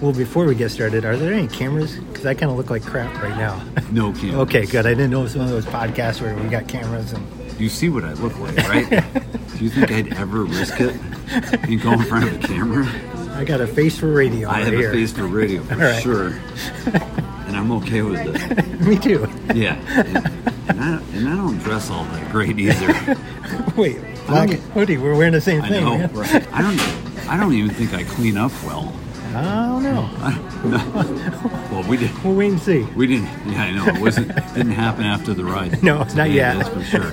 Well, before we get started, are there any cameras? Because I kind of look like crap right now. No cameras. okay, good. I didn't know it was one of those podcasts where we got cameras and You see what I look like, right? Do you think I'd ever risk it and go in front of a camera? I got a face for radio. I right have here. a face for radio for All right. sure, and I'm okay with it. Me too. Yeah, and, and I, and I don't dress all that great either. Wait, black don't- hoodie. We're wearing the same I thing. know, man. right? I don't. I don't even think I clean up well. I don't know. Well, we did. We'll wait and see. We didn't. Yeah, I know. It wasn't. Didn't happen after the ride. No, not Today, yet. That's for sure.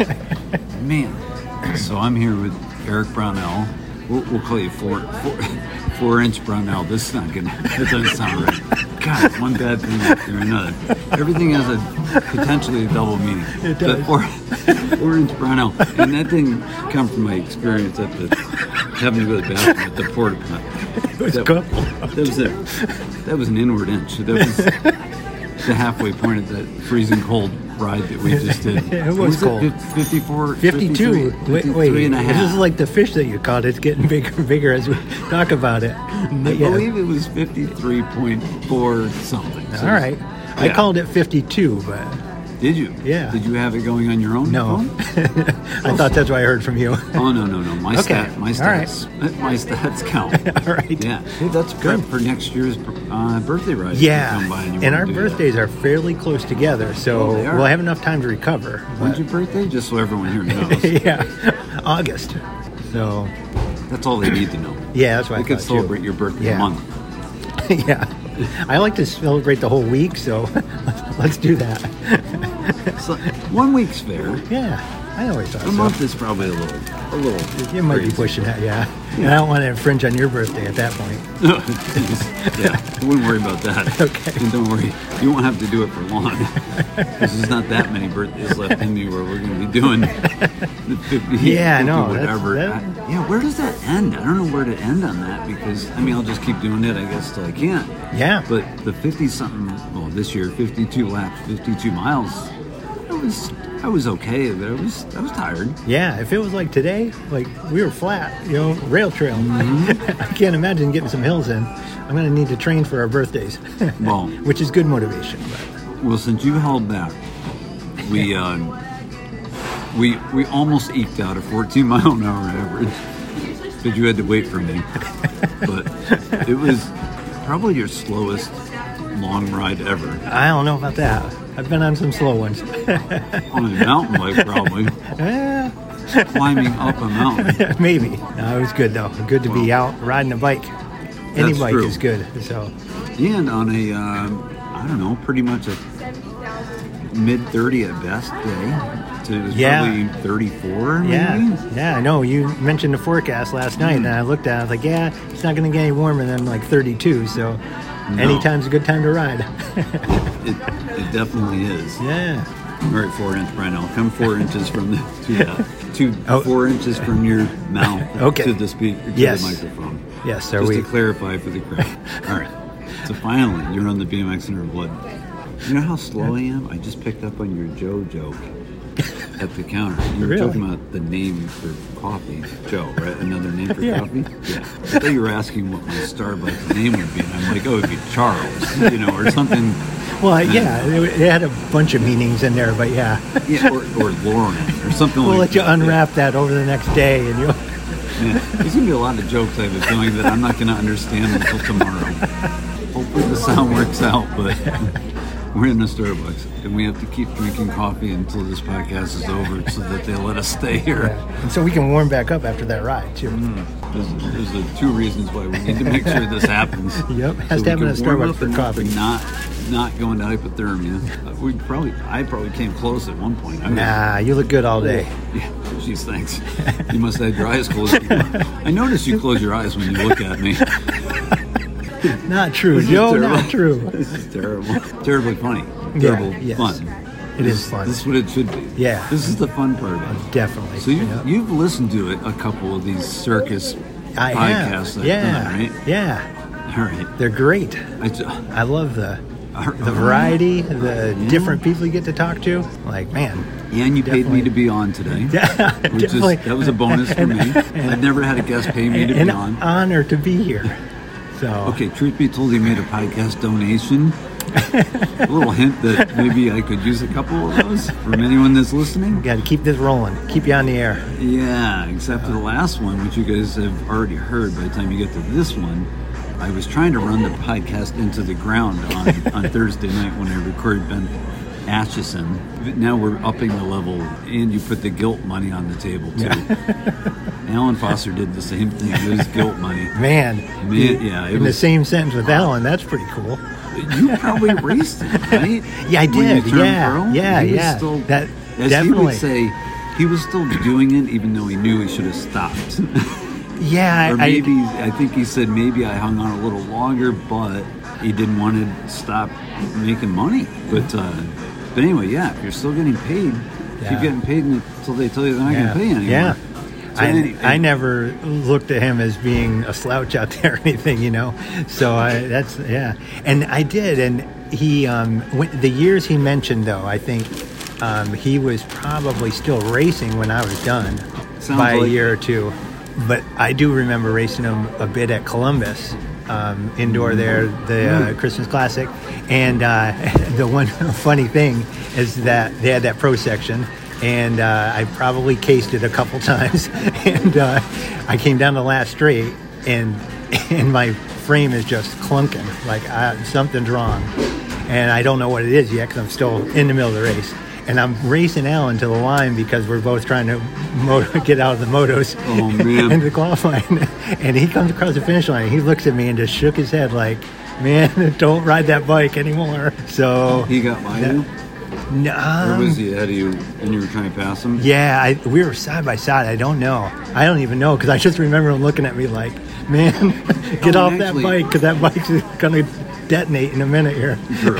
Man, so I'm here with Eric Brownell. We'll, we'll call you four, four, four inch Brownell. This is not gonna. That doesn't sound right. God, one bad thing after another. Everything has a potentially a double meaning. It But does. four, four inch Brownell, and that didn't come from my experience at the having to go to the bathroom at the porta potty. It was That- cool. That was a, that was an inward inch. That was the halfway point of that freezing cold ride that we just did. It was What cold. fif- 54, 52. 53, Wait, 53 wait. and a half. This is like the fish that you caught. It's getting bigger and bigger as we talk about it. I But yeah. believe it was 53.4 something. So All right. I Yeah. called it 52, but Did you? Yeah. Did you have it going on your own? no. phone? I thought that's what I heard from you. Oh no no no! My Okay. stat, my All stats, my stats count. All right. Yeah, Hey, that's good for next year's uh, birthday ride. if you come by Yeah. you And wanna our do that. birthdays are fairly close together, so Oh, they are. we'll have enough time to recover. When's but- your birthday? Just so everyone here knows. yeah. August. So, That's all they need to know. yeah, that's why They I could thought celebrate you. your birthday Yeah. month. yeah. I like to celebrate the whole week, so let's do that. So, one week's fair. Yeah. I always thought A so. month is probably a little, a little. You might be crazy. pushing that, yeah. And I don't want to infringe on your birthday at that point. yeah, I wouldn't worry about that. Okay. And don't worry, you won't have to do it for long. Because there's not that many birthdays left in you where we're going to be doing the 50, Yeah, I 50 know, that's- whatever. that- I- yeah, where does that end? I don't know where to end on that because I mean I'll just keep doing it I guess till I can't. Yeah. But the 50 something, well, this year 52 laps, 52 miles. I was, I was okay, but I was, I was tired. Yeah, if it was like today, like we were flat, you know, rail trail. Mm-hmm. I can't imagine getting some hills in. I'm going to need to train for our birthdays, Well. which is good motivation. But Well, since you held back, we uh, we we almost eked out a 14 mile an hour average, but you had to wait for me. But it was probably your slowest long ride ever I don't know about that. I've been on some slow ones. on a mountain bike, probably Eh, climbing up a mountain. Maybe. No, it was good though. Good to be out riding a bike. Any That's bike true. is good. So, and on a um, I don't know, pretty much a mid 30 at best day. So it was Yeah. probably 34. maybe? yeah. Yeah, I know. You mentioned the forecast last night, Hmm. and I looked at it. I was like, yeah, it's not going to get any warmer than like 32. So, No. anytime's a good time to ride. It, it definitely is. yeah. All right, four inch Brennel. Come four inches from the to that to Oh. four inches from your mouth Okay. to the speaker to Yes. the microphone. Yes, are Just we- to clarify for the crowd. All right. So finally, you're on the BMX in her blood. You know how slow I am? I just picked up on your Joe joke at the counter. You were Really? talking about the name for coffee, Joe, right? Another name for Yeah. coffee? Yeah. I thought you were asking what my Starbucks name would be, and I'm like, oh, it'd be Charles, you know, or something. Well, yeah, it, it had a bunch of meanings in there, but yeah, Yeah, or, or Lauren or something we'll like let you that. unwrap that over the next day, and you'll. Yeah. There's gonna be a lot of jokes I have a feeling that I'm not gonna understand until tomorrow. Hopefully the sound works out, but we're in a Starbucks and we have to keep drinking coffee until this podcast is over so that they let us stay here. And so we can warm back up after that ride too. Hmm. There's, there's the two reasons why we need to make sure this happens. Yep, has we to happen can at a warm Starbucks up for enough coffee. and Not not going to hypothermia. Uh, We probably I probably came close at one point. I was- Nah, you look good all day. Yeah, Jeez, thanks. You must have had your eyes closed. I notice you close your eyes when you look at me. Not true, This is Joe. terrible. Not true. This is terrible. Terribly funny. Yeah, Terrible yes. fun. It this, is fun. This is what it should be. Yeah. This is the fun part of it. Definitely. So you, Yep. you've listened to it a couple of these circus I podcasts. have. I've Yeah, done, right? yeah. All right. They're great. I ju- I love the Are- the variety, the Mm-hmm. different people you get to talk to. Like, man, and you paid Definitely. me to be on today. Yeah, Which is, definitely. that was a bonus for me. I've never had a guest pay me to be an on. honor to be here. So Okay, truth be told, he made a podcast donation. a little hint that maybe I could use a couple of those from anyone that's listening. got to keep this rolling. Keep you on the air. Yeah, except for the last one, which you guys have already heard by the time you get to this one. I was trying to run the podcast into the ground on, on Thursday night when I recorded Ben Atchison. But Now we're upping the level, and you put the guilt money on the table, too. Alan Foster did the same thing, it was guilt money. Man, Man, yeah, it in the was, same sentence with Alan, that's pretty cool. you probably raced it, right? Yeah, I When you did, turned yeah, pro? yeah, He was yeah. still- That- as he definitely. would say, he was still doing it even though he knew he should have stopped. Yeah, Or I, maybe I, think he said maybe I hung on a little longer, but he didn't want to stop making money. But uh, but anyway, yeah, if you're still getting paid, Yeah. keep getting paid until they tell you they're not yeah, going to pay you anymore. yeah. So I, any- I never looked at him as being a slouch out there or anything, you know. So I, that's yeah, and I did, and he um, went, the years he mentioned though, I think um, he was probably still racing when I was done Sounds by a like- year or two. But I do remember racing him a bit at Columbus um, indoor there, the uh, Christmas Classic, and uh, the one funny thing is that they had that pro section. And uh, I probably cased it a couple times, and uh, I came down the last straight, and and my frame is just clunking, like I, something's wrong and I don't know what it is yet because I'm still in the middle of the race. And I'm racing Alan to the line because we're both trying to moto, get out of the motos Oh, man. into qualifying. And he comes across the finish line. And he looks at me and just shook his head like, "Man, don't ride that bike anymore." So, he got by you. Or um, was he ahead of you and you were trying to pass him? yeah, I, we were side by side. I don't know. I don't even know because I just remember him looking at me like, "Man, get Oh, off actually- that bike because that bike's going to detonate in a minute here." True.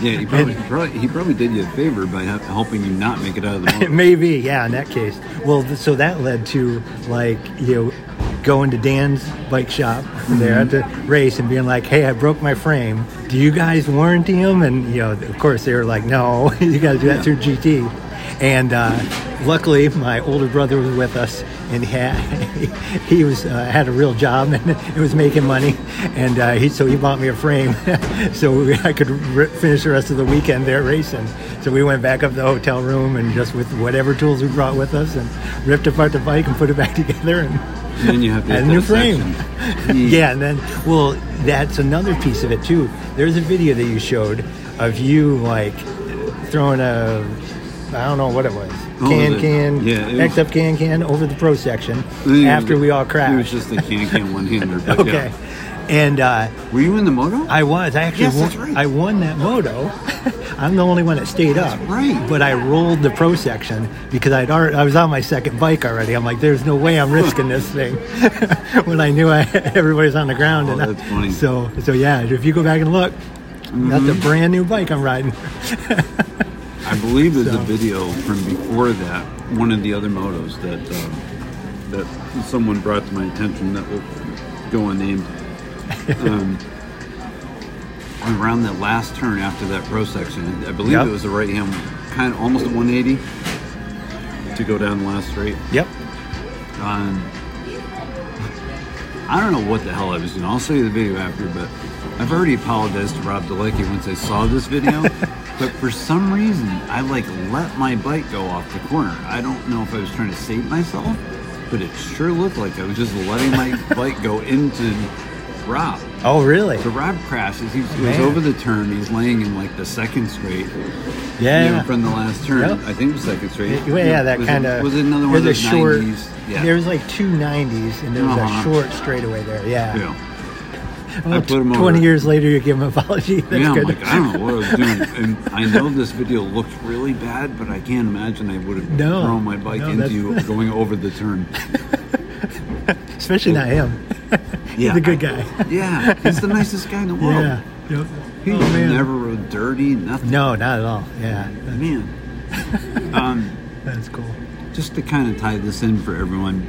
Yeah, he probably, probably he probably did you a favor by he- helping you not make it out of the. It motor. may be, yeah, in that case. Well, th- so that led to like, you know, going to Dan's bike shop there at the race and being like, hey, I broke my frame. Do you guys warranty them? And, you know, of course, they were like, no, you guys do that through GT. And uh, luckily, my older brother was with us and he had, he was uh, had a real job and it was making money. And uh, he, so he bought me a frame so we- I could r finish the rest of the weekend there racing. So we went back up to the hotel room and just with whatever tools we brought with us and ripped apart the bike and put it back together. And and then you have to a hit new that frame. section. He- yeah, and then, well, that's another piece of it too. There's a video that you showed of you like throwing a, I don't know what it was, Oh, can the- can, yeah, it next was- up can can over the pro section Yeah, after we all It was crashed. just the can can one hander. but Okay. yeah. And uh, Were you in the moto? I was. I actually Yes, won, that's right. I won that moto. I'm the only one that stayed up. right. But I rolled the pro section because I'd already, I was on my second bike already. I'm like, there's no way I'm risking this thing when I knew I, everybody's on the ground. Oh, and I- that's funny. Mm-hmm. So, so yeah, if you go back and look, that's a brand new bike I'm riding. I believe there's So- a video from before that, one of the other motos that um, that someone brought to my attention that will go unnamed. Um, around that last turn after that pro section, I believe Yep. it was the right hand, kind of almost a 180 to go down the last straight. Yep. Um, I don't know what the hell I was doing. I'll show you the video after, but I've already apologized to Rob Delecki once I saw this video. but for some reason, I like let my bike go off the corner. I don't know if I was trying to save myself, but it sure looked like I was just letting my bike go into Rob. Oh, really? So Rob crashes. He he was Man. over the turn. He's laying in like the second straight you know, Yeah. from the last turn. Yep. I think it was second straight. Yeah, yeah, that Was it- kind of was it another one of those 90s? Yeah. There was like two 90s, and there was Uh-huh. a short straightaway there. Yeah. Yeah. Well, I put 'em 20 over. years later, you give him apology. That's yeah, good. I'm like, I don't know what I was doing. And I know this video looked really bad, but I can't imagine I would have No. thrown my bike No, into that's- you going over the turn. Especially not him. Yeah, He's a good I- guy. yeah, he's the nicest guy in the world. Yeah. Yep. He oh, man. never rode dirty, nothing. No, not at all. Yeah, that- Man. um, that's cool. just to kind of tie this in for everyone,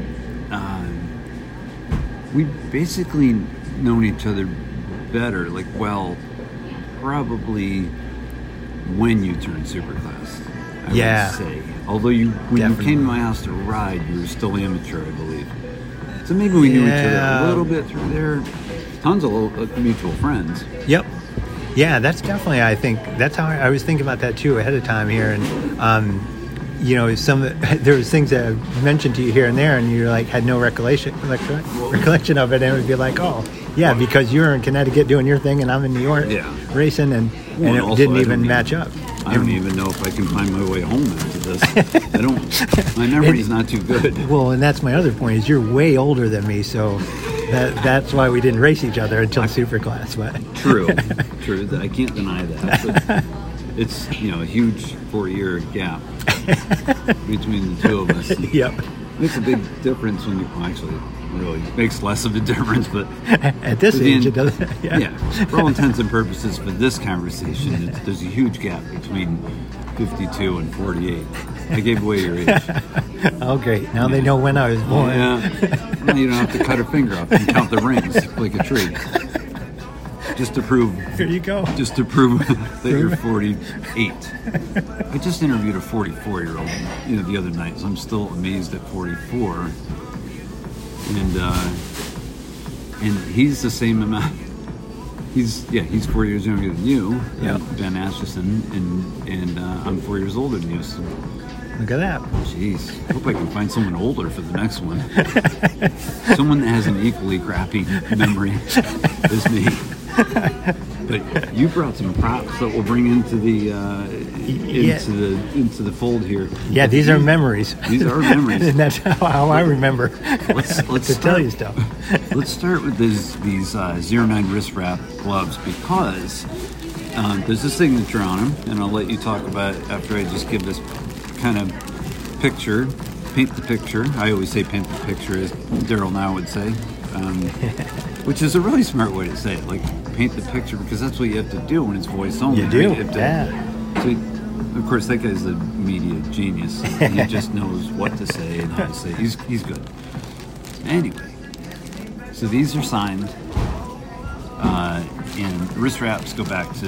um, we basically known each other better, like well, probably when you turned superclass. I Yeah. would say. Although you, when you Definitely. came to my house to ride, you were still amateur, I believe. So maybe we knew each other Yeah. a little bit through there. tons of little, uh, mutual friends. Yep. Yeah, that's definitely. I think that's how I, I was thinking about that too ahead of time here, and um, you know, some there was things that I mentioned to you here and there, and you like had no recollection recollection recollection of it, and it would be like, oh, yeah, because you're in Connecticut doing your thing, and I'm in New York Yeah. racing, and Well, and and it also didn't I even don't match even- up. I don't even know if I can find my way home after this. I don't. My memory's not too good. Well, and that's my other point is you're way older than me, so that that's why we didn't race each other until Superclass. But True, true. I can't deny that. But it's you know a huge four-year gap between the two of us. yep, makes a big difference when you well, actually really makes less of a difference, but at this but age then- it doesn't. yeah. for all intents and purposes, for this conversation, it's, there's a huge gap between 52 and 48. I gave away your age. Oh, great. Now they know when I was born. Yeah. Now you don't have to cut a finger off and count the rings like a tree. Just to prove, There you go. just to prove that you're 48. I just interviewed a 44 year old, you know, the other night, so I'm still amazed at 44. And uh, and he's the same amount. He's yeah, he's four years younger than you, Yeah. Ben Asterson, and and uh, I'm four years older than you. So Look at that. Jeez, I hope I can find someone older for the next one. someone that has an equally crappy memory as me. But you brought some props that we'll bring into the uh, Yeah. into the into the fold here. Yeah, these are memories. These are memories. and that's how, how I remember Let's let's to tell start- you stuff. Let's start with these these uh, zero nine wrist wrap gloves because um, there's a signature on them, and I'll let you talk about it after I just give this kind of picture, paint the picture. I always say paint the picture, as Daryl now would say, um, which is a really smart way to say it. Like paint the picture because that's what you have to do when it's voice only. You do, right? have to- yeah. So, of course, that guy's a media genius. he just knows what to say and how to say. it. He's he's good. Anyway, so these are signed, uh, and wrist wraps go back to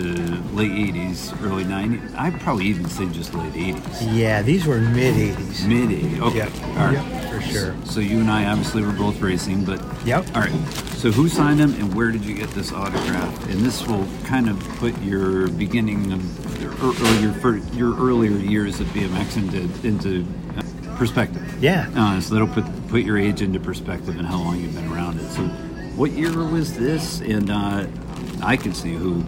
late '80s, early '90s. I'd probably even say just late '80s, Yeah, these were mid 80s. mid '80s. Okay, Yep. all right, Yep, for sure. So you and I obviously were both racing, but Yep. All right. So who signed them, and where did you get this autograph? And this will kind of put your beginning of your, or, or your fir- your earlier years of BMX into into uh, perspective. Yeah. Uh, so that'll put put your age into perspective and how long you've been around it. So, what year was this? And uh, I can see who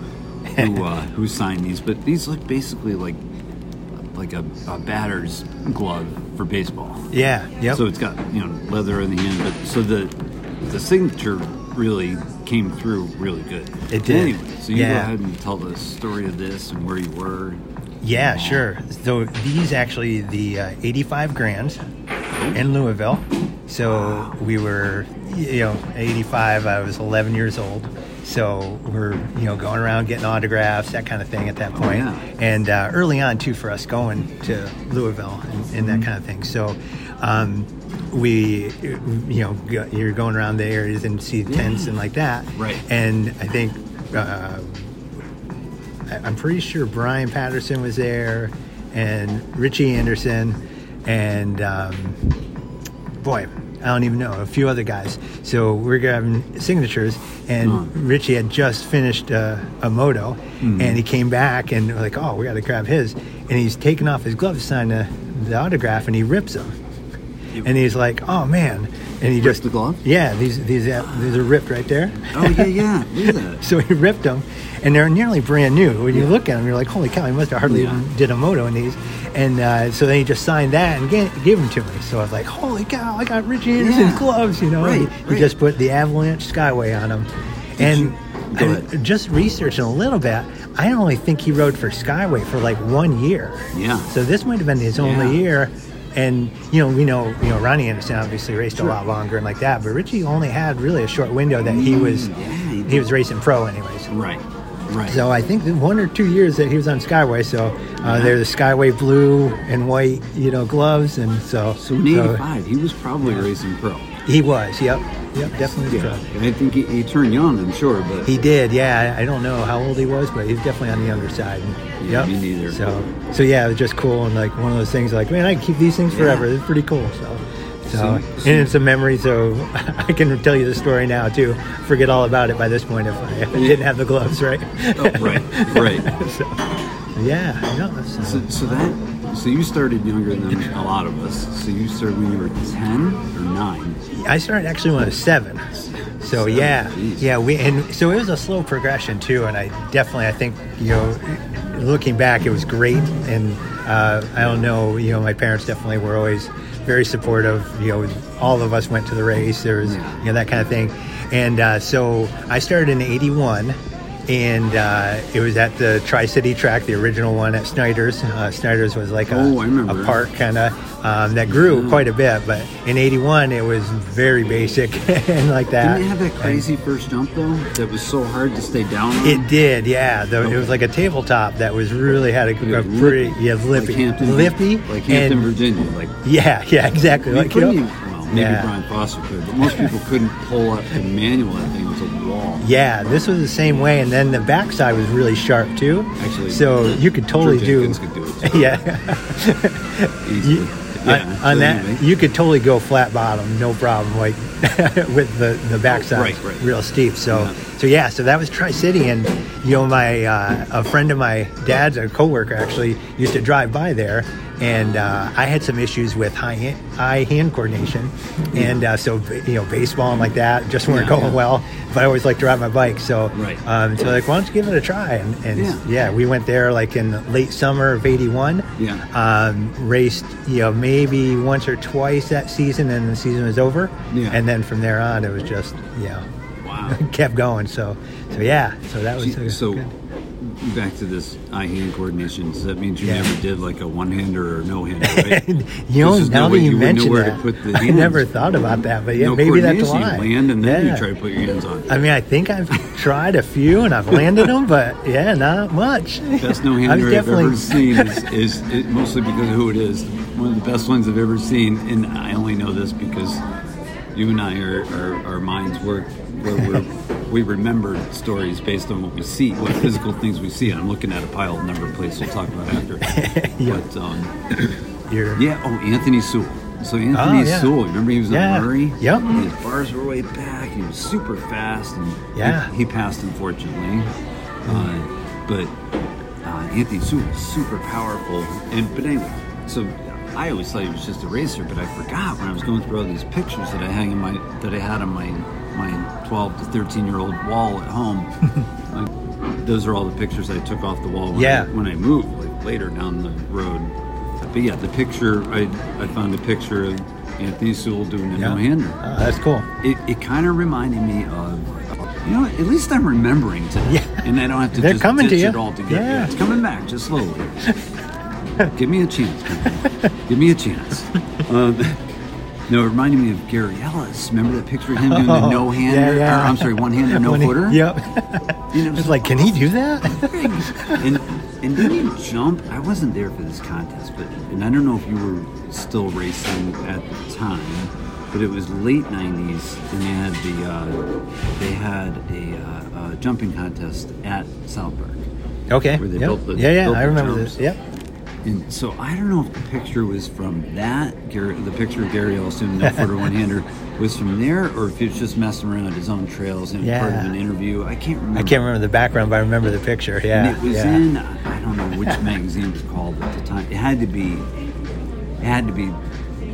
who uh, who signed these, but these look basically like like a, a batter's glove for baseball. Yeah, yep. So it's got you know leather in the end, but so the the signature really came through really good. It did. Anyway, so you go Yeah. ahead and tell the story of this and where you were. Yeah, sure. So these actually the uh, 85 grands in Louisville. So we were, you know, 85. I was 11 years old. So we're, you know, going around getting autographs, that kind of thing at that point. yeah. And uh, early on too for us going to Louisville and, and that kind of thing. So. Um, we, you know, go- you're going around the areas and see tents and like that. Right. And I think uh, I- I'm pretty sure Brian Patterson was there, and Richie Anderson, and um, boy, I don't even know a few other guys. So we're grabbing signatures, and Richie had just finished uh, a moto, Hmm. and he came back and we're like, oh, we got to grab his, and he's taking off his gloves, to sign the, the autograph, and he rips them, and he's like, oh man, and he just the glove? Yeah, these these uh, these are ripped right there. Oh yeah, yeah, look at that. So he ripped them, and they're nearly brand new. When you look at them, you're like, "Holy cow! He must have hardly Yeah. even did a moto in these." And uh, so then he just signed that and gave, gave them to me. So I was like, "Holy cow! I got Richie Anderson's Yeah. gloves!" You know, Right, he, right. he just put the Avalanche Skyway on them. and you- go I- ahead. just researching a little bit, I only think he rode for Skyway for like one year. Yeah. So this might have been his only Yeah. year. And you know, we know, you know, Ronnie Anderson obviously raced a lot longer and like that, but Richie only had really a short window that he was Mm, yeah, he he was racing pro anyways. Right, right. So I think the one or two years that he was on Skyway, so uh, they're the Skyway blue and white, you know, gloves, and so so in Uh, '85, he was probably racing pro. he was, yep, yep, definitely Yeah, pro. and I think he, he turned young. I'm sure, but He did, yeah. I I don't know how old he was, but he was definitely on the younger side. And- Yeah, yep. me neither. So, so yeah, it was just cool and like one of those things. Like, man, I can keep these things Yeah. forever. It's pretty cool. So, So, See? and See? it's a memory, so I can tell you the story now too. Forget all about it by this point if I didn't have the gloves, right? Oh, right, right. so, yeah, no, so, So, so that, so you started younger than a lot of us. So you started when you were ten or nine. I started actually when I was seven. So Seven, yeah, geez. yeah, we and so it was a slow progression too. And I definitely, I think you know, looking back, it was great. And uh, I don't know, you know, my parents definitely were always very supportive. You know, all of us went to the race. There was you know that kind of thing. And uh, so I started in '81. And uh, it was at the Tri City track, the original one at Snyder's. Uh, Snyder's was like a, Oh, I remember. a park kind of um, that grew Mm-hmm. quite a bit. But in '81, it was very basic and like that. Didn't they have that crazy first jump though? That was so hard to stay down. on? It did, yeah. The, It was like a tabletop that was really had a, a Lippy. pretty yeah lippy, Like Hampton, lippy, like Hampton, and- Virginia. Like yeah, yeah, exactly. We Like, you know- couldn't even- well, maybe Yeah. Brian Foster could, but most people couldn't pull up the manual. That thing It was a wall. Yeah, this was the same way, and then the backside was really sharp too. Actually, so you could totally Drew do, Jenkins could do it, too. yeah, Easily. on, Yeah, on so that anyway. you could totally go flat bottom, no problem. Like with the the backside, Oh, right, right. real steep. So Yeah. so yeah, so that was Tri City, and you know my uh, a friend of my dad's, a coworker actually, used to drive by there. And uh, I had some issues with high hand, eye hand coordination, and uh, so you know baseball and like that just weren't Mm. Yeah, going yeah. well. But I always like to ride my bike, so Right. um, so like, why don't you give it a try? And, and yeah. Yeah. we went there like in late summer of '81. Yeah. Um, raced, you know, maybe once or twice that season, and the season was over. Yeah. And then from there on, it was just, you know, Wow. kept going. So, so yeah. So that was Gee, uh, so good. back to this eye hand coordination. Does that means you Yeah. never did like a one hander or no hander, right? you know, There's just now no that way you, would know mention where that, to put the I hands. never thought about that, but yeah, no maybe that's coordination. why. You land and then Yeah. you try to put your hands on. I mean, I think I've tried a few and I've landed them, but yeah, not much. Best no I've hander I've definitely- ever seen is, is it, mostly because of who it is. One of the best ones I've ever seen, and I only know this because you and I are, are our minds work where we're, we remember stories based on what we see, what physical things we see. I'm looking at a pile of number plates. We'll talk about after. Yeah. But um, You're- Yeah. Oh, Anthony Sewell. So Anthony Oh, yeah. Sewell, remember he was Yeah. on Murray? Yep. His bars were way back. He was super fast, and he- Yeah. he, passed unfortunately. Uh, but uh, Anthony Sewell was super powerful. And but anyway, so I always thought he was just a racer, but I forgot when I was going through all these pictures that I hang in my that I had on my my 12 to 13 year old wall at home. like, those are all the pictures I took off the wall when, Yeah. I, when I moved, like later down the road. But yeah, the picture I, I found a picture of Anthony Sewell doing a Yeah. no-hander. Oh, that's cool. It, it kind of reminded me of you know at least I'm remembering today, Yeah. and I don't have to They're just coming to ditch you. it all together. Yeah. It's coming back just slowly. Give me a chance, people. Give me a chance. Um, no, it reminded me of Gary Ellis. Remember that picture of him doing the Oh, no-hander? yeah, yeah. Or, I'm sorry, one-hander When he- no-footer. Yep. And it was It's like, can he do that? thing. and and then you jump. I wasn't there for this contest, but and I don't know if you were still racing at the time, but it was late '90s, and they had the uh, they had a uh, uh, jumping contest at South Park. okay. Where they yep. built the- yeah, yeah, built I the remember jumps. this. Yep. And so I don't know if the picture was from that, Gary, the picture of Gary Olson, no footer one hander, was from there, or if he was just messing around at his own trails and part of Yeah. an interview. I can't remember. I can't remember the background, but I remember the picture. Yeah. and it was yeah. in I don't know which magazine it was called at the time. It had to be, it had to be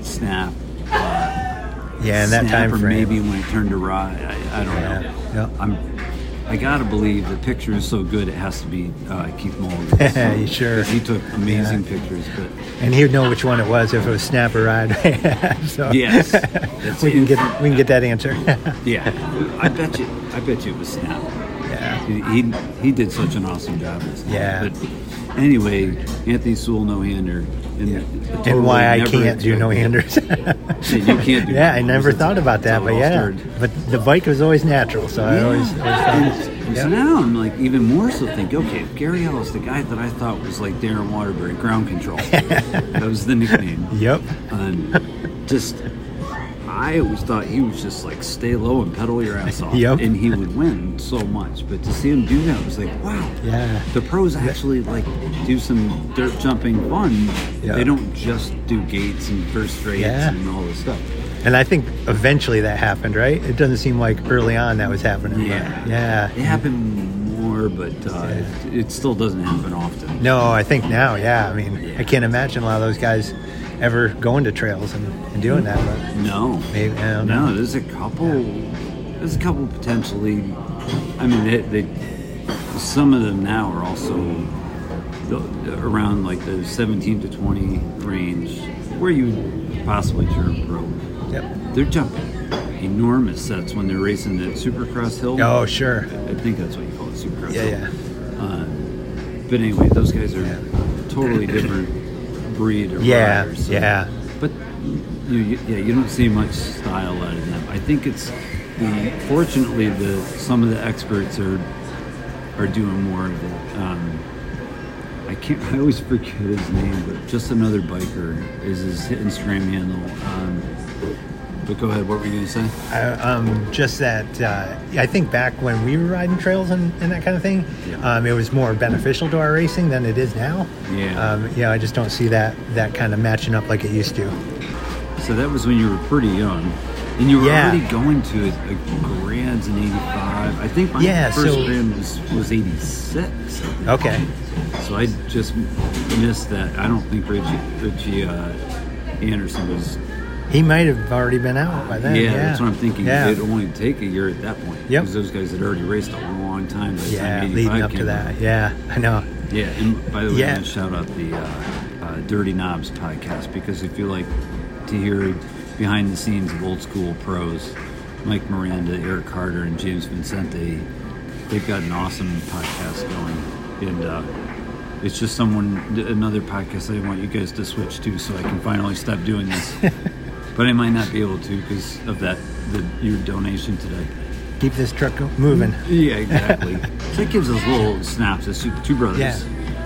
Snap. yeah, in that Snap time or frame. maybe when it turned to Rye. I, I don't Yeah. know. Yep. I'm. I gotta believe the picture is so good. It has to be uh, Keith Mulligan. You sure? He took amazing pictures, but And he would know which one it was if it was snap or ride. so yes, that's we can it. get we can get that answer. Yeah, I bet you. I bet you it was Snap. yeah. He, he he did such an awesome job. This time. Yeah. But anyway, Anthony Sewell no hander, and, And why I can't do no hander. handers. you can't do. yeah, I no-handers. never That's- thought about that, that's how but it all yeah. started. But the bike was always natural, so I always, always thought, And So now I'm like even more so think, okay, if Gary Ellis, the guy that I thought was like Darren Waterbury, ground control. that was the nickname. Yep. And Um, just, I always thought he was just like stay low and pedal your ass off, Yep. and he would win so much. But to see him do that was like, wow. Yeah. The pros actually like do some dirt jumping fun. Yeah. They don't just do gates and first rates Yeah. and all this stuff. And I think eventually that happened, right? It doesn't seem like early on that was happening. but Yeah. yeah. It happened more, but uh, it, it still doesn't happen often. No, I think now, yeah. I mean, Yeah. I can't imagine a lot of those guys ever going to trails and, and doing that. But No. maybe, um, I don't know. No, there's a couple. There's a couple potentially. I mean, they, they some of them now are also the- around like the 17 to 20 range, where you would possibly turn pro. Yep. They're jumping enormous sets when they're racing that Supercross hill. Oh, sure. I think that's what you call it, Supercross. Yeah, hill. yeah. Uh, but anyway, those guys are Yeah. totally different breed of Yeah, riders. so- yeah. But you, you, yeah, you don't see much style out of them. I think it's the fortunately the some of the experts are are doing more of it. Um, I can't. I always forget his name, but just another biker is his Instagram handle. Um, but go ahead. What were you gonna say? I, um, just that uh, I think back when we were riding trails and, and that kind of thing, Yeah. um, it was more beneficial to our racing than it is now. Yeah. Um, yeah, I just don't see that that kind of matching up like it used to. So that was when you were pretty young, and you were Yeah. already going to a, a Grand's in '85. I think my Yeah, first so- Grand was was '86. Okay. So I just missed that. I don't think Richie Richie uh, Anderson was. He might have already been out by Yeah, then. Yeah, that's what I'm thinking. Yeah. It'd only take a year at that point. Yep. Because those guys had already raced a long time. By the yeah, time 85 leading up to came that. around. Yeah, I know. Yeah, and by the way, Yeah. I'm gonna shout out the uh, uh, Dirty Knobs podcast because if you like to hear behind the scenes of old school pros, Mike Miranda, Eric Carter, and James Vincente, they've got an awesome podcast going, and uh, it's just someone another podcast I want you guys to switch to so I can finally stop doing this. but I might not be able to because of that the, your donation today. Keep this truck go- moving. Yeah, exactly. so that gives us little snaps. It's two, two brothers. Yeah.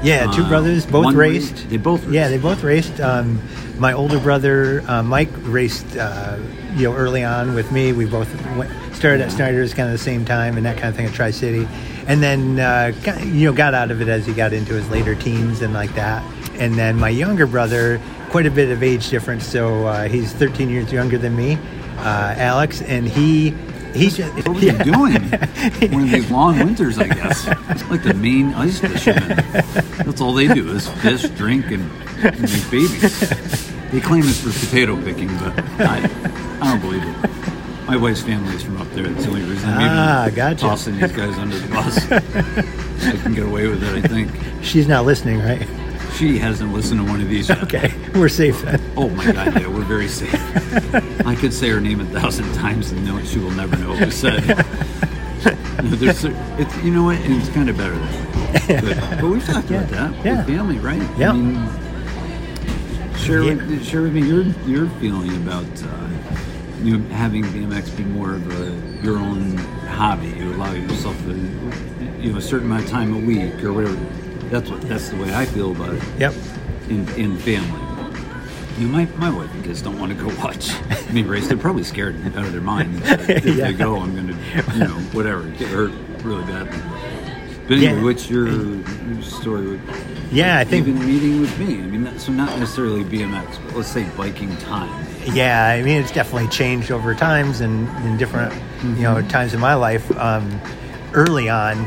Yeah, two Uh, brothers, both one raced. ra- they both Yeah, raced. they both raced. Um, my older brother uh, Mike raced, uh, you know, early on with me. We both went, started at Snyder's kind of the same time and that kind of thing at Tri City, and then uh, got, you know got out of it as he got into his later teens and like that. And then my younger brother, quite a bit of age difference, so uh, he's 13 years younger than me, uh, Alex, and he he just What were you doing? One of these long winters, I guess. Like the main ice fishermen. That's all they do is fish, drink, and and make babies. They claim it's for potato picking, but I, I don't believe it. My wife's family is from up there. That's the only reason I'm Ah, even gotcha. tossing these guys under the bus. I can get away with it, I think. She's not listening, right? She hasn't listened to one of these yet. Okay, we're safe then. Oh my God, yeah, we're very safe. I could say her name a thousand times and no, she will never know what was said. No, there's, it's, you know what? And it's kind of better that way. But, but we've talked about Yeah, that with yeah. family, right? Yeah. I mean, share, Yeah. with, share with me your, your feeling about uh, you know, having BMX be more of a, your own hobby. You allow yourself a, you know, a certain amount of time a week or whatever. That's, what, that's the way I feel about it Yep. in, in family. You know, my, my wife and kids don't want to go watch me race. They're probably scared out of their minds. If Yeah. they go, I'm going to, you know, whatever, get hurt really badly. But anyway, Yeah. what's your story with Yeah, I think. even meeting with me? I mean, that, so not necessarily BMX, but let's say biking time. Yeah, I mean, it's definitely changed over times and in different, you know, times in my life. Um, early on,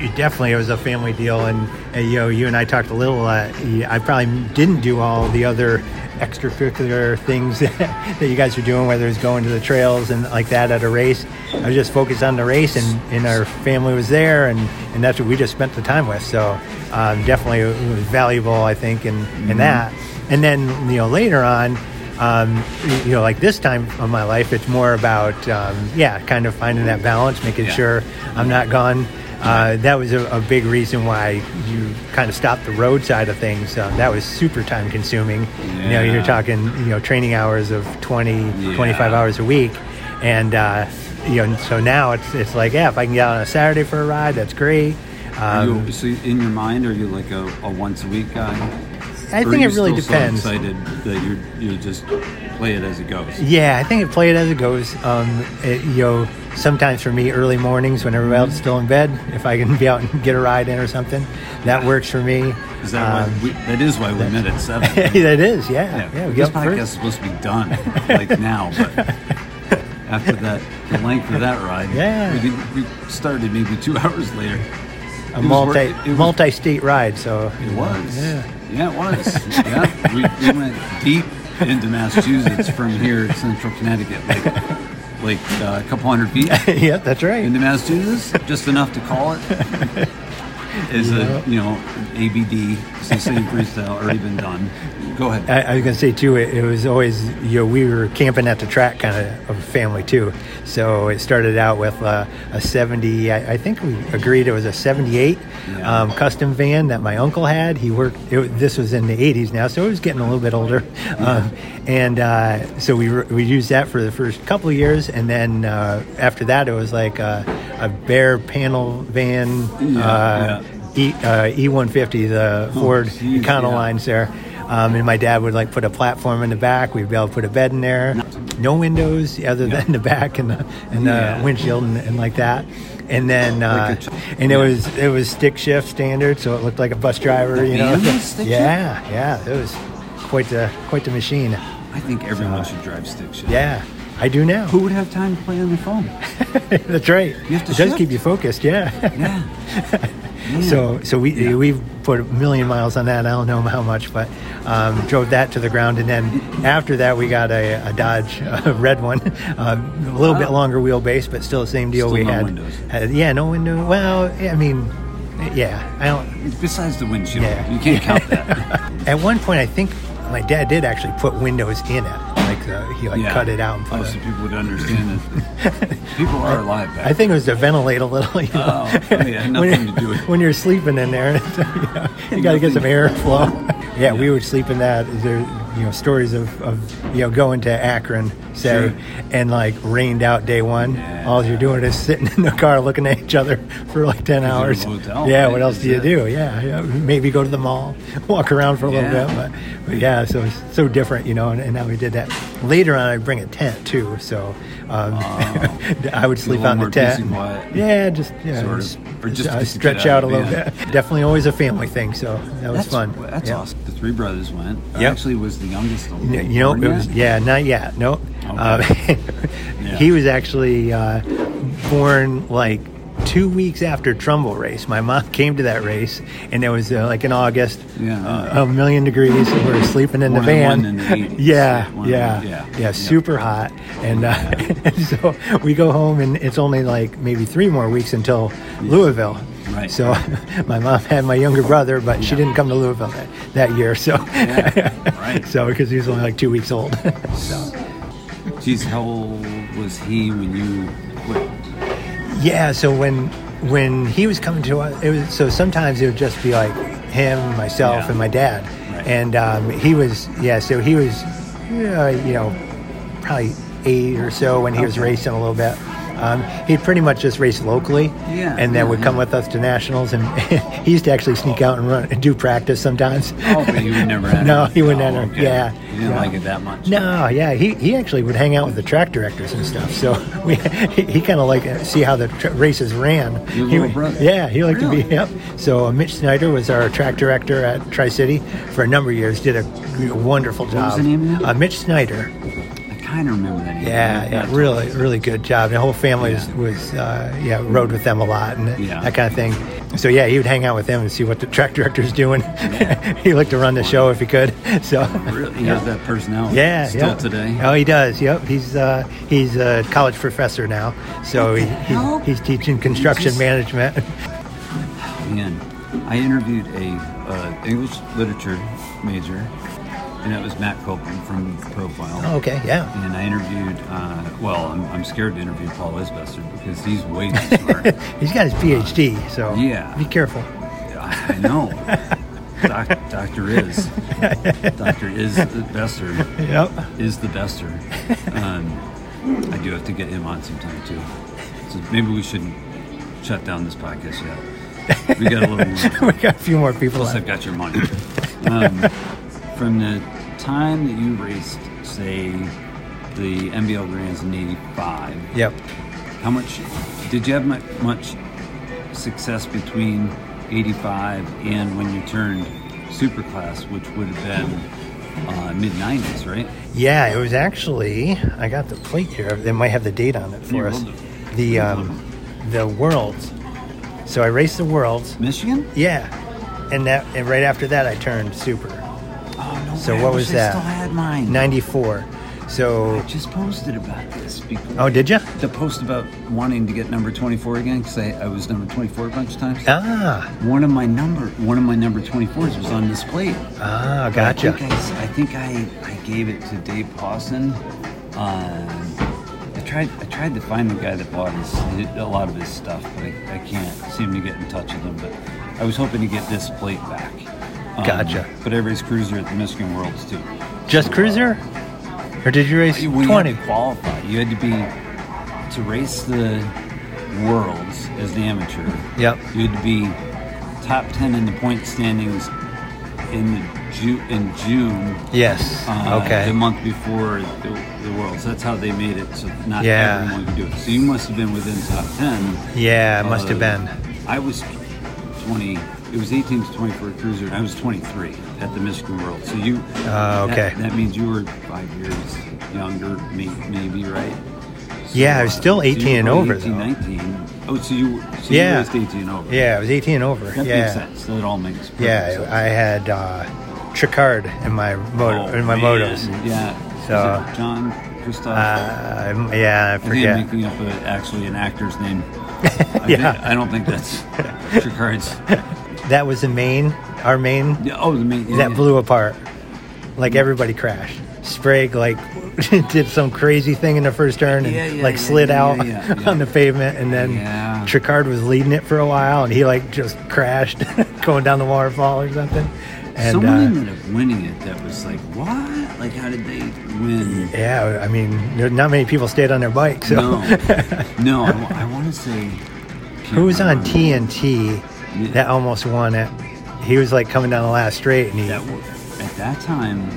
it definitely it was a family deal, and uh, you know, you and I talked a little. Uh, yeah, I probably didn't do all the other extracurricular things that you guys were doing, whether it's going to the trails and like that at a race. I was just focused on the race, and, and our family was there, and, and that's what we just spent the time with. So um, definitely, it was valuable, I think, in, in that. And then you know, later on um, you know, like this time of my life, it's more about, um, yeah, kind of finding that balance, making Yeah. sure I'm not gone. Uh, that was a, a big reason why you kind of stopped the road side of things. Um, that was super time consuming. You know, you're Yeah. talking, you know, training hours of 20, 25 Yeah. hours a week. And, uh, you know, so now it's, it's like, yeah, if I can get out on a Saturday for a ride, that's great. Are Um, you, so in your mind, are you like a, a once a week guy? I Or think are it you really still so depends. excited that you you just play it as it goes. Yeah, I think I play it as it goes. Um, it, you know, sometimes for me, early mornings when everybody else is still in bed, if I can be out and get a ride in or something, that works for me. Is that Um, why we, that is why we met at seven? that is, yeah, yeah. Yeah, we this get up first. podcast is supposed to be done like now, but after that, the length of that ride, Yeah. we, did, we started maybe two hours later. a was multi worth it. It was- multi-state ride. So It was, Yeah. yeah, it was, yeah. We, we went deep into Massachusetts from here, to central Connecticut, like like uh, a couple hundred feet yep, that's right. into Massachusetts, just enough to call it. Is a you know ABD since St. freestyle already been done? Go ahead. I, I was gonna say too. It, it was always you know we were camping at the track kind of of family too. So it started out with uh, a seventy. I, I think we agreed it was a seventy-eight Yeah. um, custom van that my uncle had. He worked. It, wa- this was in the eighties now, so it was getting a little bit older. Um, and uh, so we re- we used that for the first couple of years, and then uh, after that it was like a, a bare panel van. uh, Yeah, yeah. Oh, E uh, E150, the Ford geez, Econo yeah. lines there. Um, and my dad would like put a platform in the back. We'd be able to put a bed in there. No windows other than the back and the, and the Yeah. windshield and, and like that. And then uh, Like a ch- and it was it was stick shift standard, so it looked like a bus driver. You know, van was stick shift? yeah, yeah, it was quite the quite the machine. I think everyone should drive stick shift. uh, Yeah, I do now. Who would have time to play on their phone? That's right. You have to it does keep shift. you focused. Yeah. Yeah. Man. So, so we Yeah. we've put a million miles on that. I don't know how much, but um, drove that to the ground, and then after that, we got a, a Dodge a red one, um, a little bit Wow. longer wheelbase, but still the same deal. Still we no had, windows. had- yeah, no window. Well, I mean, yeah, I don't. besides the windshield, Yeah. you can't count that. At one point, I think my dad did actually put windows in it, like uh, he like Yeah. cut it out and put. Oh, a- so people would understand that people are alive. Back I think it was to ventilate a little. You know? Oh, oh, yeah, when nothing you're- to do with- when you're sleeping in there. you got to get Nothing. some airflow. yeah, we would sleep in that. There, you know, stories of, of you know going to Akron, say, Sure. and like rained out day one. Yeah. All you're doing is sitting in the car looking at each other for like ten a hours. motel, yeah, right? what else Is do you that- do? Yeah, yeah, maybe go to the mall, walk around for a Yeah. little bit, but, but yeah, so it's so different, you know. And, and now we did that. Later on, I bring a tent too, so um, I would sleep little out in the more peace tent. and quiet. Yeah, just yeah, Sort just, of. Or just uh, to stretch get out out a of little the bit. Definitely always a family thing, so that was that's fun. That's Yeah. awesome. The three brothers went. I Yep. actually was the youngest. of N- them. You know, Weren't it was, you? yeah, not yet. Nope. Uh, He was actually uh, born like two weeks after Trumbull race. My mom came to that race, and it was uh, like in August, Yeah. uh, a million degrees. We were sleeping in the One van. and one in the 80s. yeah, One and- yeah, yeah. yeah, Yeah. super hot. And, uh, and so we go home, and it's only like maybe three more weeks until Louisville. Right. So my mom had my younger brother, but she Yeah. didn't come to Louisville that, that year. So Yeah, right. so because he was only like two weeks old. Geez, how old was he when you quit? yeah. So when when he was coming to us, it was so sometimes it would just be like him, myself, Yeah. and my dad. Right. And um, he was yeah. So he was yeah, you know probably eight or so when he was Okay. racing a little bit. Um, he'd pretty much just race locally, Yeah, Mm-hmm. and then yeah, would yeah. come with us to nationals. And he used to actually sneak out and run and do practice sometimes. Oh, but you would never enter. No, he wouldn't enter. okay. Yeah. You didn't Yeah. like it that much. No, yeah, he, he actually would hang out with the track directors and stuff. So we, he, he kind of like to see how the tra- races ran. Your He- little brother. Yeah, he liked to Really? be. Yep. So uh, Mitch Snyder was our track director at Tri City for a number of years. Did a wonderful job. was the name again? Uh, Mitch Snyder. I kind of remember that. name. Yeah, yeah, really, really good job. The whole family was, Yeah. was uh, yeah, rode with them a lot and Yeah. that kind of thing. So yeah, he would hang out with them and see what the track director's doing. he liked to run the show if he could. So Really, he has that personality. yeah, Still yeah. today. Oh, he does. Yep, he's uh, he's a college professor now, so he, hell? he, he's teaching construction just- management. And I interviewed a uh, English literature major, and that was Matt Copeland from Profile. okay, yeah. And I interviewed, uh, well, I'm, I'm scared to interview Paul Isbester because he's way too smart. He's got his PhD, so Yeah. be careful. I know. Doc, Dr. Is. Dr. Is the bester. Yep. Is the bester. Um, I do have to get him on sometime too. So maybe we shouldn't shut down this podcast yet. We got a little more. we got a few more people. Plus, left. I've got your money. Um, from the time that you raced, say, the MBL Grands in '85, Yep. how much did you have much, much success between '85 and when you turned Superclass, which would have been uh, mid '90s, right? Yeah, it was actually. I got the plate here. They might have the date on it for You us. rolled it. The um, the worlds. So I raced the worlds. Michigan? Yeah, and that and right after that I turned super. Oh no! So way, I what wish was I that? Still had mine. Ninety four. So I just posted about this. Because oh, did you? the post about wanting to get number 24 again because I, I was number 24 a bunch of times. Ah, One of my number, one of my number 24s was on this plate. ah, I gotcha. think I, s- I think I, I gave it to Dave Pawson. Uh, I tried I tried to find the guy that bought his a lot of his stuff, but I, I can't seem to get in touch with him. But I was hoping to get this plate back. Um, Gotcha. But I raced cruiser at the Michigan Worlds too. Just cruiser, or did you race You- When twenty? you had to qualify, you had to be to race the worlds as the amateur. Yep. You'd be top ten in the point standings in the Ju- in June. Yes. uh, The okay. month before the, the worlds. That's how they made it. So not Yeah. everyone could do it. So you must have been within top ten. Yeah, it must Uh, have been. I was twenty. It was 18 to 24 cruiser, and I was 23 at the Michigan World. So you, Ah, that- okay. That, means you were five years younger, may, maybe, right? So, Yeah, I was uh, still so you 18 and were over, 18, though. 19. Oh, so you, so Yeah. you raced 18 and over. Yeah, it was eighteen and over. that yeah. makes sense. That all makes perfect Yeah, sense. I had uh, Tricard in my moto, Oh, in my man. motos. Yeah. So- Is it John Christoph. Uh, yeah, I I think I'm forget. making up a, actually an actor's name. I, Yeah. think, I don't think that's Tricard's. That was the main, our main Yeah, oh, the main. yeah, that yeah. blew apart. Like everybody crashed. Sprague like did some crazy thing in the first turn and Yeah, yeah, like yeah, slid yeah, out yeah, yeah, yeah. on the pavement and then Yeah. Tricard was leading it for a while and he like just crashed going down the waterfall or something. And Someone uh, ended up winning it. That was like what? Like how did they win? yeah, I mean, there- not many people stayed on their bike. So No, no. I, want to say who was on T? TNT Yeah. that almost won it? He was like coming down the last straight and he, That wa- at that time.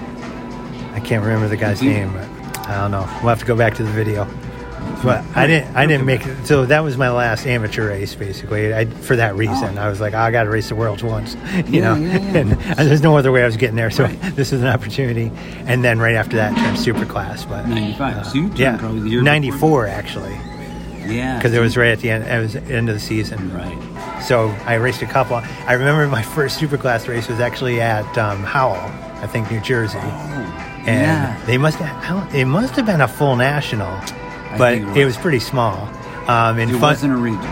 I can't remember the guy's Mhm. name. But I don't know. We'll have to go back to the video. But I didn't. I didn't make it. So that was my last amateur race, basically. I, for that reason, Oh. I was like, I got to race the world once, you Yeah, know. yeah, yeah. And there's no other way I was getting there. So Right. this was an opportunity. And then right after that, turned super class. But 95. So you turned yeah, probably the year before. 94 actually, Yeah. because it was right at the end. It was end of the season. right. So I raced a couple. I remember my first superclass race was actually at um, Howell, I think, New Jersey Oh, and yeah. they must have, I don't- it must have been a full national, but think it it, was. was pretty small. Um, and It Fuzz- wasn't a regional.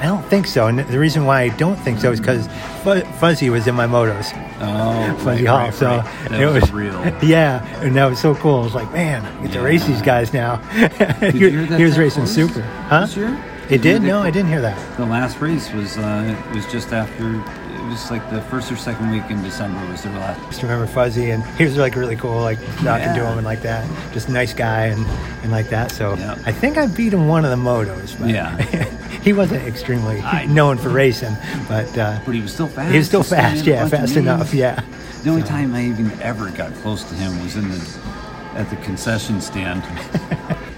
I don't think so. And the reason why I don't think so is because Fuzzy was in my motos, Oh, Fuzzy right, Hall. right, so right. That it was, was, real. Yeah, and that was so cool. I was like, man, I get to race these Yeah. guys now. Did he, you hear that he was that racing close super, huh? This year? It you hear did? that No, close? I didn't hear that. The last race was uh, it was just after it was like the first or second week in December was their last. Just remember Fuzzy, and he was like really cool, like talking to Yeah. him and like that. Just a nice guy and, and like that. So Yep. I think I beat him one of the motos. But Yeah. he wasn't extremely I- known for racing, but uh, But he was still fast. he was still ran fast. a Yeah, bunch of fast enough. meetings. Yeah. The only time I even ever got close to him was in the at the concession stand.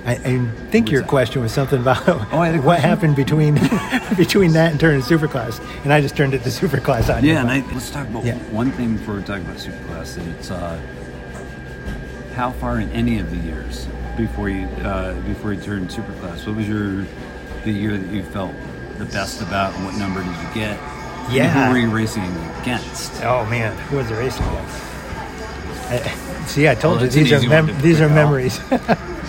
I, I think was your that? Oh, question was something about I had a what question? happened between between that and turning superclass, and I just turned it to superclass on you. yeah, and I, let's talk about Yeah. one thing before we talk about Superclass, and it's uh, how far in any of the years before you uh, before you turned Superclass. What was your the year that you felt the best about, and what number did you get? And Yeah. who were you racing against? Oh man, who was the racing guy? I, see, I told Oh, you that's an these are easy one mem- to these are pick out. memories.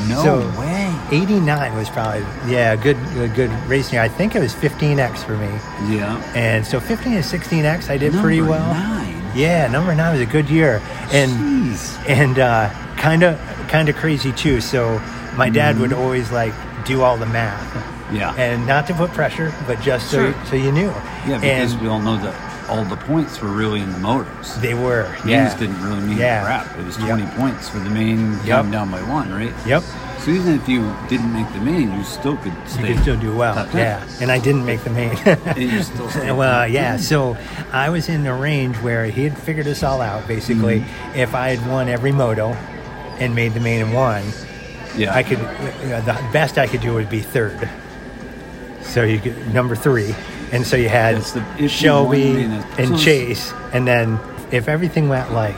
No So- way. 89 was probably yeah a good a good racing year. I think it was 15x for me, Yeah. and so 15 and 16x I did Number pretty well. Nine. Yeah, number nine was a good year, and Jeez. and uh, kind of kind of crazy too. So my dad would always like do all the math, Mm-hmm. Yeah. and not to put pressure, but just Sure. so so you knew. yeah, because and we all know that all the points were really in the motors. they were Means yeah didn't really mean Yeah. crap. It was Yep. 20 points for the main Yep. come down by one, right? Yep. So So even if you didn't make the main, you still could You stay. could still do well. top ten. Yeah, and I didn't make the main. And you still stay. well, uh, yeah. So I was in the range where he had figured us all out. Basically, Mm-hmm. if I had won every moto and made the main and won, yeah. I could. Uh, the best I could do would be third. So you could number three, and so you had That's the- if you won, Shelby then it's- so and it's- Chase, and then if everything went like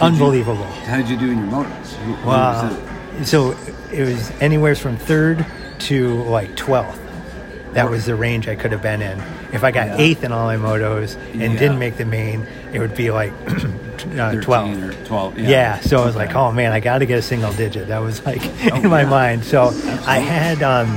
unbelievable. How did you do in your motors? Wow. So it was anywhere from third to like 12th. That was the range I could have been in. If I got Yeah. eighth in all my motos and Yeah. didn't make the main, it would be like uh, 12. or 12. Yeah. Yeah. so I was like, oh man, I got to get a single digit. That was like in my Oh, yeah. mind. So I had, um,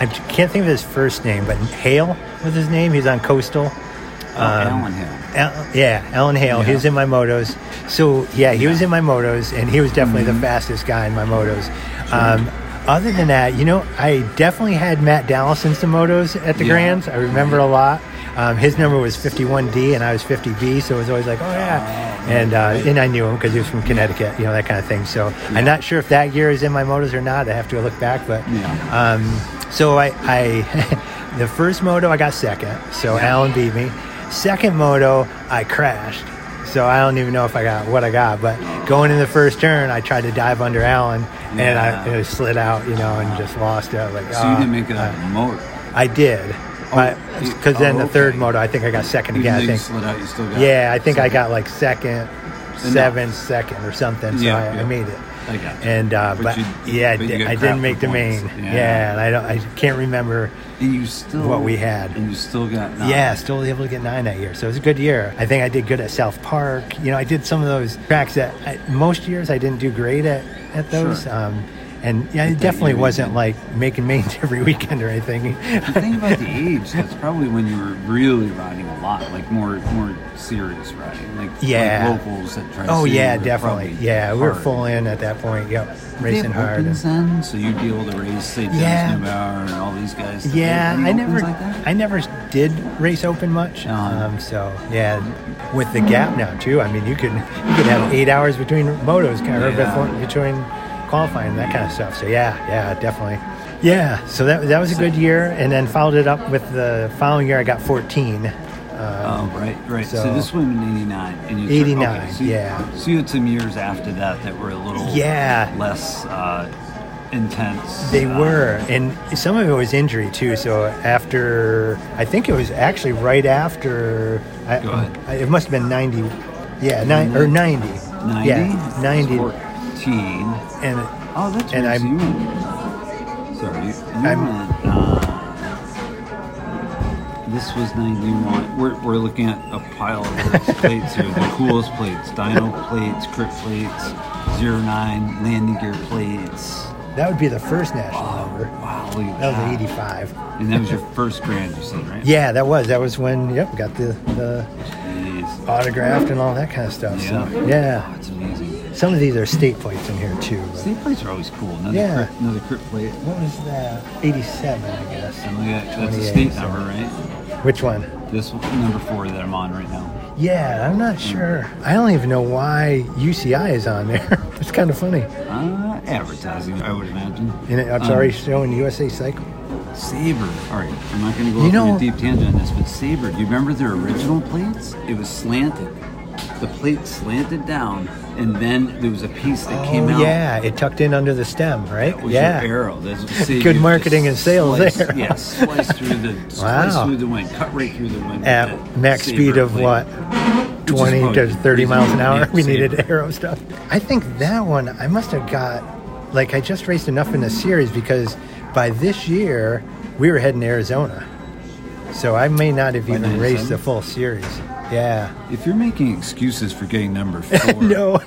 I can't think of his first name, but Hale was his name. He's on Coastal. Oh, um, Alan Hill. Al, yeah, Alan Hale. He Yeah. was in my motos. So yeah, he was in my motos, and he was definitely Mm-hmm. the fastest guy in my motos. Um, other than that, you know, I definitely had Matt Dallas in some motos at the Yeah. Grands. I remember a lot. Um, his number was 51D, and I was 50B, so it was always like, oh yeah. And uh, and I knew him because he was from Connecticut, you know that kind of thing. So I'm not sure if that year is in my motos or not. I have to look back, but Yeah. um, so I, I the first moto I got second, so Alan beat me. Second moto I crashed, so I don't even know if I got what I got. But going in the first turn, I tried to dive under Alan, and I Yeah. it slid out, you know, and just lost it. I was Like, So you "Ah." didn't make it out of the motor. I did, you- because then oh, the third okay. moto I think I got second Even again. though I you think slid out, you still got yeah, I think I got like second, Enough. seventh, second or something. So Yeah, I, yeah. I made it. I got you. And uh, But but, you- yeah, I, but you did, got I crap didn't for make the points. main. Yeah. Yeah, and I don't. I can't remember. And you still. What we had. And you still got nine. Yeah, still able to get nine that year. So it was a good year. I think I did good at South Park. You know, I did some of those tracks that I, most years I didn't do great at at those. Sure. Um, and yeah, it that definitely year you wasn't did. like making mains every weekend or anything. The thing about the age, that's probably when you were really riding a lot, like more more serious riding, like Yeah. like locals that try. oh yeah, definitely. Yeah, we were full in at that point. Yep, racing hard. and- Opens then, so you deal with the race, say Dennis Yeah. Neubauer and all these guys. did they Yeah, do I never, opens Like that? I never did race open much. Uh-huh. Um, so yeah, with the gap now too. I mean, you could you could have eight hours between motos, kind of or Yeah. before, between qualifying that kind of stuff. So yeah, yeah, definitely. Yeah, so that that was a good year, and then followed it up with the following year. I got 14. Um, Oh, right, right. So, So- this one in 89. And you took- 89, so you- yeah. So you had some years after that that were a little Yeah. less uh, intense. They uh, were, and some of it was injury too. So after, I think it was actually right after. I, Go ahead. I- it must have been ninety, yeah, nine or ninety. 90? Yeah, ninety, 14. and Oh, that's And weird. I'm- so you went, sorry, you, you I'm- went, uh, this was 91. We're, we're looking at a pile of those plates here. The coolest plates. Dino plates, crit plates, zero nine landing gear plates. that would be the first national Oh, number. wow. Look at That was that. eighty-five. And that was your first grand, you said, right? Yeah, that was that was when. Yep, got the the Jeez. autographed and all that kind of stuff. So Oh, yeah, it's amazing. some of these are state plates in here too. But State plates are always cool. Another, Yeah. crypt, another crypt plate. what was that? Eighty-seven, I guess. And look at that's a 28, state so- number, right? Which one? This one, number four that I'm on right now. Yeah, I'm not sure. I don't even know why UCI is on there. it's kind of funny. Uh, advertising, I would imagine. And it- it's Um, already showing USA Cycle. Saber. All right, I'm not going to go You off on know- a deep tangent on this, but Saber. Do you remember their original plates? It was slanted. The plate slanted down, and then there was a piece that came out. Oh, yeah, it tucked in under the stem, right? That was yeah. your arrow. That's what saved Good you. marketing Just and sales slice, there. Yeah, slice through the slice Wow. through the wind, cut right through the wind. with At that max Saber speed of plate. what? is 20 to probably 30 miles an hour. reasonable. We Yeah, needed same. arrow stuff. I think that one, I must have got, like, I just raced enough in the series because by this year, we were heading to Arizona. So I may not have even raced 97? the full series. Yeah. If you're making excuses for getting number four, No,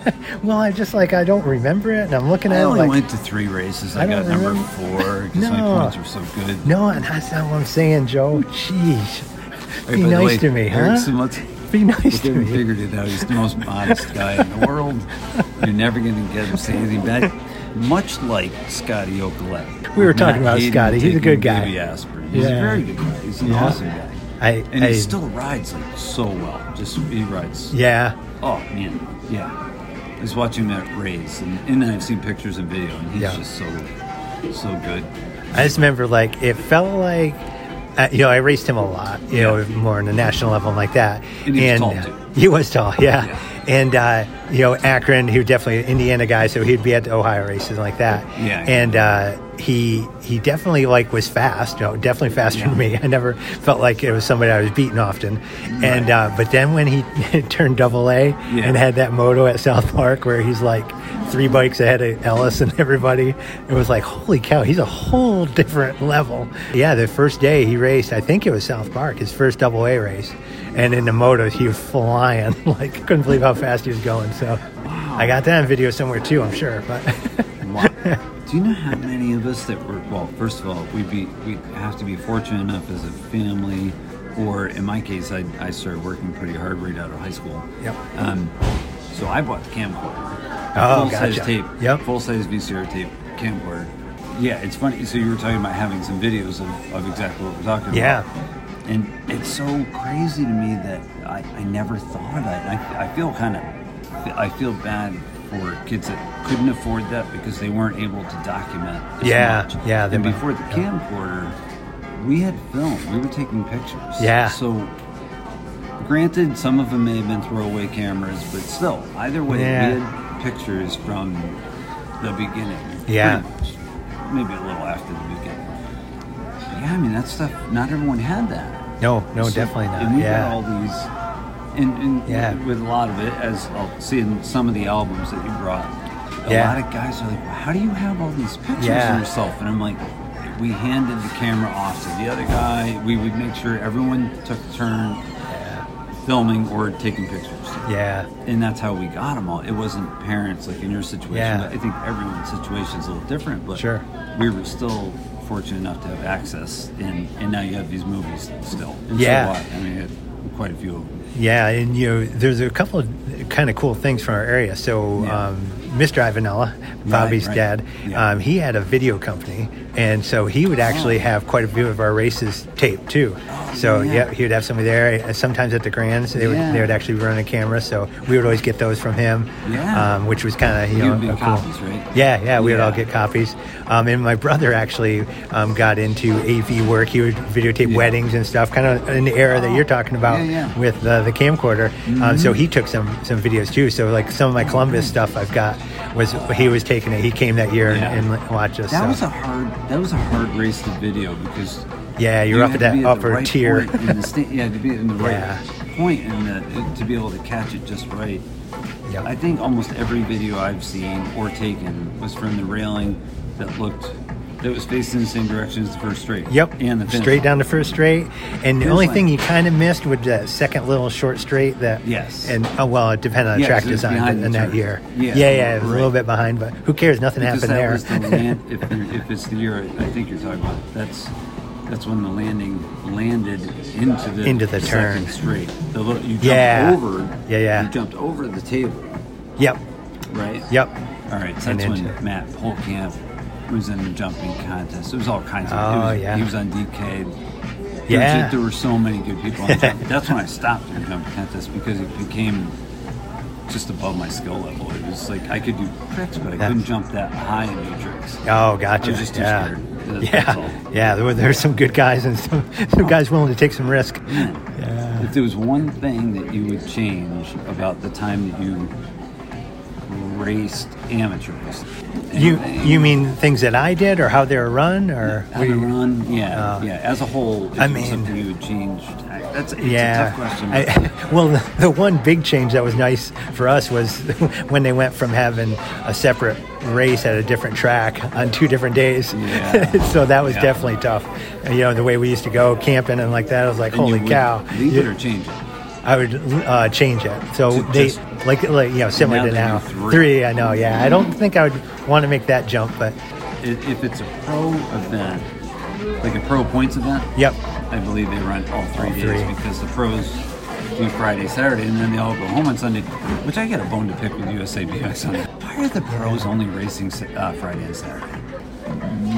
well, I just like I don't remember it, and I'm looking I at it only like went to three races. I, I got don't number remember. four because No. my points were so good. no, and that's not what I'm saying, Joe. Jeez, Hey, be by the nice way, to me, huh? Eric Simmons- Be We nice to me. haven't figured it out. He's the most modest guy in the world. You're never going to get him to say anything back. Much like Scotty Okolet. We were talking about Hayden Scotty. He's a taking good guy. Baby aspirin. He's a Yeah. very good guy. He's an Yeah. awesome guy. I, And I- he still rides like so well. Just he rides. yeah, Oh man, yeah. I was watching that race, and, and I've seen pictures and video, and he's Yeah. just so so good. I just remember like it felt like uh, you know I raced him a lot, you know, more on the national level and like that. And he was tall, too. he was tall, yeah. Yeah. And uh, you know Akron, he was definitely an Indiana guy, so he'd be at the Ohio races and like that. Yeah. And uh, he he definitely like was fast, you know, definitely faster than me. I never felt like it was somebody I was beating often. And uh, but then when he turned double A Yeah. and had that moto at South Park where he's like three bikes ahead of Ellis and everybody. It was like, holy cow, he's a whole different level. Yeah, the first day he raced, I think it was South Park, his first double A race. And in the motos, he was flying. Like, couldn't believe how fast he was going. So I got that on video somewhere too, I'm sure. But Wow. Do you know how many of us that were? Well, first of all, we'd be we would have to be fortunate enough as a family, or in my case, I, I started working pretty hard right out of high school. Yep. Um, so I bought the camcorder. Oh, full size gotcha. tape. Yep. Full size VCR tape camcorder. Yeah, it's funny. So you were talking about having some videos of, of exactly what we're talking Yeah. about. And it's so crazy to me that I, I never thought of that. And I, I feel kind of, I feel bad for kids that couldn't afford that because they weren't able to document. As Yeah, much. yeah, they And might- before the yeah. camcorder, we had film. We were taking pictures. Yeah. So. Granted, some of them may have been throwaway cameras, but still, either way, Yeah. we had pictures from the beginning. Yeah. pretty much. Maybe a little after the beginning. But yeah, I mean, that stuff, not everyone had that. no, no, So- definitely And not. we got all Yeah. these, and, and Yeah. with a lot of it, as I'll see in some of the albums that you brought, a Yeah. lot of guys are like, well, "How do you have all these pictures Yeah. of yourself?" And I'm like, "We handed the camera off to the other guy. We would make sure everyone took a turn filming or taking pictures." Yeah. And that's how we got them all. It wasn't parents like in your situation. Yeah. But I think everyone's situation is a little different. But Sure. we were still fortunate enough to have access, and, and now you have these movies still. And so Yeah. do I. I mean, I had quite a few of them. Yeah, and you know, there's a couple of kind of cool things from our area. So, Yeah. um, Mr. Ivanella, Bobby's right. dad, Yeah. Oh. um, he had a video company, and so he would actually have quite a few of our races taped too. So, yeah. yeah, he would have somebody there. And uh, Sometimes at the Grands, they would Yeah. they would actually run a camera, so we would always get those from him. Yeah. um, which was kind of you know You'd be a copies, cool. right? Yeah, yeah, we would all Yeah. get copies. Um, and my brother actually um, got into AV work. He would videotape Yeah. Oh. weddings and stuff, kind of in the era that you're talking about Yeah, yeah. with uh, the camcorder. Um, so Mm-hmm. he took some some videos too. So like some of my Columbus stuff I've got was he was taking it. He came that year Yeah. and, and watched us. That so. was a hard. That was a hard race to video because yeah, you're you up had at to that be the upper right tier. point in the sta- yeah, to be in the right Yeah. point and the, to be able to catch it just right. Yep. I think almost every video I've seen or taken was from the railing that looked that was facing the same direction as the first straight. Yep. and the finish straight line. down the first straight, and the Finish only line. thing you kind of missed was that second little short straight that. Yes. And oh well, it depended on Yeah, 'cause track it was design behind in the in that turn. year. Yeah, yeah, yeah, it was a right. little bit behind, but who cares? Nothing Because happened that there. was the land. If, you're, if it's the year, I think you're talking about that's that's when the landing landed into the Into the second turn. straight. The little, you jumped Yeah. over. Yeah, yeah. You jumped over the table, yep. right? Yep. All right, so And that's when into it. Matt Polkamp was in the jumping contest. It was all kinds of. Oh, it was, yeah. He was on DK. There Yeah. was- there were so many good people. On jump. that's when I stopped in the jumping contest because it became just above my skill level. It was like I could do tricks, but I That's- couldn't jump that high and do tricks. Oh, gotcha. I was just too yeah. scared. That- yeah. that's all. Yeah. There were, there were some good guys and some, some guys willing to take some risk. Man, If there was one thing that you would change about the time that you raced amateur racing, You anything? you mean things that I did or how they were run or How to run? Yeah, Uh, yeah. As a whole, if I it was mean- something you would change. I- That's it's a yeah. tough question. I, well, the, the one big change that was nice for us was when they went from having a separate race at a different track on two different days. Yeah. so that was Yeah. definitely tough. You know, the way we used to go camping and like that, I was like, And holy you would cow. Leave You- it or change it. I would uh, change it. So To they just- like like you know similar to Now they now do three. I know. Yeah, I don't think I would want to make that jump, but I- If it's a pro event, like a pro points event. yep, I believe they run all three All days three. because the pros do Friday, Saturday, and then they all go home on Sunday. Which I get a bone to pick with USABX on. Why are the pros only racing Sa- uh, Friday and Saturday?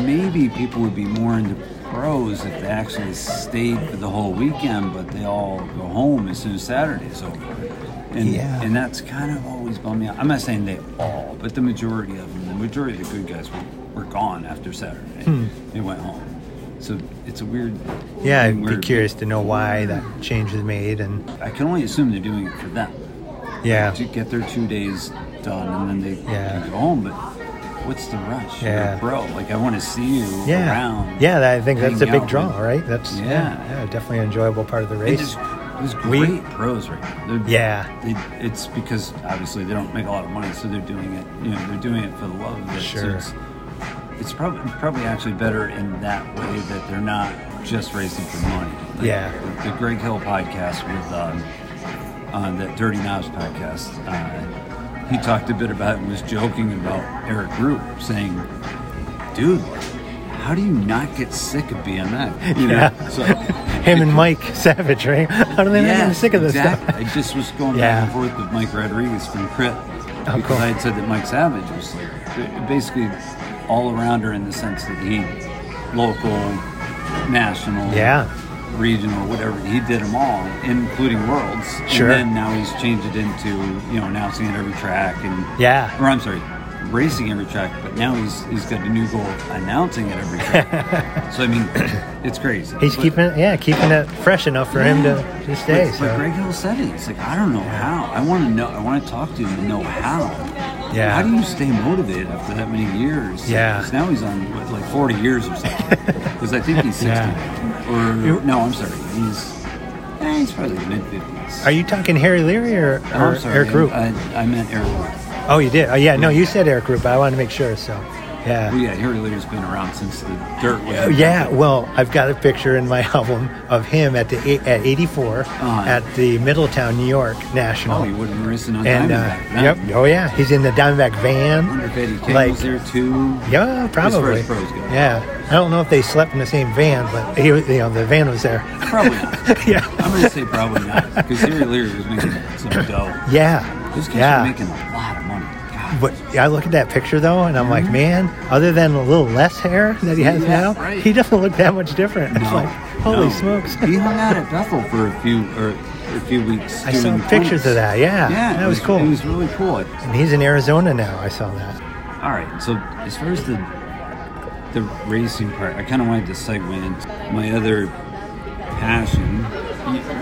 Maybe people would be more into pros if they actually stayed for the whole weekend, but they all go home as soon as Saturday's over. And, Yeah. and that's kind of always bummed me out. I'm not saying they all, but the majority of them, the majority of the good guys will were gone after Saturday. Hmm. They went home. So it's a weird. Yeah, I'd be weird- curious to know why that change was made, and I can only assume they're doing it for them. yeah, to get their two days done and then they, Yeah. they go home. But what's the rush? You're a Yeah. bro. Like I want to see you yeah, around. yeah. that- I think that's a hang big out draw, with- right? That's yeah. Yeah. yeah, definitely an enjoyable part of the It race. just, there's great We- pros right now. They're- Yeah. they- it's because obviously they don't make a lot of money, so they're doing it. You know, they're doing it for the love of it. Sure. So it's, it's probably probably actually better in that way that they're not just racing for money. Like, Yeah. The, the Greg Hill podcast with um, on that Dirty Knobs podcast, uh, he talked a bit about and was joking about Eric Root saying, "Dude, how do you not get sick of BMX?" You Yeah. know, so Him and Mike Savage, right? How do they not get sick of this exactly. stuff? I just was going Yeah. Oh, back and forth with Mike Rodriguez from Crit because cool. I had said that Mike Savage was like, basically all arounder in the sense that he local, national, Yeah. regional, whatever. He did them all, including worlds. Sure. And then now he's changed it into you know announcing at every track and Yeah. Or I'm sorry. Racing every track, but now he's he's got a new goal of announcing at every track. so I mean, it's crazy. He's But- keeping, yeah, keeping it fresh enough for him to, to stay. like, so. like Greg Hill said it. It's like I don't know how. I want to know. I want to talk to him and know how. Yeah. How do you stay motivated after that many years? Yeah. Because now he's on what, like 40 years or something. Because I think he's 60. Yeah. Or no, I'm sorry. He's eh, he's probably mid 50s. Are you talking Harry Leary or, Oh, or I'm sorry. Eric Roop? I, I meant Eric Roop. oh, you did. Oh, yeah. No, you said Eric Roop. but I wanted to make sure. So, yeah. Well, yeah, Harry Leader's been around since the dirt was. Oh, Yeah, well, I've got a picture in my album of him at the eight- at 84 Uh-huh. at the Middletown, New York National. Oh, he would have been racing on and uh, Diamondback. yep, oh yeah, he's in the Diamondback I wonder van. if Eddie King Like- was there too. Yeah, as probably. pros go. Yeah, I don't know if they slept in the same van, but he, was- you know, the van was there. Probably. Not. Yeah. I'm gonna say probably not because Harry Leary was making some dough. Yeah, Those guys yeah. are making a lot of money. God. But I look at that picture though, and I'm like, man, other than a little less hair that he has Mm-hmm. Yeah, now, right. he doesn't look that much different. It's like, holy no. smokes! He hung out at Bethel for a few or a few weeks. I saw doing pictures of points. that. Yeah, Yeah, that it was, cool. It was really cool. It- and he's in Arizona now. I saw that. all right, so as far as the the racing part, I kind of wanted to segue into my other passion,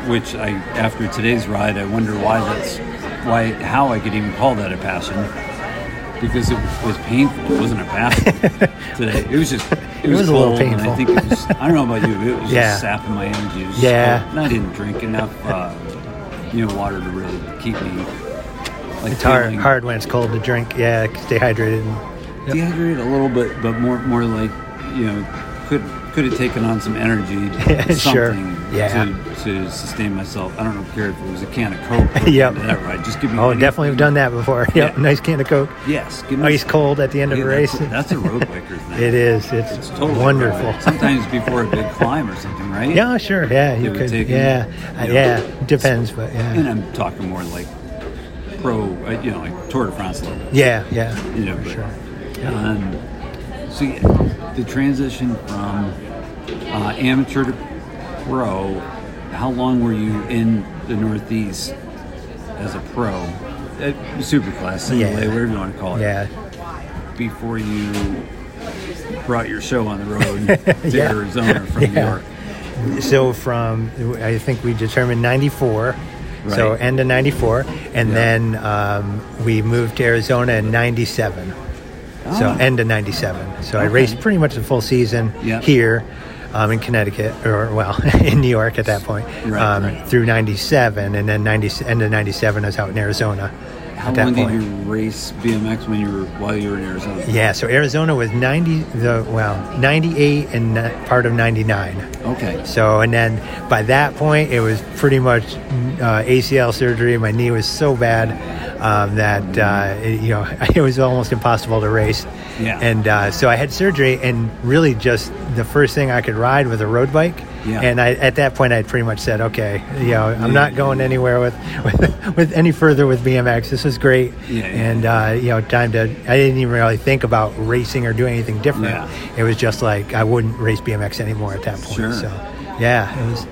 which I after today's ride, I wonder why that's why how I could even call that a passion because it was painful. It wasn't a passion today. It was just. It, was a little cold, and painful. I think it was. I don't know about you. It was Yeah. just sapping my energy. It was just Yeah. cold. And I didn't drink enough, uh, you know, water to really keep me. Like It's hard, feeling- hard when it's cold to drink. Yeah, stay hydrated. And, Yep. dehydrated a little bit, but more more like you know could could have taken on some energy, something Sure. Yeah. to, to sustain myself. I don't know, care if it was a can of coke. Or Yep. That right? Just give me. Oh, any- definitely have done that before. Yep, Yeah. nice can of Coke. Yes. Give me Ice cold at the end of Yeah, a race. That's a, that's a road biker thing. It is. It's, It's totally wonderful. right. Sometimes before a big climb or something, right? Yeah, sure. Yeah, you would could. take 'em, Yeah, Uh, you know. yeah. Depends, but And yeah, I'm talking more like pro, uh, you know, like Tour de France level. yeah, yeah. you know, for but, sure. Um, so yeah, the transition from uh, amateur to pro. How long were you in the Northeast as a pro, uh, superclass, single Yeah. A, whatever you want to call it, Yeah, before you brought your show on the road to Yeah. Arizona from New Yeah. York? so from I think we determined '94, so Right. end of '94, and Yeah. then um, we moved to Arizona in '97. So Ah. end of '97. So I Okay. raced pretty much the full season Yeah. here um, in Connecticut, or well, in New York at that point, Right, um, right. through '97, and then '90 end of '97 I was out in Arizona. How at that long point. did you race BMX when you were while you were in Arizona? Yeah, so Arizona was 90, the well, 98 and ni- part of 99. Okay. So, and then by that point, it was pretty much uh, ACL surgery. My knee was so bad um, that, uh, it, you know, it was almost impossible to race. Yeah. And uh, so I had surgery, and really just the first thing I could ride was a road bike. Yeah. And I, at that point, I'd pretty much said, okay, you know, I'm not going anywhere with, with, with any further with BMX. This is great. Yeah, yeah. And, uh, you know, time to, I didn't even really think about racing or doing anything different. Yeah. It was just like, I wouldn't race BMX anymore at that point. Sure. So, yeah, it was.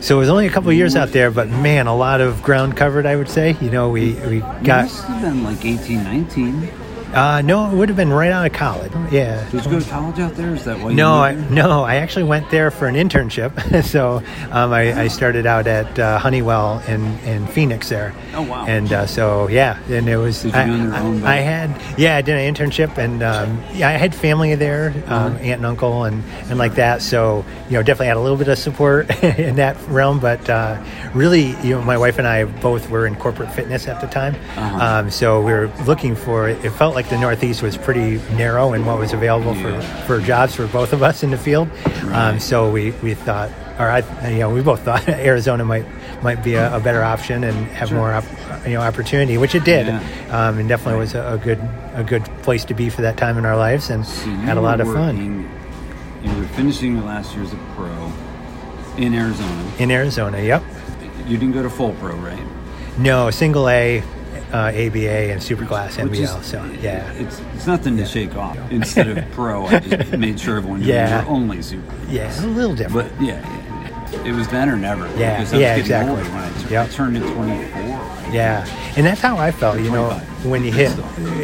So it was only a couple of years out there, but man, a lot of ground covered. I would say. You know, we we You got. must have been like 18, 19. Uh, no, it would have been right out of college. Yeah. Did you go to college out there? Is that why? No, I, you moved no, I actually went there for an internship. so um, I, I started out at uh, Honeywell in, in Phoenix there. Oh, wow. And uh, so yeah, and it was. Did you I, go on your I- own I, back? had yeah, I did an internship, and um, yeah, I had family there, um, Uh-huh. aunt and uncle, and and like that. So you know, definitely had a little bit of support in that realm, but uh, really, you know, my wife and I both were in corporate fitness at the time. Uh-huh. Um, so we were looking for. It felt like the Northeast was pretty narrow in what was available Yeah. for for jobs for both of us in the field. Um, Right. so we, we thought, or I, you know, we both thought Arizona might might be a, a better option and have more op, you know opportunity, which it did, Yeah. um, and definitely was a, a good a good place to be for that time in our lives, and So you had a lot were of fun working- You were finishing your last year as a pro in Arizona. in Arizona. Yep, You didn't go to full pro, right? no single A, uh, ABA, and Superclass Which NBL. is- So yeah. it's it's nothing to shake off. Instead of pro, I just made sure everyone knew Yeah. you were only super. yeah, it's a little different. But yeah, yeah, it was then or never. Yeah, because I was yeah, getting exactly. older When I, tur- Yep. I turned to 24. Yeah, and that's how I felt. You know, 25. when you hit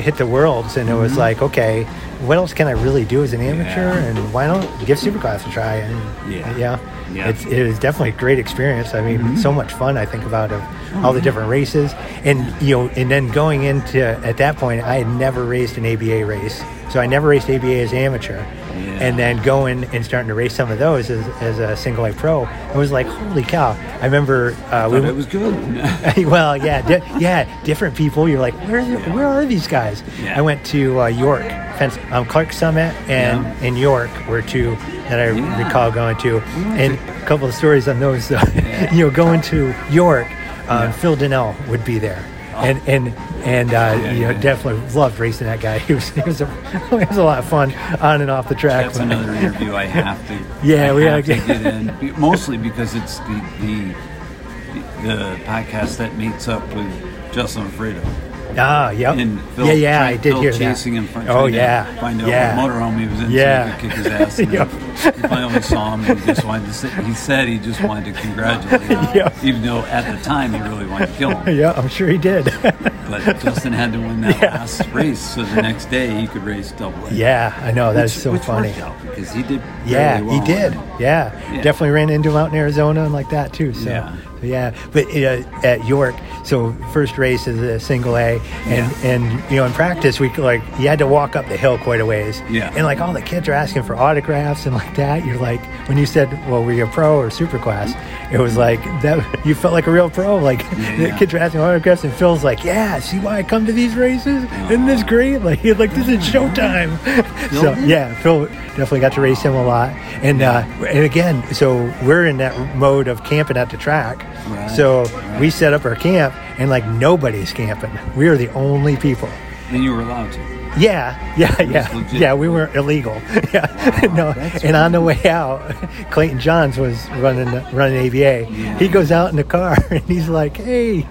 hit the worlds, and it was like, okay, what else can I really do as an amateur? Mm-hmm. Yeah. And why don't give Superclass a try? And Yeah. yeah, Yeah. Mm-hmm. It's, it was definitely a great experience. I mean, so much fun. I think about of Oh, all the different races, and you know, and then going into at that point, I had never raced an ABA race, so I never raced ABA as an amateur, and Yeah. then and going and starting to race some of those as, as a single A pro, I was like, holy cow! I remember uh, we But it was good. well, yeah, di- yeah, different people. You're like, where, are where are these guys? Yeah. I went to uh, York, fence, um, Clark Summit, and Yeah. in York were two that I Yeah. recall going to, and to- a couple of stories on those. Uh, you know, going to York, um, Phil Donnell would be there. And and and uh, Oh. Yeah, you know, yeah. definitely loved racing that guy. He was he was a, he was a lot of fun on and off the track. That's another interview I have to. Yeah, I we have gotta to get in be- mostly because it's the the the podcast that meets up with Justin Alfredo Ah, yep. and Phil. yeah, yeah, trying- I did Phil hear chasing that. him, find, oh trying to yeah, find out yeah. what motorhome he was in, Yeah. so he could kick his ass. And Yep. then he finally saw him, and he just wanted to. Say, he said he just wanted to congratulate him, Yep. even though at the time he really wanted to kill him. Yeah, I'm sure he did. But Justin had to win that Yeah. last race, so the next day he could race double. A. Yeah, I know. That's Which- so which funny. worked out, because he did. Yeah, really he well. did. Yeah. Yeah. definitely ran into him out in Arizona and like that too. So Yeah. yeah, but uh, at York, so first race is a single A, and Yeah. and you know in practice we like you had to walk up the hill quite a ways. Yeah. and like all the kids are asking for autographs and like that. You're like when you said, "Well, were you a pro or super class?" It was like that. You felt like a real pro. Like the yeah. kids are asking autographs, and Phil's like, "Yeah, see why I come to these races? Isn't this great? Like he's like this is Mm-hmm. showtime." so did? yeah. Yeah, Phil definitely got to race him a lot, and uh, and again, so we're in that mode of camping at the track. Right, So right. we set up our camp, and like nobody's camping. We are the only people. And you were allowed to. Yeah, yeah, yeah, legit. yeah. We were illegal. Yeah, no. that's And on the way out, Clayton Johns was running running ABA. He goes out in the car, and he's like, "Hey."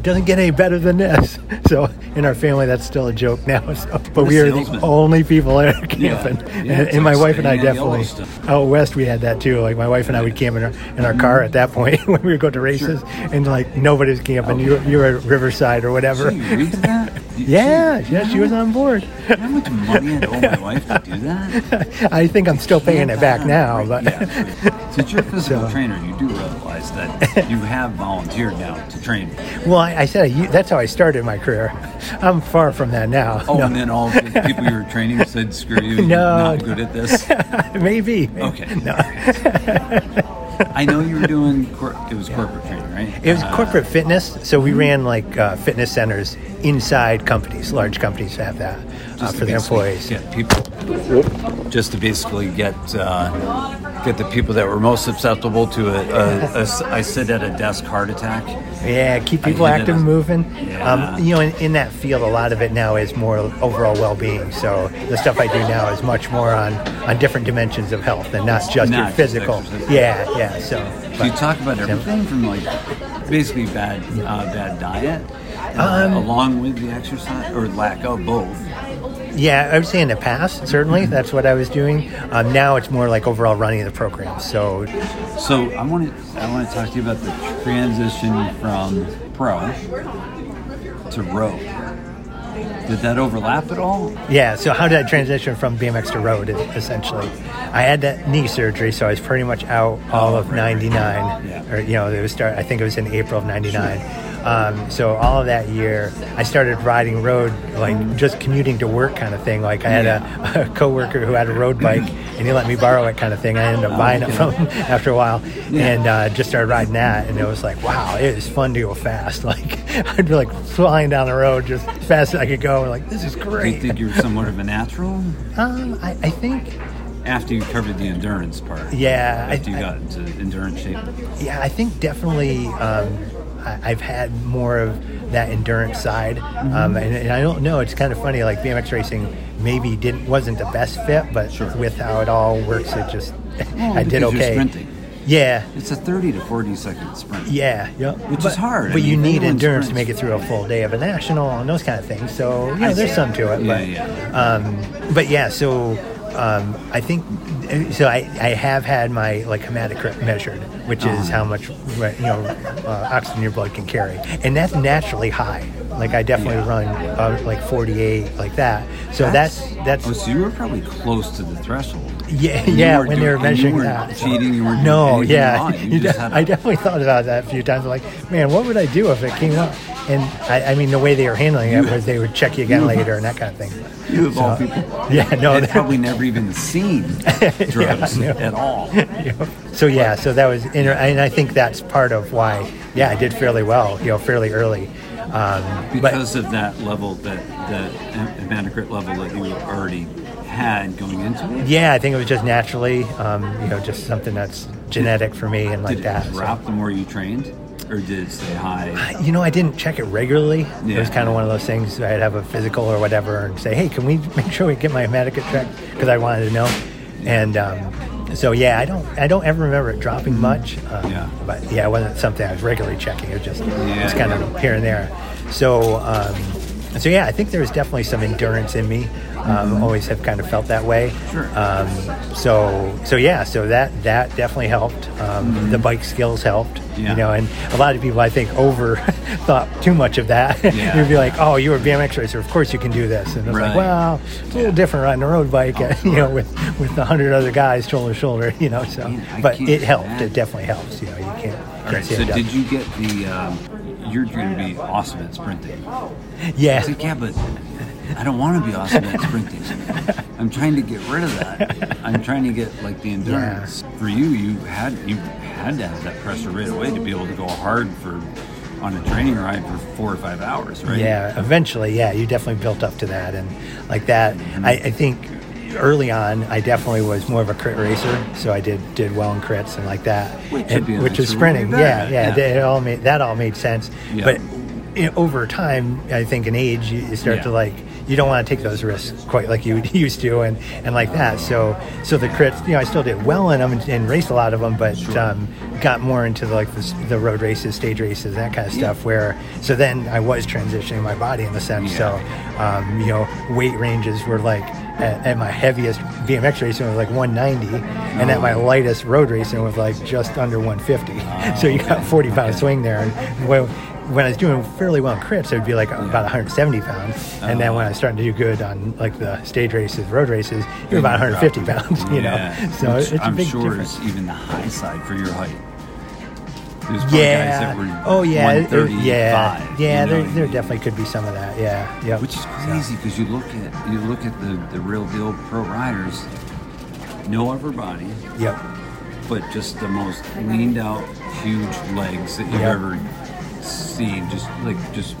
Doesn't get any better than this. So in our family, that's still a joke now. So, but we are the salesman. only people that are Yeah. camping. Yeah, and, it's and my like wife and I staying in definitely Yellowstone. out west we had that too. Like my wife and I would camp in our, in our car at that point when we would go to races, and like nobody's Oh, camping. You you're at Riverside or whatever. Did you agree to that? Yeah, yeah, she was on board. How much money I owe my wife to do that? I think I'm still paying it back Yeah, now, right, but yeah. Since you're a physical So- trainer, you do realize that you have volunteered now to train. well, I, I said I, u- that's how I started my career. I'm far from that now. Oh, and then all the people you were training said, "Screw you, you're No. not good at this." maybe. Okay. I know you were doing. Cor- it was corporate training, right? It was Uh, corporate fitness, so we ran like uh, fitness centers inside companies. Large companies have that uh, just to for their basically employees. Get people, just to basically get uh, get the people that were most susceptible to a, a- a s- I sit at a desk heart attack. Yeah, keep people I get active, it. moving. Yeah. Um, you know, in, in that field, a lot of it now is more overall well-being. So the stuff I do now is much more on on different dimensions of health and not just Not your just physical. exercise. yeah, yeah. So So you but, talk about everything from like basically bad uh, bad diet, uh, Um, along with the exercise or lack of both. yeah, I would say in the past, certainly that's what I was doing. Um, now it's more like overall running of the program. So So I want to I want to talk to you about the transition from pro to road. Did that overlap at all? Yeah, so how did I transition from BMX to road essentially? I had that knee surgery, so I was pretty much out all of '99. Yeah. Or you know, it was start. I think it was in April of '99. Um, so all of that year, I started riding road, like just commuting to work kind of thing. Like I had a, a coworker who had a road bike, and he let me borrow it kind of thing. I ended up buying it Oh, okay. from him after a while, and uh, just started riding that. And it was like, wow, it was fun to go fast. Like I'd be like flying down the road just as fast as I could go. And like this is Do great. you think you're somewhat of a natural Um, I, I think, after you covered the endurance part? yeah, I, After you I- got into endurance shape? yeah, I think definitely um, I, I've had more of that endurance side, Mm-hmm. um, and, and I don't know. It's kind of funny. Like BMX racing, maybe didn't wasn't the best fit, but Sure. with how it all works, it just I did because okay. you're sprinting. Yeah, It's a 30 to 40 second sprint. yeah, yeah. Which is But- hard. I But you mean, need everyone endurance to sprints. make it through a full day of a national and those kind of things. So you know, there's some to it. Yeah, but, yeah. Um, but yeah, so um, I think so. I, I have had my like hematocrit measured, which is Ah. how much re- you know uh, oxygen your blood can carry, and that's naturally high. Like I definitely Yeah. run uh, like 48 like that. So that's that's. Oh, so you were probably close to the threshold. yeah, You yeah. weren't When they doing- were you measuring weren't that, so- cheating. You weren't no, doing anything yeah. wrong. You You just de- had a- I definitely thought about that a few times. Like, man, what would I do if it came up? And I, I mean, the way they were handling it was they would check you again later and that kind of thing. You of all people. Yeah, no, Had that- probably never even seen drugs at all. So yeah, so that was, inter- and I think that's part of why, yeah, I did fairly well, you know, fairly early. Um, Because of that level, that, that hem- hematocrit level that you already had going into it. yeah, I think it was just naturally, um, you know, just something that's genetic for me and like Did that. it so. drop the more you trained? Or did it stay high? You know, I didn't check it regularly. It Yeah. was kind of one of those things. I'd have a physical or whatever, and say, "Hey, can we make sure we get my hematocrit checked?" Because I wanted to know. And um, so, yeah, I don't, I don't ever remember it dropping much. Um, Mm-hmm. Yeah. But yeah, it wasn't something I was regularly checking. It was just, it was Yeah. kind of here and there. So, um, so yeah, I think there was definitely some endurance in me. Um, Always have kind of felt that way. Mm-hmm. Sure. Um, so, so yeah, so that that definitely helped. Um, Mm-hmm. The bike skills helped. Yeah. You know, and a lot of people, I think, over thought too much of that. Yeah. You'd be like, "Oh, you're a BMX racer. Of course you can do this." And it's Right. like, Oh, "Well, it's a little different riding a road bike, you know, with with a hundred other guys shoulder to shoulder, you know." So, Man, I but can't it helped. imagine. It definitely helps. You know, you can't. All right, so did you get the? Um, you're going to be awesome at sprinting. I Yeah. was like, yeah, but I don't want to be awesome at sprinting. I'm trying to get rid of that. I'm trying to get like the endurance. For you, you had you had to have that pressure right away to be able to go hard for on a training ride for four or five hours, right? Yeah, eventually, yeah, you definitely built up to that, and like that, I, I think early on, I definitely was more of a crit racer, so I did did well in crits and like that, Which and, would be which is natural. You're sprinting. better Yeah, at yeah, it, that- it all made that all made sense, Yeah. but i over time, I think in age, you, you start Yeah. to like you don't want to take those risks quite like you used to, and and like that. So so the crits, you know, I still did well in them and, and raced a lot of them, but um, got more into the, like the, s- the road races, stage races, that kind of Yeah. stuff where so then I was transitioning my body in the sense. So, um, you know, weight ranges were like at, at my heaviest BMX racing was like 190, and at my lightest road racing was like just under 150. so you got 40 pound swing there. And when, when I was doing fairly well in crits, it would be like about 170 pounds, and then when I was starting to do good on like the stage races, road races, you're about 150 pounds. You Yeah, know, so which it's a I'm big sure difference. is even the high side for your height. There's probably guys Yeah. that were oh yeah. it- it- 135. yeah. you Yeah. know There, what I there mean? definitely could be some of that. Yeah. Yeah. Which is crazy because you look at you look at the, the real deal pro riders, no upper body, Yep. but just the most leaned out, huge legs that you've Yep. ever seen. Just like just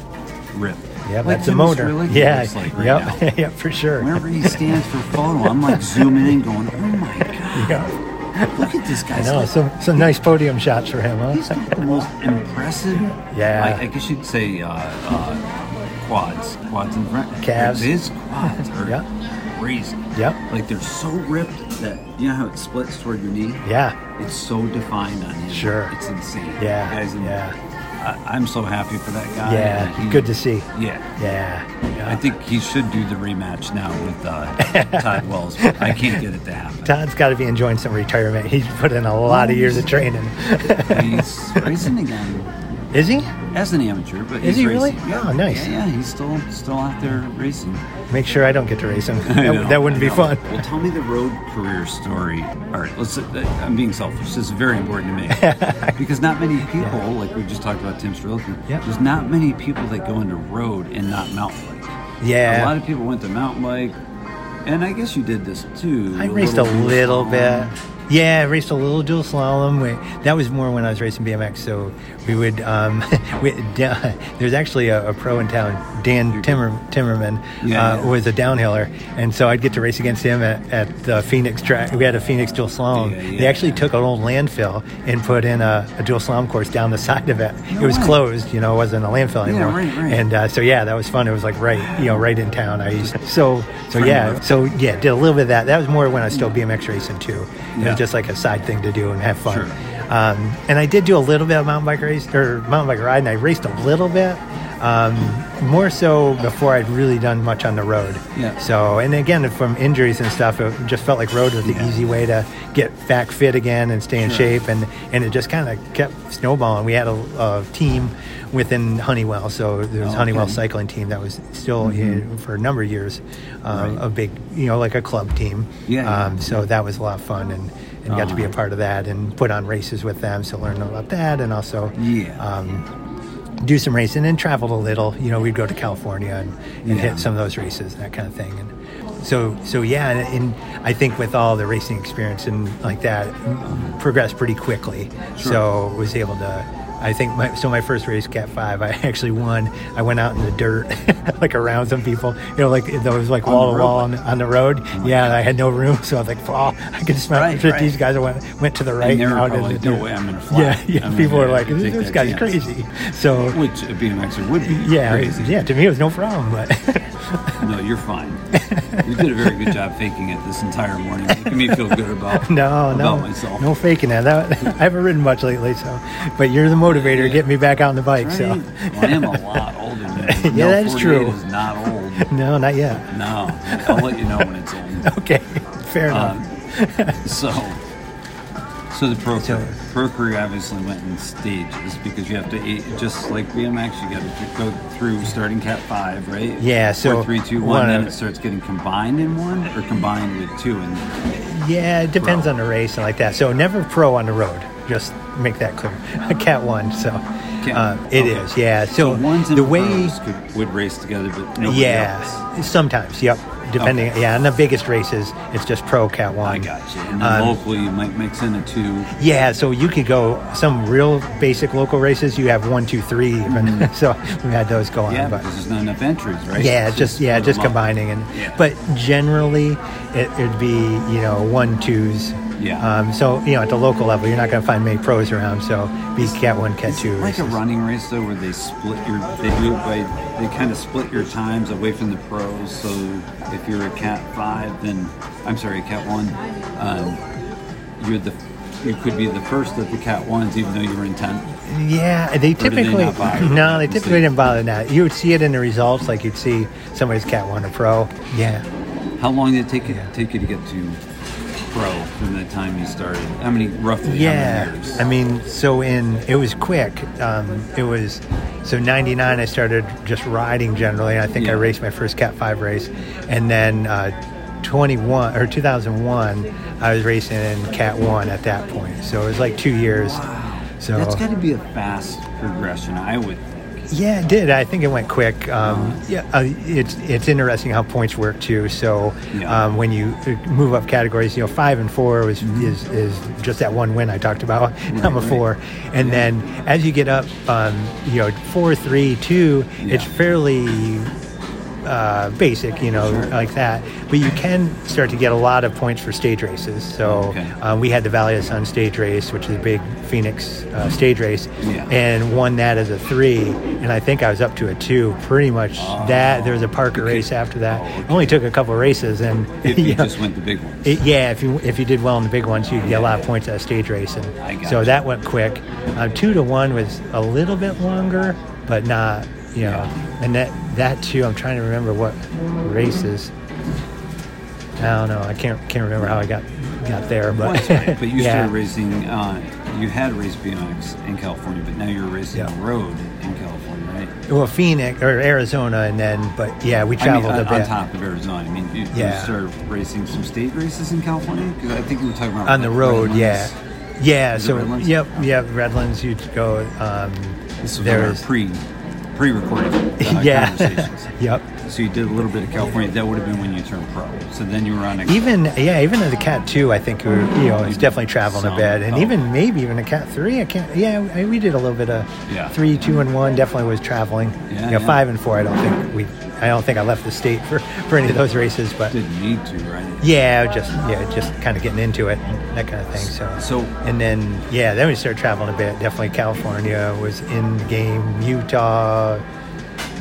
rip. Yeah. like that's a Mr. motor. Licky Yeah. looks Like right yep. now. yep. For sure. Whenever he stands for photo, I'm like zooming in, going, "Oh my god! Yeah. Look at this I guy's know. leg. Some some nice podium shots for him, huh? He's got the most impressive. Yeah. I, I guess you'd say uh, uh, quads, quads in front. Calves. His quads are Yeah. crazy. Yep. Like they're so ripped that you know how it splits toward your knee. Yeah. It's so defined on him. Sure. It's insane. Yeah, Guys, and yeah. I, I'm so happy for that guy. Yeah. and he- Good to see. Yeah. Yeah. I think he should do the rematch now with uh, Todd Wells. But I can't get it to happen. Todd's got to be enjoying some retirement. He's put in a lot of years of training. He's racing again. Is he? as an amateur. But Is he's he really? racing. Oh, nice. Yeah, yeah, he's still still out there racing. Make sure I don't get to race him. I That, know, that wouldn't I be know. fun. Well, tell me the road career story. All right, let's. uh, I'm being selfish. This is very important to me because not many people, like we just talked about Tim Strelick, Yep. there's not many people that go into road and not mountain bike. A lot Yeah. of people went to mountain bike, and I guess you did this too. I raced a dual little bit. slalom. Yeah, I raced a little dual slalom. We- That was more when I was racing BMX. So we would. Um, we, da- there's actually a, a pro in town, Dan Timmer, Timmerman, Yeah, uh, yeah. was a downhiller, and so I'd get to race against him at, at the Phoenix track. We had a Phoenix dual slalom. Yeah, They yeah. actually took an old landfill and put in a, a dual slalom course down the side of it. No it was way. closed, you know, it wasn't a landfill anymore. right, right. And uh, so yeah, that was fun. It was like right, you know, right in town. I used so so Friend yeah road. so yeah did a little bit of that. That was more when I was still BMX racing too. It Yeah. was just like a side thing to do and have fun. Sure. Um, and I did do a little bit of mountain bike race or mountain bike ride, and I raced a little bit. Um, more so before I'd really done much on the road. Yeah. So, and again, from injuries and stuff, it just felt like road was the Yeah. easy way to get back fit again and stay in Sure. shape. And, and it just kind of kept snowballing. We had a, a team within Honeywell. So there was Oh, Honeywell okay. Mm-hmm. Cycling Team that was still in for a number of years, um, Right. a big, you know, like a club team. Yeah, yeah. Um, so that was a lot of fun and, and got to be a Uh-huh. part of that and put on races with them. So learn about that and also Yeah. um, do some racing and traveled a little. You know, we'd go to California and, and Yeah. hit some of those races and that kind of thing. And so, so yeah, and, and I think with all the racing experience and like that, m- progressed pretty quickly. So was able to. I think my, so. My first race, Cat Five, I actually won. I went out in the dirt, like around some people. You know, like there was like the wall to road? Oh wall on, on the road. yeah, and I had no room, so I was like, "Oh, I could smell Right, it." But right. these guys went went to the right they were out in the probably like, "No dirt. way I'm gonna fly." Yeah, yeah. I mean, people were yeah, like, you "This, take this that guy's chance." crazy." So Which a BMXer would be yeah, crazy. yeah. To me, it was no problem, but No, you're fine. you did a very good job faking it this entire morning, making me feel good about no, about no, myself. no faking that. that. I haven't ridden much lately, so. But you're the motivator to get me back on the bike, Right? so. Well, I am a lot older than you. Yeah, No, that is 48 true. Is not old. No, not yet. No, I'll let you know when it's old. Okay, fair Um, enough. so, so the pro So- career, pro career obviously went in stages because you have to eight, just like BMX, you got to go through starting cat five, right? Yeah, so Four, three, two, one one, then of- it starts getting combined in one or combined with two and Yeah, it depends Pro. on the race and like that. So never pro on the road. Just make that clear. A cat one, so Cat uh, one, it is. okay. Yeah. So, ones and the way. pros could, would race together, but nobody else. yeah, sometimes. Yep. Depending. Yeah, on the biggest races, it's just pro cat one. I got you. And then Um, locally, you might mix in a two. Yeah, so you could go some real basic local races. You have one, two, three, even. so we had those go on. Mm-hmm. Yeah, but because there's not enough entries, right? yeah, just yeah, split just them up. combining and. Yeah. But generally, it, it'd be you know one twos. Yeah. Um, so you know at the local level, you're not going to find many pros around. So be cat one, cat It's two. like a races. running race though, where they split your they do it by they kind of split your times away from the pros. So if you're a cat five, then I'm sorry, a cat one, um, you're the you could be the first of the cat ones, even though you were in tenth. Yeah, they did they typically not bother? no, they Let's typically see. didn't bother that. You would see it in the results, like you'd see somebody's cat one or pro. Yeah. How long did it take you Yeah. take you to get to pro from the time you started? How many roughly? How many years? I mean, so in it was quick. Um, it was so '99. I started just riding generally. and I think I Yeah. raced my first Cat Five race, and then uh, 21 or 2001, I was racing in Cat One at that point. So it was like two years. So That's got to be a fast progression, I would think. yeah, it did. I think it went quick. Um, yeah, uh, it's it's interesting how points work too. So Yeah. um, when you uh, move up categories, you know, five and four was is, is just that one win I talked about. I'm a Mm-hmm. right. four, and then as you get up, um, you know, four, three, two, it's Yeah. fairly uh, basic, you know, like that. But you can start to get a lot of points for stage races. So Okay. um, we had the Valley of the Sun stage race, which is a big Phoenix uh, stage race, Yeah. and won that as a three. And I think I was up to a two, pretty much. That there was a Parker Okay. race after that. Oh, okay. Only took a couple races, and If you yeah. just went the big ones. It, yeah, if you if you did well in the big ones, you'd get a lot of points at a stage race, I and got so you. that went quick. Um, two to one was a little bit longer, but not you know. Yeah. And that that too, I'm trying to remember what races. I don't know. I can't can't remember how I got got there, but Well, that's right, but you yeah. started racing. Uh, you had raced BMX in California, but now you're racing Yeah. road in California, right? Well, Phoenix or Arizona, and then, but yeah, we I mean, traveled on, a bit on top of Arizona. I mean, you, Yeah. you started racing some state races in California because I think you were talking about on the like, road. Redlands. Yeah, yeah. Is it So Redlands? yep, yep. Redlands, you'd go. Um, This was our there's pre pre-recorded uh, conversations. yeah, yep. So you did a little bit of California. That would have been when you turned pro. So then you were on a Even yeah, even at the Cat two, I think we were, you know, it's definitely traveling a Some. bit, and Oh. even maybe even a Cat three. I can't. Yeah, I, we did a little bit of Yeah. three, two, and one. Definitely was traveling. Yeah, you know, yeah. five and four. I don't think we. I don't think I left the state for for any of those races, but. didn't need to, right? Yeah, just yeah, just kind of getting into it, that kind of thing. So, So- and then yeah, then we started traveling a bit. Definitely California was in the game, Utah,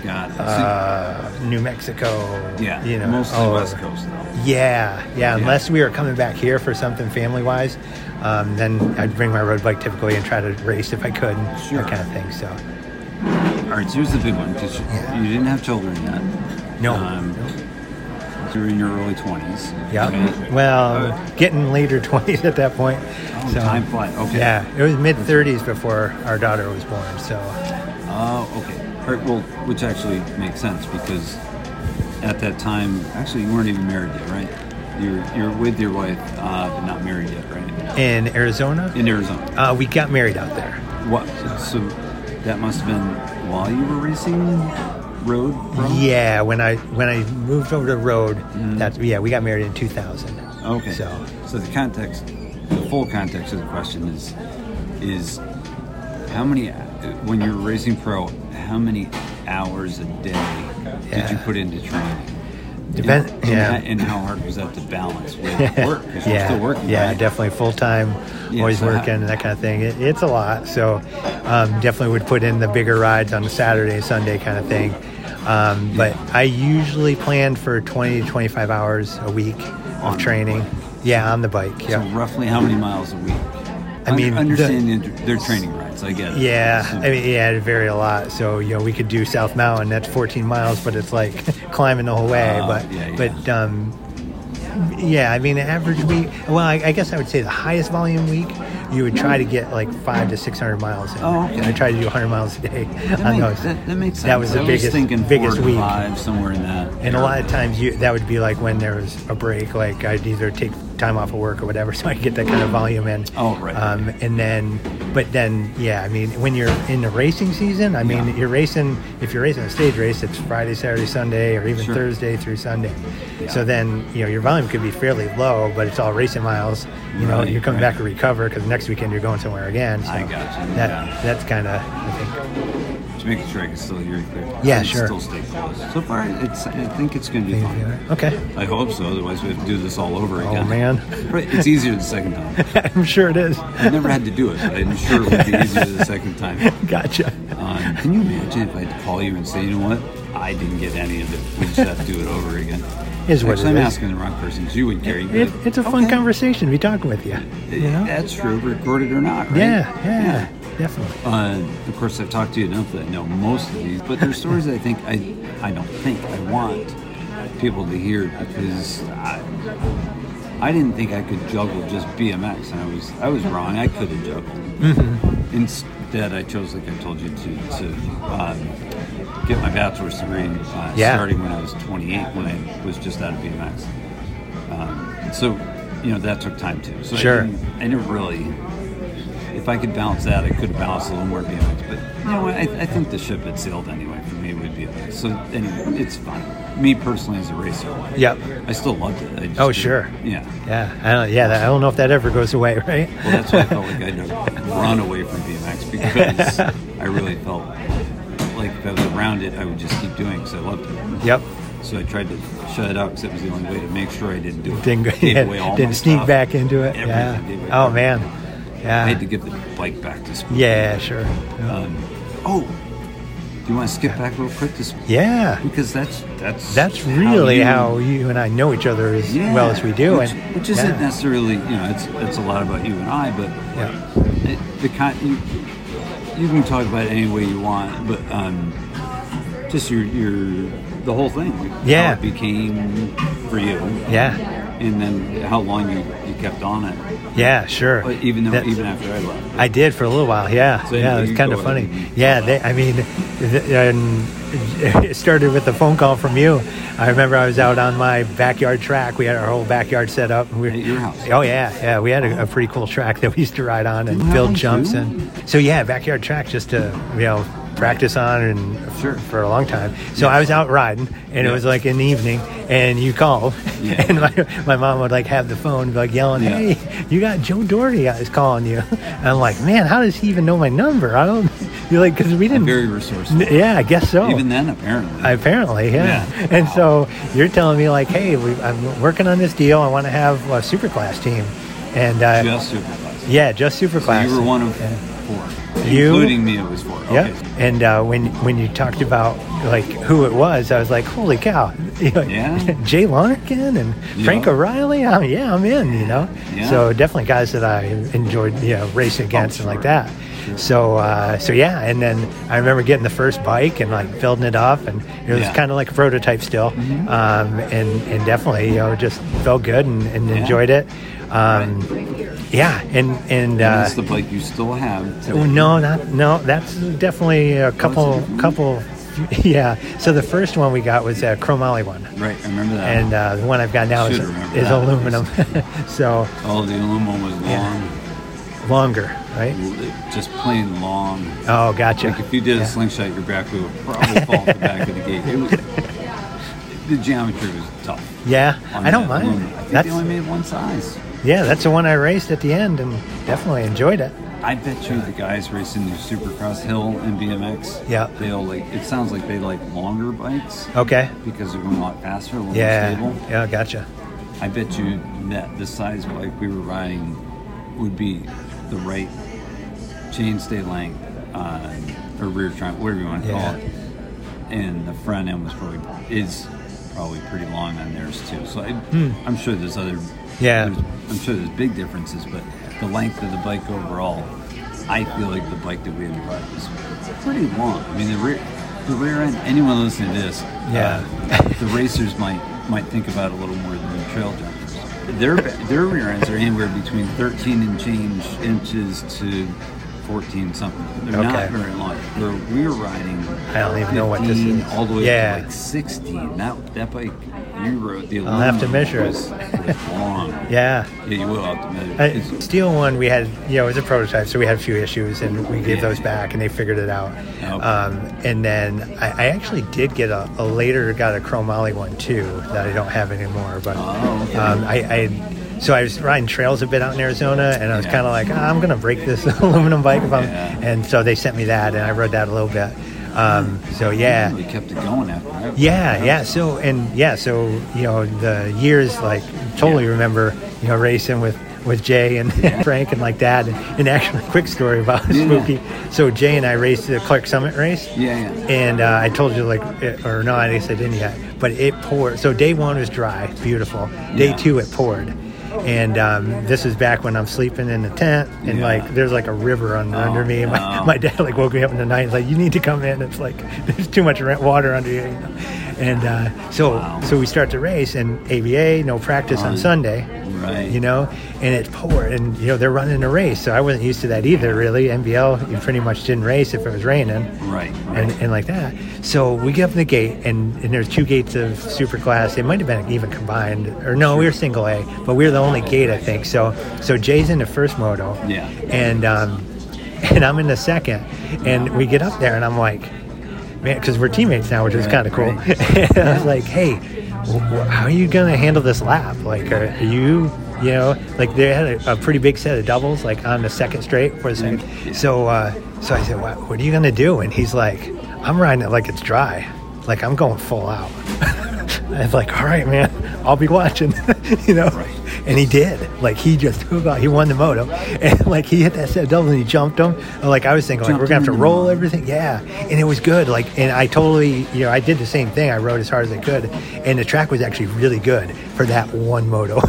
Got it. So- uh, New Mexico. yeah, you know, oh. mostly all West over. Coast though. Yeah, yeah. Yeah. Unless we were coming back here for something family wise, um, then I'd bring my road bike typically and try to race if I could, and Sure. that kind of thing. So, All right, so here's the big one because you, you didn't have children yet. no, Um, no. You were in your early 20s. yeah. right? Well, Uh, getting later twenties at that point. oh, time flies. Okay. Yeah, it was mid 30s before our daughter was born. So, Oh, okay. All right, well, which actually makes sense because at that time, actually, you weren't even married yet, right? You're you're with your wife, uh, but not married yet, right? in Arizona, In Arizona. uh, we got married out there. What? So that must have been while you were racing road. Pro? Yeah, when I when I moved over to road, that's yeah, we got married in 2000. Mm-hmm. Okay. So, So the context, the full context of the question is, is how many when you're racing pro, how many hours a day did you Yeah. put into training? Depend- And, yeah. And, and how hard was that to balance with work? Because you're yeah, still working. yeah, right? definitely full time, Yeah, always so how- working and that kind of thing. It, it's a lot. So, um, definitely would put in the bigger rides on the Saturday, Sunday kind of thing. Um, but I usually plan for 20 to 25 hours a week On of the training. Yeah, on the bike. Yeah. So roughly how many miles a week? I mean, the- understanding their training rides, I get it. Yeah, So- I mean, yeah, it vary a lot. So you know, we could do South Mountain. That's 14 miles, but it's like climbing the whole way. Oh, but yeah, yeah. but um, yeah, I mean, the average week. Well, I, I guess I would say the highest volume week, you would try to get like five to 600 miles. In. Oh, okay. And I try to do 100 miles a day that, on makes, those. that, that makes sense. That was the I biggest thinking biggest four to week. five, somewhere in that. And a lot of times, you that would be like when there was a break. Like I'd either take time off of work or whatever, so I could get that kind of volume in. Oh, right. Um, and then, but then, yeah. I mean, when you're in the racing season, I mean, Yeah. you're racing. If you're racing a stage race, it's Friday, Saturday, Sunday, or even Sure. Thursday through Sunday. Yeah. So then, you know, your volume could be fairly low, but it's all racing miles. You know, Right, you're coming right. back to recover because next weekend you're going somewhere again. So I gotcha, That yeah. that's kind of I think Just making sure I can still hear you clear. Yeah, I can sure. Still stay close. So far, it's. I think it's going to be fine. okay. I hope so. Otherwise, we have to do this all over Oh again. man, Right, it's easier the second time. I'm sure it is. I never had to do it, but I'm sure it would be easier the second time. Gotcha. Um, can you imagine if I had to call you and say, you know what, I didn't get any of it. We just have to do it over again. Is what Actually, it I'm is. asking the wrong person. 'cause You would, Gary. It, but- it's a fun Okay. conversation to be talking with you. You know? That's true, recorded or not, right? Yeah, yeah, definitely. Uh, of course, I've talked to you enough that I know most of these, but there's stories that I think I, I don't think I want people to hear because I, I didn't think I could juggle just BMX, and I was I was wrong. I could have juggled. Mm-hmm. Instead, I chose, like I told you, to to um, get my bachelor's degree uh, Yeah. starting when I was 28, when I was just out of BMX. Um, so, you know, that took time too. So I Sure. didn't- I never really if I could balance that, I could balance a little more BMX. But you know what? I, I think the ship had sailed anyway for me with BMX. So anyway, it's fun. Me personally as a racer, Yep. I still loved it. I just Oh, didn't- sure. Yeah. Yeah, I don't. Yeah, that, I don't know if that ever goes away, right? Well, that's why I felt like I'd run away from BMX because I really felt like if I was around it, I would just keep doing it because I loved it. Yep. So I tried to shut it out because it was the only way to make sure I didn't do it. Didn't go, Gave away all my didn't sneak stuff. back into it. yeah. Everything, gave away Oh everything. man. Yeah. I had to give the bike back to school. yeah. Sure. Um, oh, do you want to skip back real quick to sp- Yeah. because that's that's That's how really you- how you and I know each other as Yeah, well as we do, which, and which isn't yeah. necessarily you know it's it's a lot about you and I, but Yeah. it, the con- you, you can talk about it any way you want, but um, just your your the whole thing, like, Yeah. how it became for you, Yeah. and then how long you, you kept on it, Yeah, sure. but even though That- even after I left. I did for a little while. Yeah, So yeah, you it was kind go of out funny. and- Yeah, they, I mean, th- and it started with a phone call from you. I remember I was out on my backyard track. We had our whole backyard set up. We, At your house? Oh yeah, yeah. We had a, a pretty cool track that we used to ride on and you have build one jumps too? and. So yeah, backyard track just to you know practice on and f- Sure. for a long time. So I was out riding and it Yeah. was like in the evening and you called Yeah. and my, my mom would like have the phone like yelling, Yeah. "Hey, you got Joe Doherty is calling you. And I'm like, man, how does he even know my number? I don't. You're like, because we didn't. Very resourceful. N- yeah, I guess so. Even then, apparently. Apparently, yeah. Yeah. And so you're telling me like, hey, we, I'm working on this deal. I want to have a superclass team, and uh, just supervised. yeah, just So superclass. you were one of Yeah. four, You- including me. It was four. Yeah, Okay. and uh, when when you talked about like who it was, I was like, "Holy cow!" You know, Yeah. Jay Lonergan and Yeah. Frank O'Reilly. i yeah, I'm in. You know, Yeah. so definitely guys that I enjoyed you know, racing against and like sure. that. So uh, so yeah, and then I remember getting the first bike and like building it up, and it was Yeah. Mm-hmm. kind of like a prototype still, um, and and definitely you know just felt good and, and enjoyed it. Um, Yeah, and and, And uh, it's the bike you still have. Oh, today. no, not no. That's definitely a couple, different one? couple. Yeah. So the first one we got was a chromoly one, Right. I remember that. and uh, the one I've got now is, Should remember is that. aluminum, so all Oh, the aluminum was long, longer, right? just plain long. Oh, gotcha. Like if you did Yeah. a slingshot, your back would probably fall off the back of the gate. It was, the geometry was tough. Yeah, on I don't that mind. aluminum. I think That's they only made one size. yeah, that's the one I raced at the end, and definitely enjoyed it. I bet you the guys racing the Supercross Hill and BMX, Yeah. they'll like. It sounds like they like longer bikes Okay. because they're going a lot faster, a little Yeah. more stable. Yeah. Gotcha. I bet you that the size bike we were riding would be the right chainstay length on or rear trunk, whatever you want to Yeah. call it. And the front end was probably is probably pretty long on theirs too. So I, I'm sure there's other Hmm. Yeah. there's- I'm sure there's big differences, but the length of the bike overall, I feel like the bike that we had riding was pretty long. I mean the rear the rear end. Anyone listening to this, Yeah. uh, the racers might might think about it a little more than the trail jumpers. Their their rear ends are anywhere between 13 and change inches to 14 something. They're Okay. not very long. Where we were riding, I don't even know what this 15 is. All the way Yeah. to like 16. That that bike you rode the. I'll have to aluminum measure it. was, was long. Yeah. Yeah, you will have to measure. Uh, It's- steel one we had you know it was a prototype so we had a few issues and we gave Yeah. those back and they figured it out Okay. um, and then I, I actually did get a, a later got a chrome ollie one too that i don't have anymore but Oh, okay. um, I, I so i was riding trails a bit out in arizona and i was Yeah. kind of like "Ah, i'm gonna break this aluminum bike if i'm Yeah. and so they sent me that and i rode that a little bit um, so yeah We kept it going after that. yeah, yeah. So and yeah, so you know the years like totally Yeah. remember you know racing with with Jay and Yeah. Frank and like that. And, and actually, quick story about Yeah. Spooky. So Jay and I raced the Clark Summit race. Yeah, yeah. And uh, I told you like, it, or no, I guess I didn't yet. But it poured. So day one was dry, beautiful. Day Yeah. two, it poured. And um, this is back when I'm sleeping in the tent, and Yeah. Oh, like there's like a river on, under me. And my, no. my dad like woke me up in the night, and was like you need to come in. It's like there's too much ra- water under you. you know? And uh, so Wow. so we start to race, and ABA no practice on On- Sunday, right. You know, and it's poured, and you know they're running a race, so I wasn't used to that either. Really, NBL you pretty much didn't race if it was raining Right. right. and, and like that. So we get up in the gate, and, and there's two gates of Superclass. It might have been even combined, or no, we were single A, but we were the only gate, I think. So so Jay's in the first moto, Yeah. and um, and I'm in the second, and we get up there, and I'm like, man, because we're teammates now, which is Right, kind of cool. right. I was like, hey, wh- wh- how are you gonna handle this lap? Like, are, are you? You know, like they had a, a pretty big set of doubles, like on the second straight. For the second. Yeah. So, uh, so I said, what, "What are you gonna do?" And he's like, "I'm riding it like it's dry, like I'm going full out." I'm like, "All right, man, I'll be watching," you know. and he did. Like he just he won the moto, and like he hit that set double and he jumped him. Like I was thinking, like Jumped we're gonna have to him in the roll moto. everything. Yeah, and it was good. Like and I totally, you know, I did the same thing. I rode as hard as I could, and the track was actually really good for that one moto.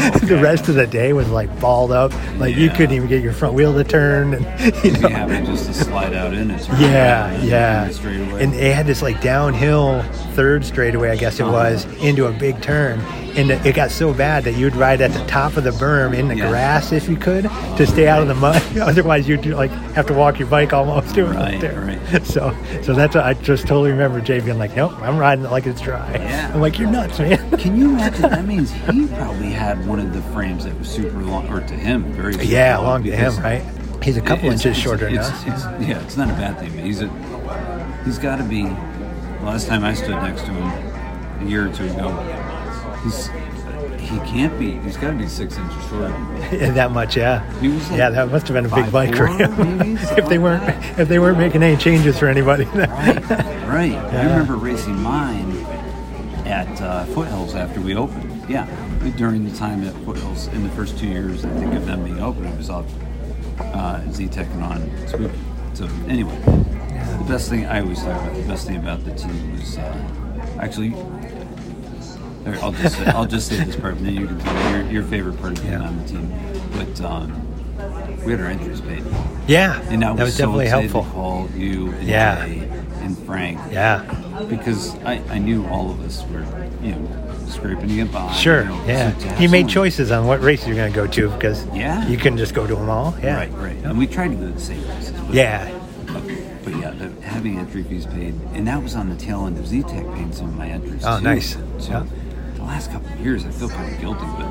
the rest of the day was like balled up. Like you Yeah. couldn't even get your front wheel to turn. And, you know, We have it just to slide out in it. yeah, yeah. Straight away. And they had this like downhill third straightaway, I guess it was, into a big turn. And it got so bad that you'd ride at the top of the berm in the Yeah. grass if you could to stay out of the mud. Otherwise, you'd like have to walk your bike almost to Right, it there. right. So, so that's what I just totally remember Jay being like, "Nope, I'm riding it like it's dry." Yeah. I'm like, "You're nuts, man." Can you imagine? That means he probably had one of the frames that was super long, or to him, very super yeah, long to him, because right? He's a couple it's- inches it's- shorter than it's- us. it's- yeah, it's not a bad thing. But he's a he's got to be. Last time I stood next to him a year or two ago, he's he can't be. He's got to be six inches shorter. And that much, yeah. He was like yeah, that must have been a big five bike for four, him. maybe, if they something weren't like that. if they weren't making any changes for anybody. Right, right. I Yeah. remember racing mine at uh, Foothills after we opened. Yeah, during the time at Foothills in the first two years, I think of them being open, it was off uh, Z-Tech and on Spooky. So anyway, the best thing I always talk about, the best thing about the team was uh, actually. all right, I'll just say, I'll just say this part, and then you can tell me your, your favorite part of being Yeah. on the team. But um, we had our entries paid. yeah. And that, that was so definitely excited helpful. To call you and Yeah. Jay and Frank. Yeah. Because I, I knew all of us were, you know, scraping to get by. Sure. You know, yeah. so to have you made someone- choices on what races you're going to go to because Yeah. you couldn't just go to them all. Yeah. Right, right. And we tried to go to the same places. But, Yeah. But, but yeah, the, having entry fees paid, and that was on the tail end of Z-Tech paying some of my entries. Oh, too. nice. So Yeah. the last couple of years, I feel kind of guilty, but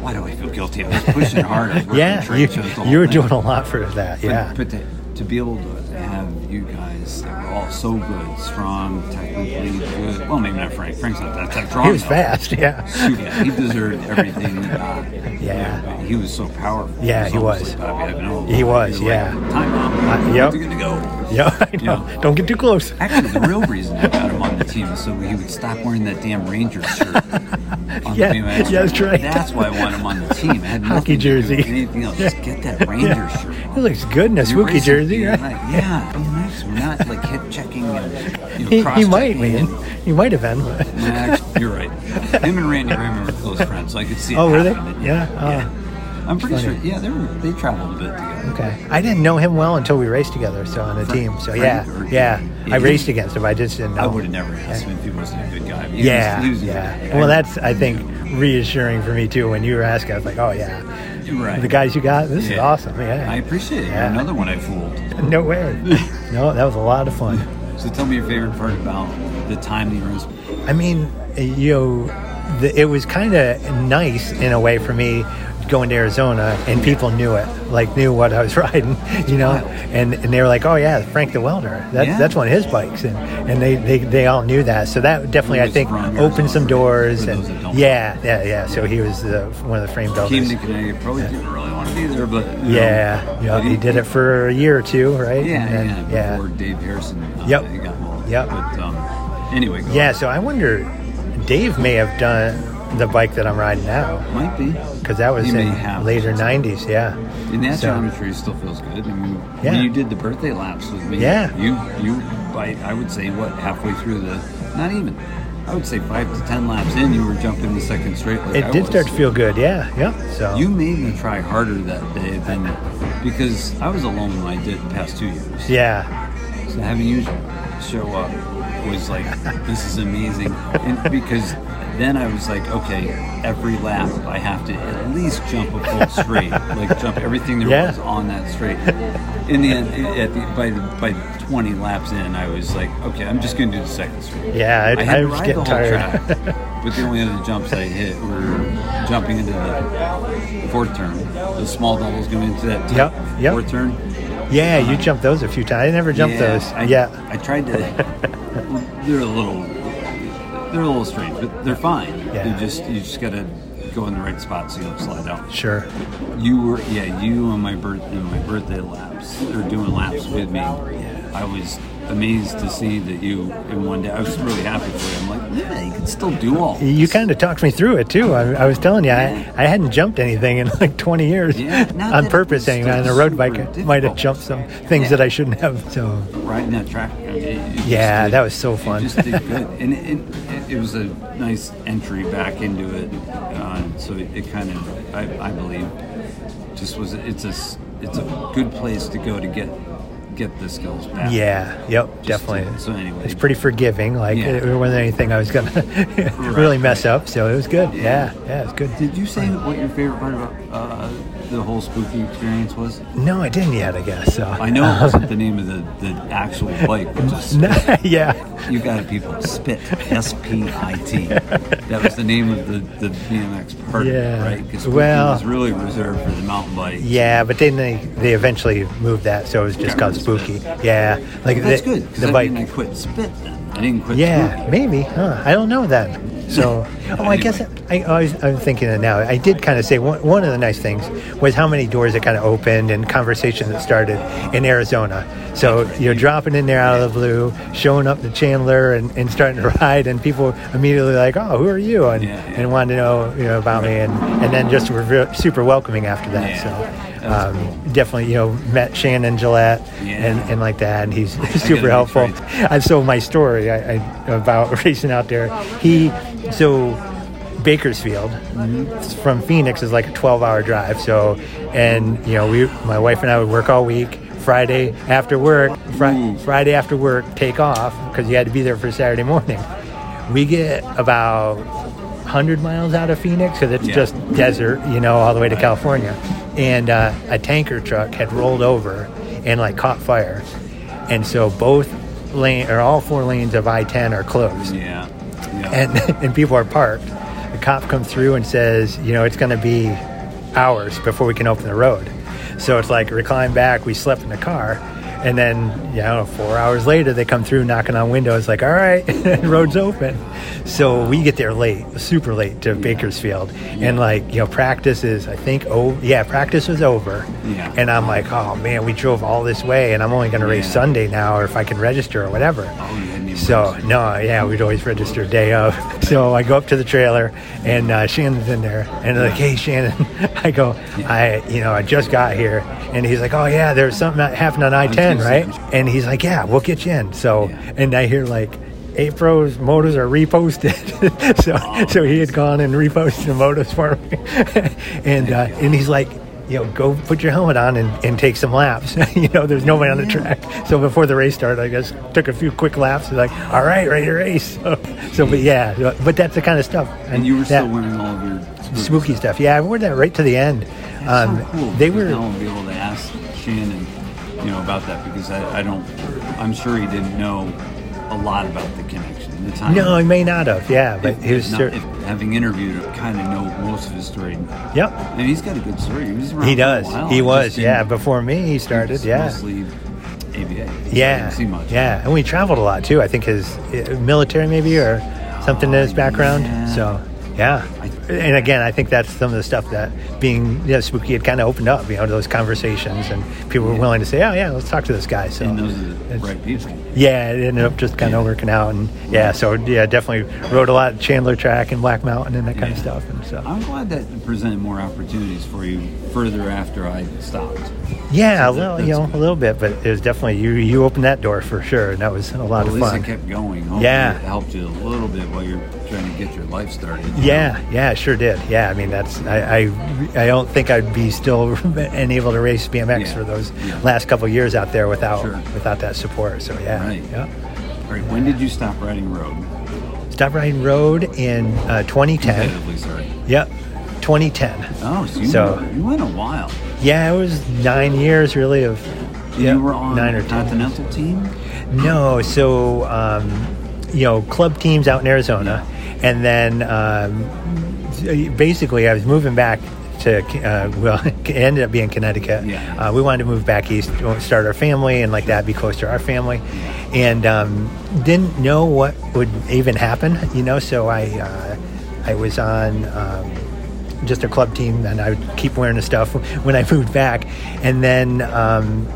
why do I feel guilty? I was pushing hard. I was working Yeah. trade shows the You, whole you were thing. doing a lot for that. But- Yeah. But to, to be able to have you guys that were all so good, strong, technically good. Well, maybe not Frank. Frank's not that tech strong. he was though. fast. Yeah. Yeah, he deserved everything. he got. Yeah. but He was so powerful. Yeah, he almost was. like Bobby Ivanova. He was, like, yeah. Time out. Uh, yep. We're good to go. Yeah. I know. Yeah. Don't get too close. Actually, the real reason I got him on the team is so he would stop wearing that damn Ranger shirt. On Yeah, the BMX. yeah, that's right. That's why I want him on the team. It had Hockey nothing to do with jersey. anything else. Just get that Ranger shirt. on. He looks good in a You're spooky racing jersey. BMX. Right? Yeah, BMX. We're not like hip checking and you know, He, he cross-checking might, man. and- He might have been. but- Max, you're right. Him and Randy Raymond were close friends. So I could see. It Oh, were they? happening. Yeah? Oh. I'm pretty Funny. sure. Yeah, they were. They traveled a bit together. Okay. I didn't know him well until we raced together, so on a team. So Frank yeah, or- yeah. Yeah. I raced against him. I just didn't know. I would have never asked him if he wasn't a good guy. He was- Yeah, he was a good yeah. guy. Well, that's I think reassuring for me too. When you were asking, I was like, oh yeah, You're right. the guys you got, this is Yeah. awesome. I Yeah. appreciate it. Yeah. Another one I fooled. no way. no, that was a lot of fun. So tell me your favorite part about the time that you were. in- I mean, you know, the, it was kind of nice in a way for me going to Arizona, and people knew it, like knew what I was riding, you know, wild. and, and they were like, "Oh yeah, Frank the Welder, that's Yeah. that's one of his bikes," and, and they, they, they all knew that, so that definitely He I was think from opened Arizona, some right? doors, For and those that don't know. yeah, yeah, yeah. So he was the, one of the frame builders. Came to Connecticut. Probably didn't really want to be there, but you know, Yeah, yeah. but He did it for a year or two, right? Yeah, And then- yeah, yeah. Before Dave Harrison. Uh, Yep. he got involved. Yep. But um, anyway, go Yeah, so I wonder, Dave may have done the bike that I'm riding now on. might be because that was He may in have. later '90s. Yeah, And that So- geometry still feels good. I mean, Yeah. when you did the birthday laps with me, Yeah. you you by I would say what halfway through the not even I would say five to ten laps in, you were jumping the second straight. Like it I did was. start to feel good. Yeah, yeah. So You made me try harder that day than because I was alone when I did the past two years. yeah, So having you show up was like, this is amazing. And because then I was like, okay, every lap I have to at least jump a full straight, like jump everything there Yeah. was on that straight. In the end, at the, by the, by 20 laps in, I was like, okay, I'm just going to do the second straight. yeah. I, I I had to was ride getting the whole tired. track, but the only other jumps I hit were jumping into the fourth turn, the small doubles going into that Yep, yep. fourth turn. Yeah, you jumped those a few times. I never jumped Yeah, those. I, yeah, I tried to. they're a little. They're a little strange, but they're fine. Yeah. You just you just gotta go in the right spot so you don't slide out. sure. You were yeah. You on my birth in my birthday laps or doing laps with me. I was amazed to see that you in one day. I was really happy for you. I'm like, yeah, you can still do all. You kind of talked me through it too. I, I was telling you, I, I hadn't jumped anything in like 20 years Yeah, not that on it purpose. was Anyway, on a super road bike, I difficult. might have jumped some things Yeah. that I shouldn't have. So riding that track. I mean, you just Yeah, did- that was so you fun. just did good, and it, it, it was a nice entry back into it. Uh, so it, it kind of, I, I believe, just was. It's a, s- it's a good place to go to get get the skills back. yeah, yep, Just to- definitely. so anyway, it's pretty forgiving. Like Yeah. it wasn't anything I was gonna really mess up. So it was good. Yeah, Yeah. yeah, it was good. Did you say what your favorite part about uh, the whole spooky experience was? No, I didn't yet. I guess so. I know it wasn't the name of the, the actual bike, which is No, yeah. You got it, people. Spit. S P I T. That was the name of the, the BMX party, Yeah. right? Because Well- it was really reserved for the mountain bike. Yeah, but then they, they eventually moved that, so it was just Yeah, called it's Spooky. Yeah, like That's the, good. 'cause the that bike. mean I quit spit then. I didn't quit. yeah, spooky. maybe. Huh? I don't know then. So, oh, I guess I, I was, I'm thinking it now. I did kind of say one, one of the nice things was how many doors it kind of opened and conversation that started in Arizona. So you're dropping in there out of the blue, showing up to Chandler and, and starting to ride, and people immediately like, oh, who are you? And Yeah, yeah. and wanted to know you know about me, and and then just were ve- super welcoming after that. Yeah. So. That Um, was cool. Definitely, you know, met Shannon Gillette Yeah. and, and like that, and he's gotta super make helpful. sure And so my story I, I, about racing out there, he so Bakersfield mm-hmm, from Phoenix is like a 12-hour drive. So, and you know, we my wife and I would work all week. Friday after work, fri- Ooh. Friday after work, take off because you had to be there for Saturday morning. We get about 100 miles out of Phoenix because it's Yeah. just desert, you know, all the way to California. And uh, a tanker truck had rolled over and like caught fire. And so both lane or all four lanes of I 10 are closed Yeah. Yeah. and, and people are parked. The cop comes through and says, you know, it's going to be hours before we can open the road. So it's like recline back. We slept in the car. And then, you know, four hours later, they come through knocking on windows like, all right, road's open. So we get there late, super late to Bakersfield. And like, you know, practice is, I think, oh, yeah, practice was over. Yeah. And I'm like, oh man, we drove all this way and I'm only going to race Yeah. Sunday now or if I can register or whatever. Oh, you hadn't even So registered. no, yeah, we'd always register day of. So I go up to the trailer, and uh, Shannon's in there, and they're like, "Hey, Shannon," I go, "I, you know, I just got here," and he's like, "Oh yeah, there's something that happened on I-10, just right?" saying. And he's like, "Yeah, we'll get you in." So, Yeah. and I hear like. April's motos are reposted, so Oh, so he had gone and reposted the motos for me, and uh, and he's like, you know, go put your helmet on and, and take some laps. you know, there's nobody on the track. So before the race started, I just took a few quick laps. Like, all right, ready to race. So, so but yeah, so- but that's the kind of stuff. And you were that still wearing all of your spooky, spooky stuff. Yeah, I wore that right to the end. That's Um, so cool. They because were. Now I'll be able to ask Shannon, you know, about that because I, I don't. I'm sure he didn't know a lot about the connection. The time. No, he may not have. Yeah, but If- he if was. not- cer- if having interviewed him, kind of know most of his story. yep, And he's got a good story. He was around. he for a does. while. He Just was. didn't- Yeah, before me, he he was started. Yeah. Mostly ABA. I Yeah. didn't see much. Yeah, and we traveled a lot too. I think his uh, military maybe or something in his background. yeah. So yeah, and again, I think that's some of the stuff that being you know, spooky had kind of opened up. You know, those conversations and people were willing to say, oh yeah, let's talk to this guy. So And those are the it's- right people. yeah, it ended up just kind of working out, and yeah, so yeah, definitely rode a lot of Chandler Track and Black Mountain and that kind of Yeah. stuff, and so I'm glad that it presented more opportunities for you further after I stopped. yeah, a that- little, you that's know, good. a little bit, but it was definitely you. You opened that door for sure, and that was a lot At of least fun. it kept going. Hopefully Yeah. It helped you a little bit while you're trying to get your life started. you know? Yeah, yeah, it sure did. Yeah, I mean that's I I, I don't think I'd be still unable to race BMX Yeah, for those yeah. last couple years out there without Sure. without that support. So yeah, Right. yeah. All right. When did you stop riding road? Stop riding road in uh, 2010. Competitively, sorry. yep, 2010. Oh, so you, So- were- you went a while. Yeah, it was nine years really of. And yeah, you were on nine or the ten. Continental team? No, so um, you know, club teams out in Arizona, and then um, basically I was moving back to uh, well, it ended up being Connecticut. Yeah. Uh, we wanted to move back east, start our family, and like that, be close to our family, and um, didn't know what would even happen, you know. So I uh, I was on. Um, just a club team, and I would keep wearing the stuff when I moved back, and then um,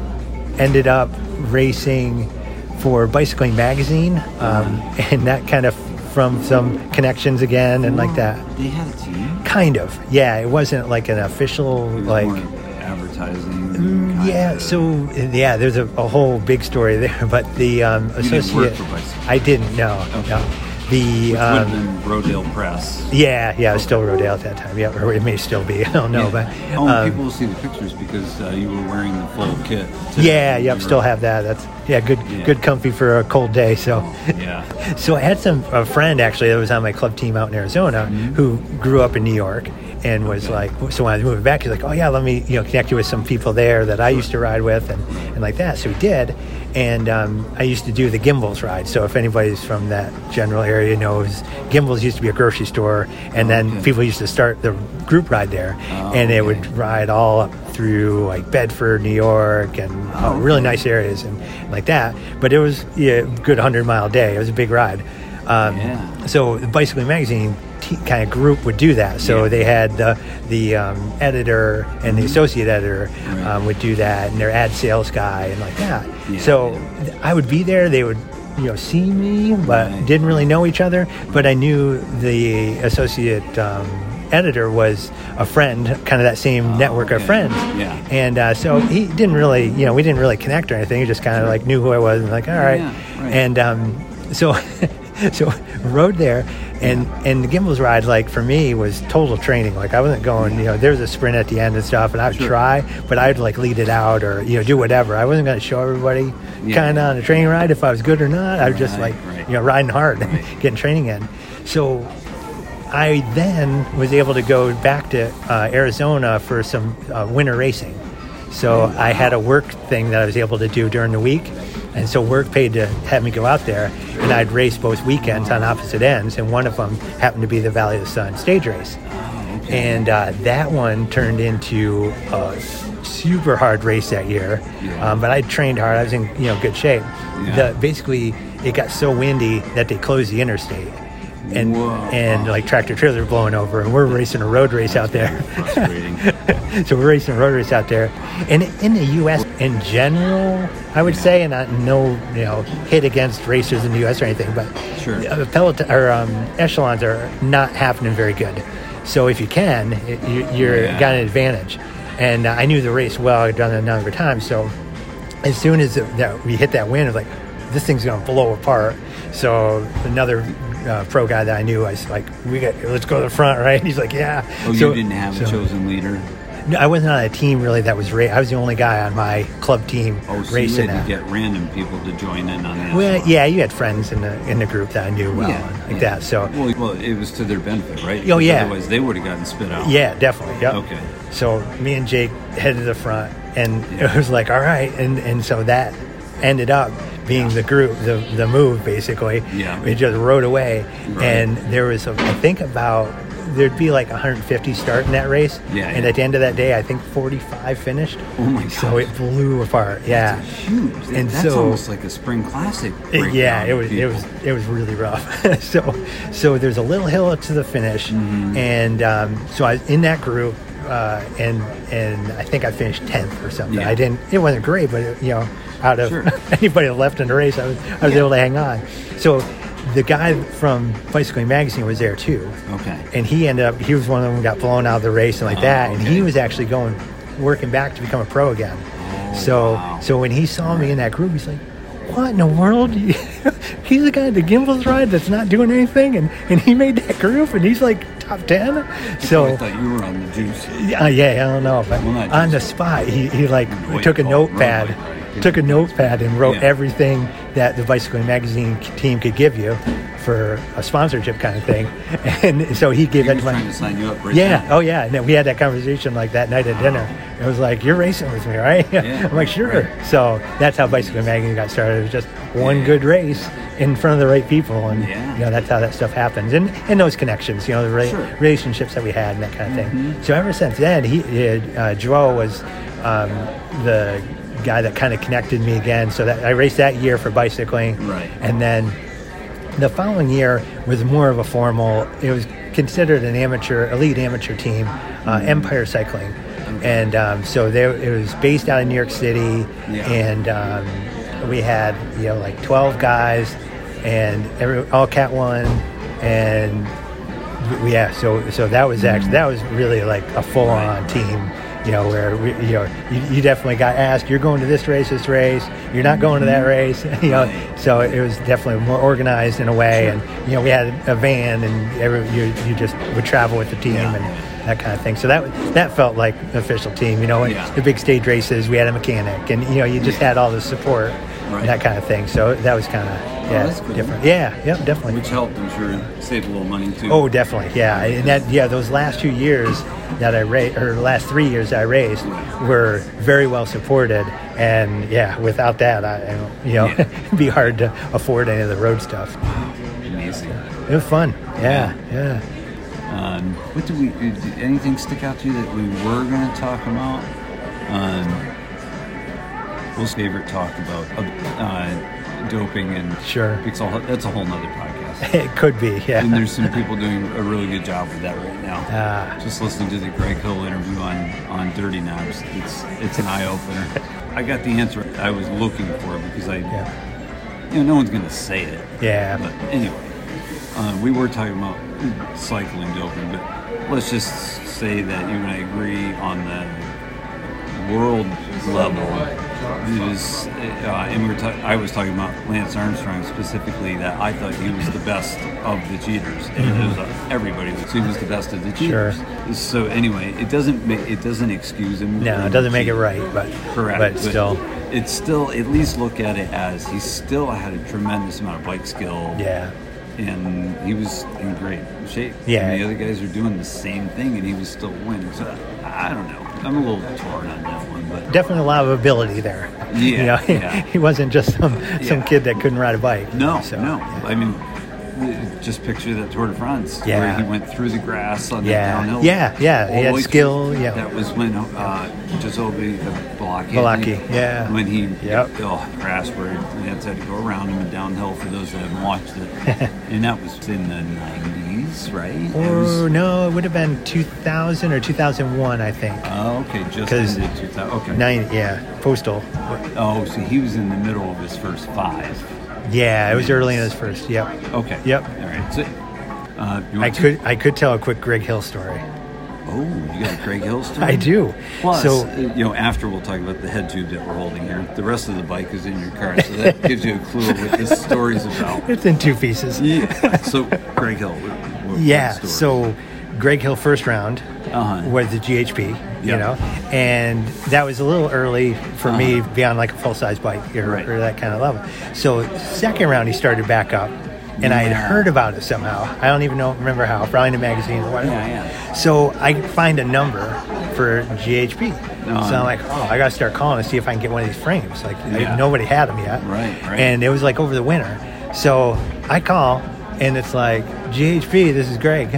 ended up racing for Bicycling Magazine, um, and that kind of from some connections again and like that. They had a team. Kind of, yeah. It wasn't like an official It was like. more advertising. Mm, kind yeah, of- so yeah, there's a, a whole big story there, but the um, didn't associate. work for Bicycle. I didn't. No, Okay. no. The Which um, would have been Rodale Press. yeah, yeah, it was still Rodale at that time. Yeah, or it may still be. I don't know, but oh, um, and people will see the pictures because uh, you were wearing the full kit. too. yeah, You yep, were- still have that. That's yeah, good, Yeah. good, comfy for a cold day. So. Yeah. So I had some a friend actually that was on my club team out in Arizona Mm-hmm. who grew up in New York and was like, so when I was moving back, he's like, oh yeah, let me you know connect you with some people there that I used to ride with and, and like that. So he did, and um, I used to do the Gimbals ride. So if anybody's from that general area knows, Gimbals used to be a grocery store, and then Oh, Okay. people used to start the group ride there, Oh, and they okay. would ride all up through like Bedford, New York, and uh, Oh, really nice areas and like that. But it was yeah, a good 100 mile day. It was a big ride. Um, Yeah. So the Bicycling Magazine t- kind of group would do that. So Yeah. Mm-hmm. they had the, the um, editor and the associate editor Right. um, would do that, and their ad sales guy and like that. Yeah, so yeah. th- I would be there. They would. You know, see me, but Right. didn't really know each other. But I knew the associate um, editor was a friend, kind of that same network of Oh, okay. friends. Yeah. And uh, so he didn't really, you know, we didn't really connect or anything. He just kind of like knew who I was and like, all right. Yeah, right. And um, so, so rode there, and and the Gimbals ride like for me was total training. Like I wasn't going, you know, there was a sprint at the end and stuff, and I would Sure. try, but I'd like lead it out or you know do whatever. I wasn't going to show everybody Yeah. kind of on a training ride if I was good or not. I was just like, Right, right. you know, riding hard, getting training in. So I then was able to go back to uh, Arizona for some uh, winter racing. So I had a work thing that I was able to do during the week. And so work paid to have me go out there. And I'd race both weekends on opposite ends. And one of them happened to be the Valley of the Sun stage race. And uh, that one turned into a super hard race that year. Yeah. Um, but I trained hard. I was in you know good shape. Yeah. The, basically, it got so windy that they closed the interstate. And, Whoa. and like tractor trailers blowing over, and we're racing a road race out there. Frustrating. so we're racing road race out there, and in the U.S. in general, I would say, and I no you know hit against racers in the U.S. or anything, but Sure. uh, peloton or um, echelons are not happening very good. So if you can, it, you, you're Yeah. got an advantage. And uh, I knew the race well; I'd done it a number of times. So as soon as it- that we hit that wind, I was like, this thing's gonna blow apart. So another uh, pro guy that I knew, I was like, we got let's go to the front, right? he's like, yeah. Oh, So- you didn't have so- a chosen leader. no, I wasn't on a team really that was ra- I was the only guy on my club team Oh, so racing you had that. to get random people to join in on that. well, yeah, you had friends in the in the group that I knew well, and like that. So well, well, it was to their benefit, right? Oh, Because yeah. Otherwise, they would have gotten spit out. Yeah, definitely. Yep. Okay. So me and Jake headed to the front, and Yeah. it was like, all right, and and so that ended up being the group, the the move basically. Yeah. It just rode away, Right. and there was a, I think about there'd be like 150 start in that race. Yeah, And yeah. at the end of that day, I think 45 finished. Oh my So gosh. it blew apart. Yeah. Huge. And And that's so- almost like a spring classic. It- yeah, breakdown it of was it people. was it was really rough. so so there's a little hill to the finish, Mm-hmm. and um, so I was in that group, uh, and and I think I finished tenth or something. Yeah. I didn't. It wasn't great, but it, you know, out of Sure. anybody that left in the race, I was I was Yeah. able to hang on. So the guy from Bicycling Magazine was there too, Okay. and he ended up he was one of them who got blown out of the race and like Oh, that and he okay. was actually going working back to become a pro again so Oh, wow. so when he saw me in that group he's like what in the world he's the guy at the gimbals ride that's not doing anything and and he made that group and he's like top 10 I so thought you were on the juice. yeah, yeah, I don't know, but Well, not on just- the spot, he, he like Wait, took a oh, notepad, right, right, right. took a notepad and wrote Yeah. everything that the bicycling magazine c- team could give you for a sponsorship kind of thing, and so he gave He that was to my trying to sign you up right yeah. then. Oh, yeah. And then we had that conversation like that night at dinner. It was like, you're racing with me, right? Yeah. I'm like, sure. Right. So that's how Bicycle Magazine got started. It was just one Yeah. good race in front of the right people. And, Yeah. you know, that's how that stuff happens. And, and those connections, you know, the re- Sure. Mm-hmm. relationships that we had and that kind of thing. So ever since then, he, uh, Joel was um, the guy that kind of connected me again. So that I raced that year for bicycling. Right. And then the following year was more of a formal. It was considered an amateur, elite amateur team, uh, Empire Cycling, and um, so there, it was based out of New York City, Yeah. and um, we had you know like 12 guys and every all cat one and w- yeah so so that was actually that was really like a full-on team you know where we, you know you, you definitely got asked you're going to this race this race you're not going to that race you know so it was definitely more organized in a way and you know we had a van and every, you, you just would travel with the team Yeah. and that kind of thing so that that felt like official team you know and Yeah. the big stage races we had a mechanic and you know you just Yeah. had all the support Right. Oh, and that kind of thing so that was kind of yeah that's cool. different yeah yep definitely which helped, I'm sure, save a little money too. Oh, definitely, yeah. And that, yeah, those last two years that I raced, or last three years I raced, were very well supported. And yeah, without that, I, I- you know, Yeah. it'd be hard to afford any of the road stuff. amazing. It was fun. Yeah, yeah. Um, what do we? Did anything stick out to you that we were going to talk about? Um, what's favorite talk about uh, uh, doping and Sure. It's a whole- that's a whole nother podcast. It could be. and Yeah. there's some people doing a really good job with that right now. Ah. Just listening to the Greg Hill interview on on Dirty Knobs, it's it's an eye opener. I got the answer I was looking for because I, Yeah. you know, no one's going to say it. Yeah. But anyway, uh, we were talking about cycling doping, but let's just say that you and I agree on the world level. It is, uh, and we were ta- I was talking about Lance Armstrong specifically that I thought he was the best of the cheaters, and it was uh, everybody was he was the best of the Mm-hmm. Sure. cheaters. So anyway, it doesn't ma- it doesn't excuse him. No, it from doesn't make it cheating. right, but Correct. but still, it's still at least look at it as he still had a tremendous amount of bike skill. yeah, And he was in great shape. Yeah. And the other guys were doing the same thing, and he was still winning. So I don't know. I'm a little torn on that one, but definitely a lot of ability there. Yeah, You know, yeah. he wasn't just some Yeah. some kid that couldn't ride a bike. no, So, no. yeah. I mean, th- just picture that Tour de France where Yeah. he went through the grass on Yeah. the downhill. Yeah, yeah. He all the had way skill, through. yeah. That was when uh, Giuseppe Balaki. Bellocchi, yeah. When he Yep. oh, crashed where Lance had to go around him and downhill for those that haven't watched it. and that was in the 90s, right? It was- Or Oh, no, it would have been 2000 or 2001, I think. Oh, okay, just 'Cause ended 2000. Okay. Nine, yeah, postal. Oh, so he was in the middle of his first five. Yeah, it was early in his first. Yep. Okay. Yep. All right. So, uh, you I want to- could I could tell a quick Greg Hill story. Oh, you got a Greg Hill story? I do. Plus, so uh, you know, after we'll talk about the head tube that we're holding here. The rest of the bike is in your car, so that gives you a clue of what this story's about. it's in two pieces. Yeah. So, Greg Hill. What, what Yeah. story? So Greg Hill first round Uh-huh. was the GHP, you Yep. know, and that was a little early for me beyond like a full size bike or, Uh-huh. Right. or that kind of level. So second round he started back up, and I had Yeah. heard about it somehow. I don't even know remember how, probably in a magazine or whatever. Yeah, yeah. So I find a number for GHP. So Uh-huh. I'm like, oh, I gotta start calling to see if I can get one of these frames. Like I- Yeah. nobody had them yet, Right, right. And and it was like over the winter. So I call and it's like, GHP, this is Greg.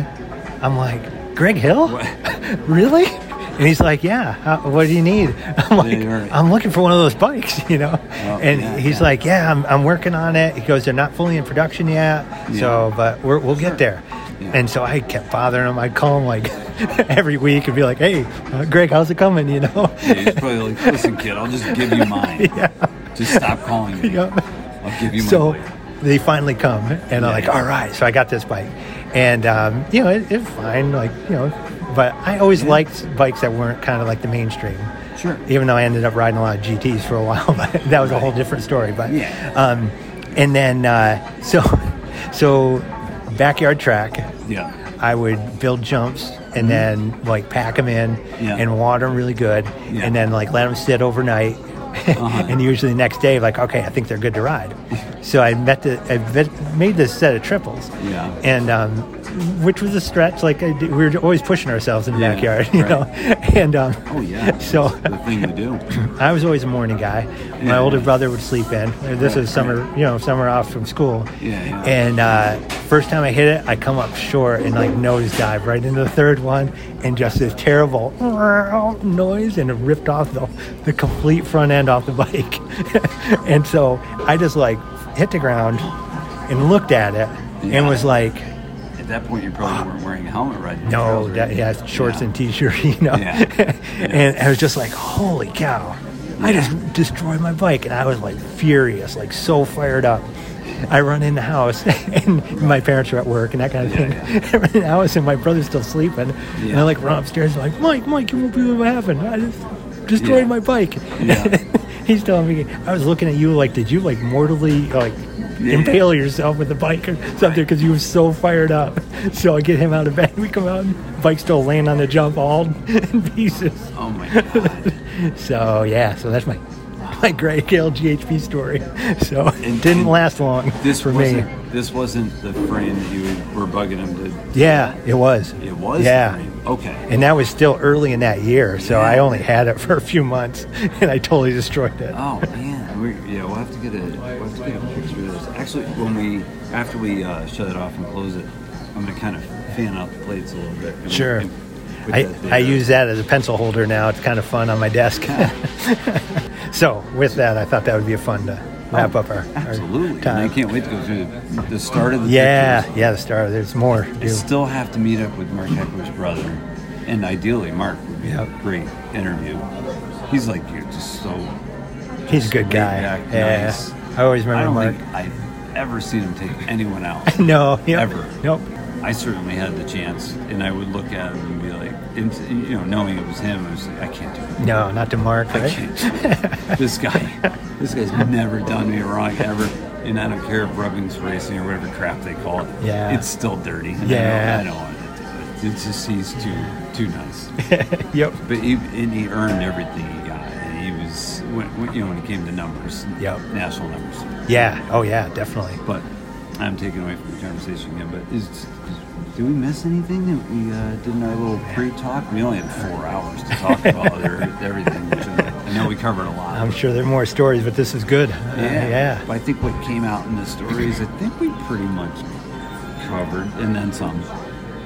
I'm like, Greg Hill? What? really? And he's like, yeah, how, what do you need? I'm like, you're right. I'm looking for one of those bikes, you know? Oh, and yeah, he's yeah. like, yeah, I'm, I'm working on it. He goes, they're not fully in production yet. So, but we're, we'll get there. Yeah. And so I kept bothering him. I'd call him like every week and be like, hey, uh, Greg, how's it coming, you know? Yeah, he's probably like, listen, kid, I'll just give you mine. Yeah. Just stop calling me. Yeah. I'll give you my so bike. they finally come and i'm like all right so i got this bike and um, you know it, it's fine like you know but i always liked bikes that weren't kind of like the mainstream Sure. even though i ended up riding a lot of gts for a while but that was a whole different story but Yeah. um, and then uh, so so backyard track Yeah. I would build jumps and then like pack them in Mm-hmm. Yeah. and water them really good Yeah. Uh-huh. and then like let them sit overnight. and usually the next day, like, okay, I think they're good to ride. so I met the, I met, made this set of triples. Yeah. And, um, which was a stretch. Like I did, we were always pushing ourselves in the Yeah, backyard, you right. know? And, um, Oh, yeah. So- That's the thing we do. I was always a morning guy. My Yeah. older brother would sleep in. This Right, was summer, you know, summer off from school. Yeah, yeah. And uh, first time I hit it, I come up short and like nosedive right into the third one, and just this terrible noise, and it ripped off the the complete front end off the bike. and so I just like hit the ground and looked at it and Yeah. was like, At that point, you probably weren't wearing a helmet, right? no, that, yeah, shorts Yeah. and t-shirt, you know. Yeah. Yeah. and I was just like, holy cow. I just destroyed my bike. And I was like furious, like so fired up. I run in the house and my parents are at work and that kind of thing. I run in the house and my brother's still sleeping. And I Yeah. like run upstairs and like, Mike, Mike, you won't believe what happened. I just destroyed Yeah. my bike. Yeah. He's telling me, I was looking at you like, did you like mortally like Yeah. impale yourself with a bike or something? Because you were so fired up. So I get him out of bed. We come out, and bike's still laying on the jump, all in pieces. Oh my god! So yeah, so that's my my great GHP story. So it And- didn't and last long. This for me. wasn't this wasn't the frame that you were bugging him to. Yeah, it was. It was. the Yeah. frame. Okay. And that was still early in that year, so I Yeah. only had it for a few months, and I totally destroyed it. Oh man, we yeah, we'll have to get a we'll have to get a picture of this. Actually, when we after we uh, shut it off and close it, I'm gonna kind of fan out the plates a little bit. and we Sure. can put I, that there. I use that as a pencil holder now. It's kind of fun on my desk. so with that, I thought that would be fun to wrap up our, our Oh, absolutely. And I time. can't wait to go through the, the start of the Yeah, pictures. yeah. The star. There's more. to I do. still have to meet up with Mark Heckler's brother, and ideally Mark would be Yep. a great interview. He's like you, just so He's a good guy. laid back, yeah. nice. I always I remember Mark. don't think I've ever seen him take anyone out. no. Yep. Ever. Nope. I certainly had the chance, and I would look at him and be like, and, you know, knowing it was him, I was like, I can't do it. No, not to Mark. I Right? can't. do it. this guy, this guy's never done me wrong ever, and I don't care if rubbing's racing or whatever crap they call it. Yeah. it's still dirty. and I don't- Yeah. I don't, want to do it. It's just he's too too nice. Yep. But he and he earned everything he got. And he was when, when, you know when it came to numbers, Yep. national numbers. Yeah. Oh yeah. Definitely. But I'm taking away from the conversation again. But is, is- do we miss anything that we uh, did in our little pre-talk? We only had four hours to talk about other, everything, which I I know we covered a lot. I'm sure there are more stories, but this is good. Um, Uh, yeah. yeah. But I think what came out in the stories, I think we pretty much covered, and then some.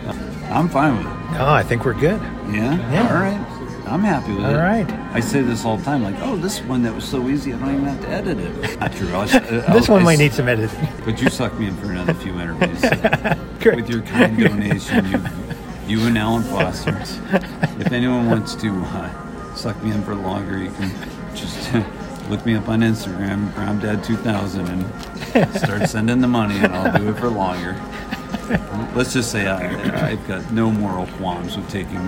Uh, I'm fine with it. No, Oh, I think we're good. Oh, Yeah. Yeah. All right. I'm happy with it. All right. I say this all the time, like, oh, this one that was so easy, I don't even have to edit it. Not true. uh, I was- I This was- one I might s- need some editing. But you sucked me in for another few interviews. Correct. With your kind donation, you, you and Alan Foster. If anyone wants to uh, suck me in for longer, you can just uh, look me up on Instagram, GromDad2000, and start sending the money, and I'll do it for longer. Let's just say I, I've got no moral qualms with taking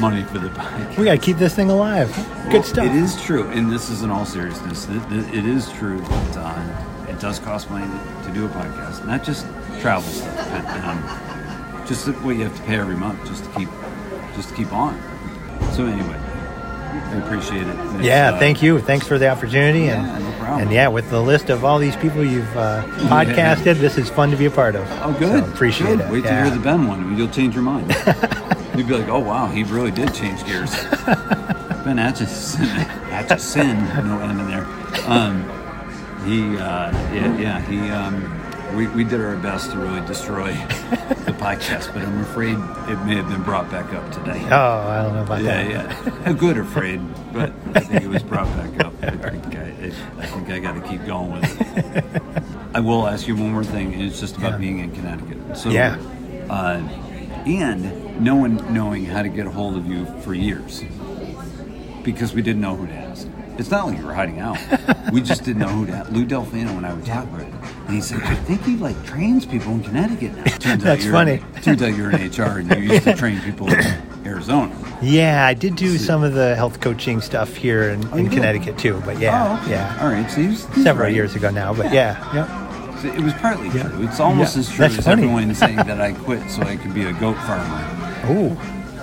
money for the bike. We got to keep this thing alive. Well, Good stuff. It is true, and this is in all seriousness. It, it- it is true that uh, it does cost money to, to do a podcast, not just travel stuff, but um, just what you have to pay every month just to keep just to keep on. So anyway, I appreciate it. It's, Yeah, uh, thank you. Thanks for the opportunity. And, Yeah, no problem. and yeah, with the list of all these people you've uh, podcasted, this is fun to be a part of. Oh, good. So appreciate Good. it. Wait yeah. to hear the Ben one, and you'll change your mind. You'd be like, "Oh wow, he really did change gears." ben Atchison, Atchison, no end in there. Um, he, uh, yeah, yeah, he. Um, we, we did our best to really destroy the podcast, but I'm afraid it may have been brought back up today. Oh, I don't know about Yeah, that. yeah. A good afraid, but I think it was brought back up. I think I, I, I think I got to keep going with it. I will ask you one more thing, and it's just about Yeah. being in Connecticut. So, Yeah. Uh, and no one knowing how to get a hold of you for years because we didn't know who to ask. It's not like you were hiding out. we just didn't know who to ask. Lou Delfino and I would talk about it. And he said, I think he like trains people in Connecticut now. Turns That's you're, funny. Turns out you're an HR and you used to train people in Arizona. Yeah, I did do some of the health coaching stuff here in, Oh, you in did? Connecticut too. But yeah, Oh, okay. yeah, All right. So he's, he's several right. years ago now. But Yeah. yeah, yeah. So it was partly true. It's almost Yeah. as true That's as funny. everyone saying that I quit so I could be a goat farmer Ooh,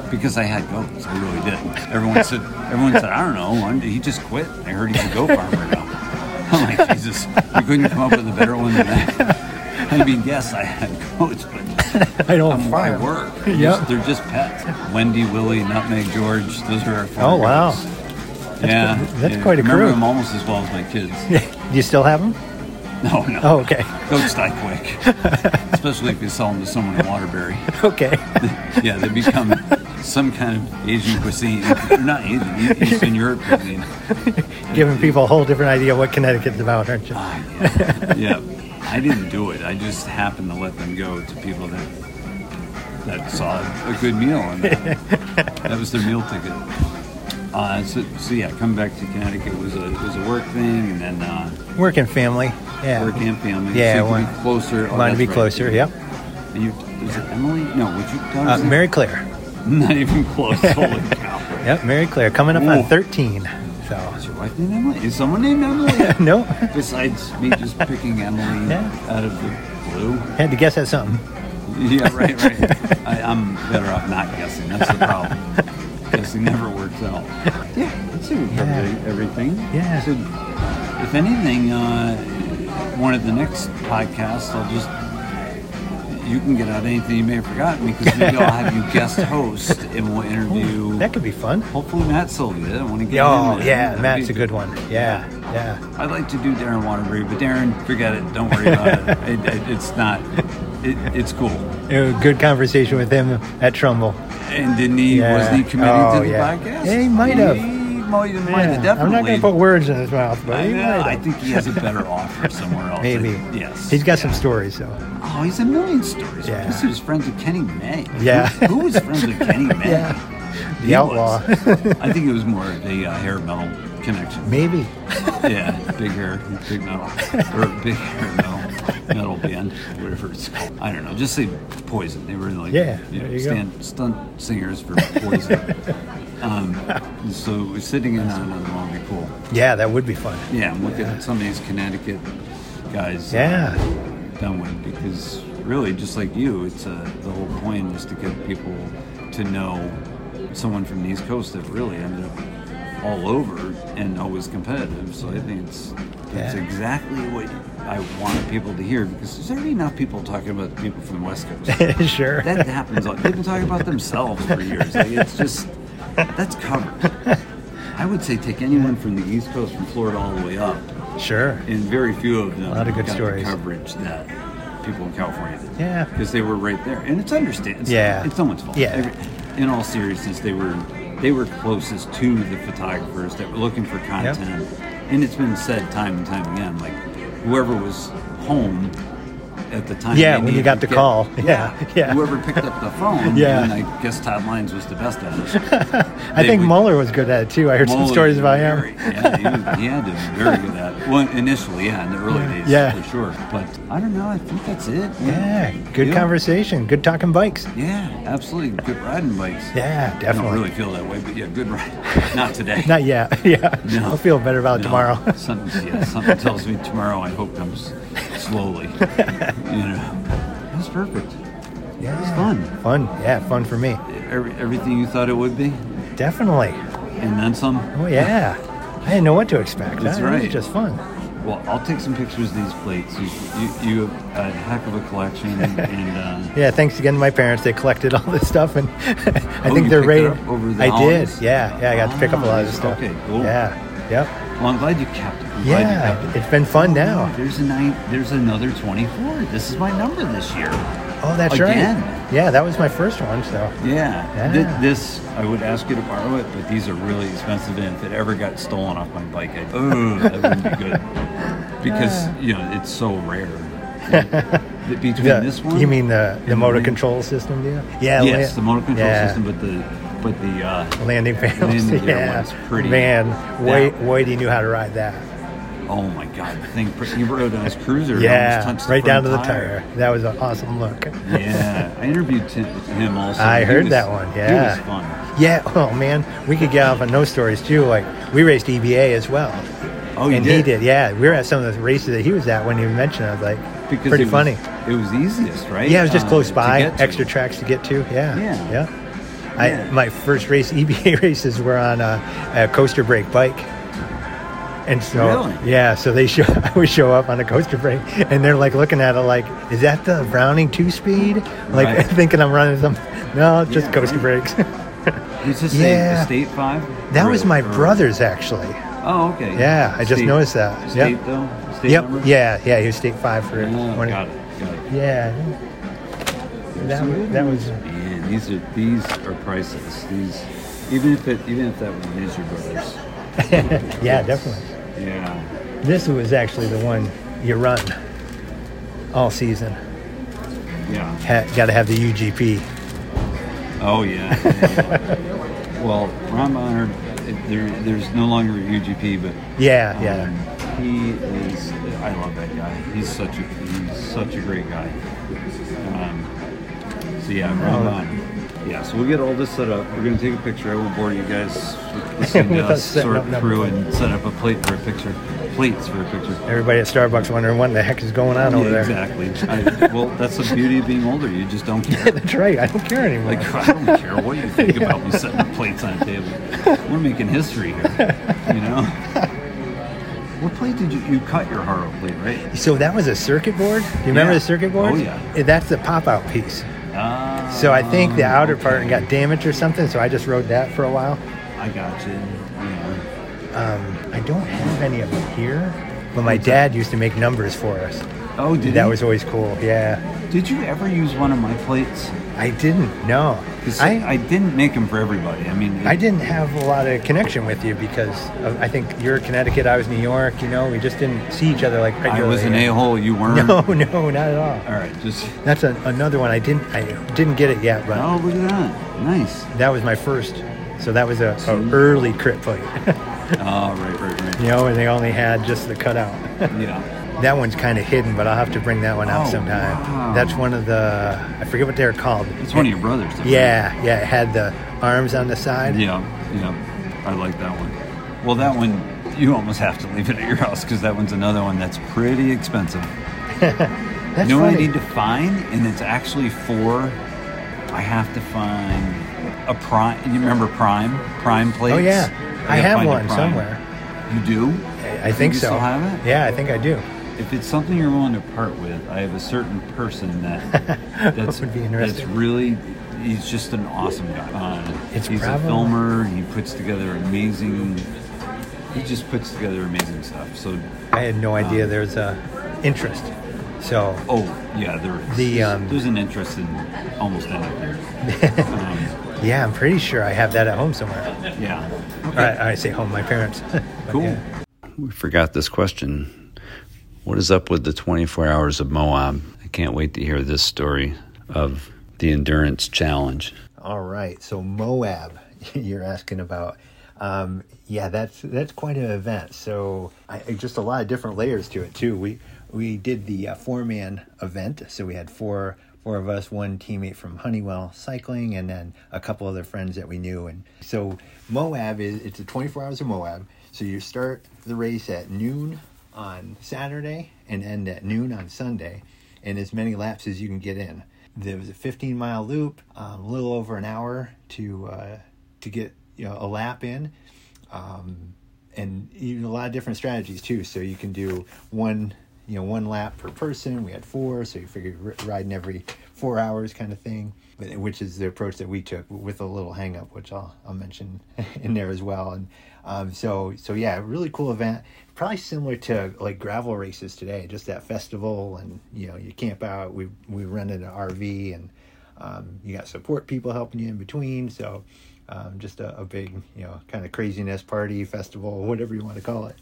because I had goats. I really did. Everyone said, everyone said, I don't know. I'm- he just quit. I heard he's a goat farmer now. I'm like, Jesus, you couldn't come up with a better one than that. I mean, yes, I had goats, but I don't I'm, I farm. work. Yep. Just- They're just pets. Wendy, Willie, Nutmeg, George. Those are our four Oh, wow. goats. yeah, that's yeah. quite a Remember crew. them almost as well as my kids. Do you still have them? No, no. Oh, okay, Goats die quick, especially if you sell them to someone in Waterbury. okay. Yeah, they become some kind of Asian cuisine. Not Asian, E- Eastern Europe cuisine. Giving people a whole different idea of what Connecticut's about, aren't you? Ah, yeah. yeah, I didn't do it. I just happened to let them go to people that that saw a good meal, and that, that was their meal ticket. Uh, so, so yeah, coming back to Connecticut was a was a work thing, and then uh, Work and family. Yeah. work and family. Yeah, so you could one- be closer. Oh, Want to that's be right. closer? Yep. And you, is it Emily? No, would you? Uh, Mary Claire. Not even close. Holy cow! Yep, Mary Claire coming up Ooh. on 13. So, Is your wife named Emily? Is someone named Emily? nope. Besides me just picking Emily Yeah. out of the blue. Had to guess at something. Yeah, right, right. I, I'm better off not guessing. That's the problem. guessing never works out. Yeah, that's it with every- everything. Yeah. So, if anything, uh, one of the next podcasts, I'll just you can get out anything you may have forgotten because maybe I'll have you guest host and we'll interview. That could be fun. Hopefully, Matt Sylvia. I want to get him Oh, in. yeah, That'd be Matt's a good one. Yeah, yeah. I'd like to do Darren Waterbury, but Darren, forget it. Don't worry about it. It, it. It's not. It, it's cool. It was a good conversation with him at Trumbull. And didn't he? Yeah. Wasn't he committed Oh, to the yeah. podcast? Yeah, he might have. He might have. Might have Yeah, definitely. I'm not going to put words in his mouth, but I, he know, might I have. think he has a better offer somewhere else. Maybe. Yes. He's got some stories, though. Oh, he's a million stories. Yeah. Plus, he was friends with Kenny May. Yeah. Who, who was friends with Kenny May? Yeah. He The outlaw. was. I think it was more of a uh, hair metal connection. Maybe. Yeah, big hair, big metal, or big hair metal, metal band, whatever it's. called. I don't know. Just say Poison. They were like, Yeah, know, there you go. stand, stunt singers for Poison. um, so we're sitting in on another one. Would be cool. Yeah, that would be fun. Yeah, and look at some of these Connecticut guys. uh, Yeah. done with because really, just like you, it's uh, the whole point is to get people to know someone from the East Coast that really ended up all over and always competitive. So I think it's it's Yeah. exactly what I wanted people to hear because there's already enough people talking about the people from the West Coast. sure. that happens. all- They've been talking about themselves for years. Like, it's just that's covered. I would say take anyone from the East Coast, from Florida all the way up, Sure. and very few of them A lot of good got stories. the coverage that people in California did. Yeah. because they were right there, and it's understandable. Yeah. it's no one's fault. Yeah. in all seriousness, they were they were closest to the photographers that were looking for content, and it's been said time and time again, like whoever was home at the time. Yeah, they when you needed got to the get- call. Yeah, Yeah, yeah. Whoever picked up the phone. Yeah. and I guess Todd Lyons was the best at it. I they think would- Mueller was good at it, too. I heard some Mullen stories about very- him. Yeah, he, was, he had to be very good at it. Well, initially, yeah, in the early days, Yeah. for sure. But I don't know. I think that's it. Yeah, good Yeah. conversation. Good talking bikes. Yeah, absolutely. Good riding bikes. Yeah, I don't definitely. really feel that way, but yeah, good ride. Not today. Not yet. Yeah. No. I'll feel better about it No. tomorrow. something, yeah, something tells me tomorrow. I hope comes slowly. you know, that's perfect. Yeah. It was fun. Fun. Yeah, fun for me. Every, everything you thought it would be, Definitely. and then some. Oh, yeah. I didn't know what to expect. That's That was right. just fun. Well, I'll take some pictures of these plates. You, you, you have a heck of a collection, and. Uh, Yeah, thanks again to my parents. They collected all this stuff, and I Oh, think you they're picked it ready. up over the I holidays? did. Yeah, yeah. I got to pick up a lot of Ah, this stuff. okay, cool. Yeah. Yep. Well, I'm glad you kept it. I'm glad you kept Yeah. It's been fun now. There's a nine, There's another 24. This is my number this year. Oh, that's Again. right. Yeah, that was my first one. So. Yeah. Yeah. Th- this I would ask you to borrow it, but these are really expensive, and if it ever got stolen off my bike, I'd, oh, that wouldn't be good because you know it's so rare. Th- Between The- this one, You mean the the and motor the- control system deal? Yeah. yes, la- the motor control yeah, system, but the but the uh, Landing panels. Landing gear yeah. one's pretty- Man, Wade, That- Whitey knew how to ride that. oh my god, the thing he rode on his cruiser, it Yeah, almost touched right down front to the tire. That was an awesome look. Yeah, I interviewed Tim, him also. I He heard was- that one. he Yeah, was fun. Yeah. Oh man, we could get off on those stories too. Like we raced EBA as well. Oh, you and he did? did. Yeah, we were at some of the races that he was at when he mentioned. it. I was like, pretty it was- funny. It was easiest, right? Yeah, it was just Uh, close to by, get to. extra tracks to get to. Yeah, Yeah. yeah. Yeah. I my first race EBA races were on a, a coaster brake bike. And so, Really? yeah, so they show, I would show up on a coaster brake and they're like looking at it like, is that the Browning two speed? Like Right. thinking I'm running some, no, it's just Yeah, coaster right. brakes. Was this Yeah. a state five? That was Or- my or- brother's actually. Oh, okay. Yeah, I just State- noticed that. State Yep. though. State Yep. number? Yeah. Yeah. He was state five for Oh, one- got it. Got it. Yeah. That was, that was. uh, Man, these are these are priceless. These, even if it even if that one is your brother's. Yeah, definitely. Yeah. This was actually the one you run all season. Yeah. Ha- Got to have the UGP. Oh yeah. yeah, yeah. well, Ron Bonner it, there, there's no longer a UGP, but Yeah, yeah. um, he is. I love that guy. He's such a he's such a great guy. Um, so yeah, Oh. I'm on. Yeah, so we'll get all this set up. We're gonna take a picture. I won't bore you guys with listening to With us us setting sort up numbers. through and set up a plate for a picture. Plates for a picture. Everybody at Starbucks wondering what the heck is going on over Yeah, there. Exactly. I, well, that's the beauty of being older. You just don't care. That's right. I don't care anymore. Like, I don't care what you think about me setting plates on a table. We're making history here, you know? What plate did you... You cut your Haro plate, right? so that was a circuit board. Do you remember Yeah. the circuit board? Oh, yeah. That's the pop-out piece. Ah. So I think the outer part got damaged or something. So I just rode that for a while. I got you. Yeah. Um, I don't have any of them here, but my dad used to make numbers for us. Oh, did That you- was always cool. Yeah, Did you ever use one of my plates? I didn't. No, 'Cause I, I didn't make them for everybody. I mean... I didn't have a lot of connection with you because of, I think you're Connecticut, I was New York. You know, we just didn't see each other like I regularly. was an a-hole. You weren't. No, no, not at all. All right, just... That's a, another one I didn't I didn't get it yet, but Oh, look at that. Nice. that was my first. So that was a, a See? early crit plate. Oh, right, right, right. you know, where they only had just the cutout. Yeah. That one's kind of hidden, but I'll have to bring that one out Oh, sometime. wow. That's one of the I forget what they're called. It's one of your brothers. isn't it? Yeah, yeah. It had the arms on the side. Yeah, yeah. I like that one. Well, that one, you almost have to leave it at your house because that one's another one that's pretty expensive. That's you know what I funny. need to find? And it's actually for, I have to find a prime. You remember prime? Prime plates? Oh yeah, I gotta have find a one Prime. somewhere. You do? I I think you so. still have it? Yeah, I think I do. If it's something you're willing to part with, I have a certain person that that's Would be that's interesting. really he's just an awesome guy. Uh, It's he's probably- a filmer. He puts together amazing. He just puts together amazing stuff. So, I had no idea there was a interest. So oh yeah, there The, um, there's an interest in almost anything. um, yeah, I'm pretty sure I have that at home somewhere. yeah, All right, I say home, my parents. But cool. yeah. We forgot this question. What is up with the 24 hours of Moab? I can't wait to hear this story of the endurance challenge. All right. So Moab, you're asking about. Um, yeah, that's that's quite an event. So I, I- just a lot of different layers to it too. We we did the uh, four man event, so we had four four of us, one teammate from Honeywell Cycling, and then a couple other friends that we knew. And so Moab is it's a 24 hours of Moab. So you start the race at noon on Saturday and end at noon on Sunday, and as many laps as you can get in. There was a 15 mile loop, um, a little over an hour to uh, to get you know a lap in, um, and even a lot of different strategies too. So you can do one you know one lap per person. We had four, so you figure you're ri- riding every four hours kind of thing, but- which is the approach that we took with a little hang up, which I'll I'll mention in there as well. And um, so so yeah, really cool event. Probably similar to like gravel races today, just that festival and you know you camp out. We we rented an RV and um, you got support people helping you in between. So um, just a, a big, you know, kind of craziness party, festival, whatever you want to call it.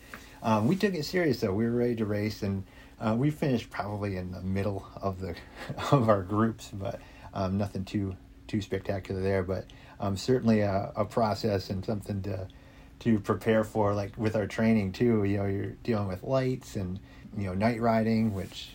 Um, we took it serious though. We were ready to race, and uh, we finished probably in the middle of the of our groups, but um, nothing too too spectacular there. But um, certainly a, a process and something to to prepare for like with our training too you know you're dealing with lights and you know night riding which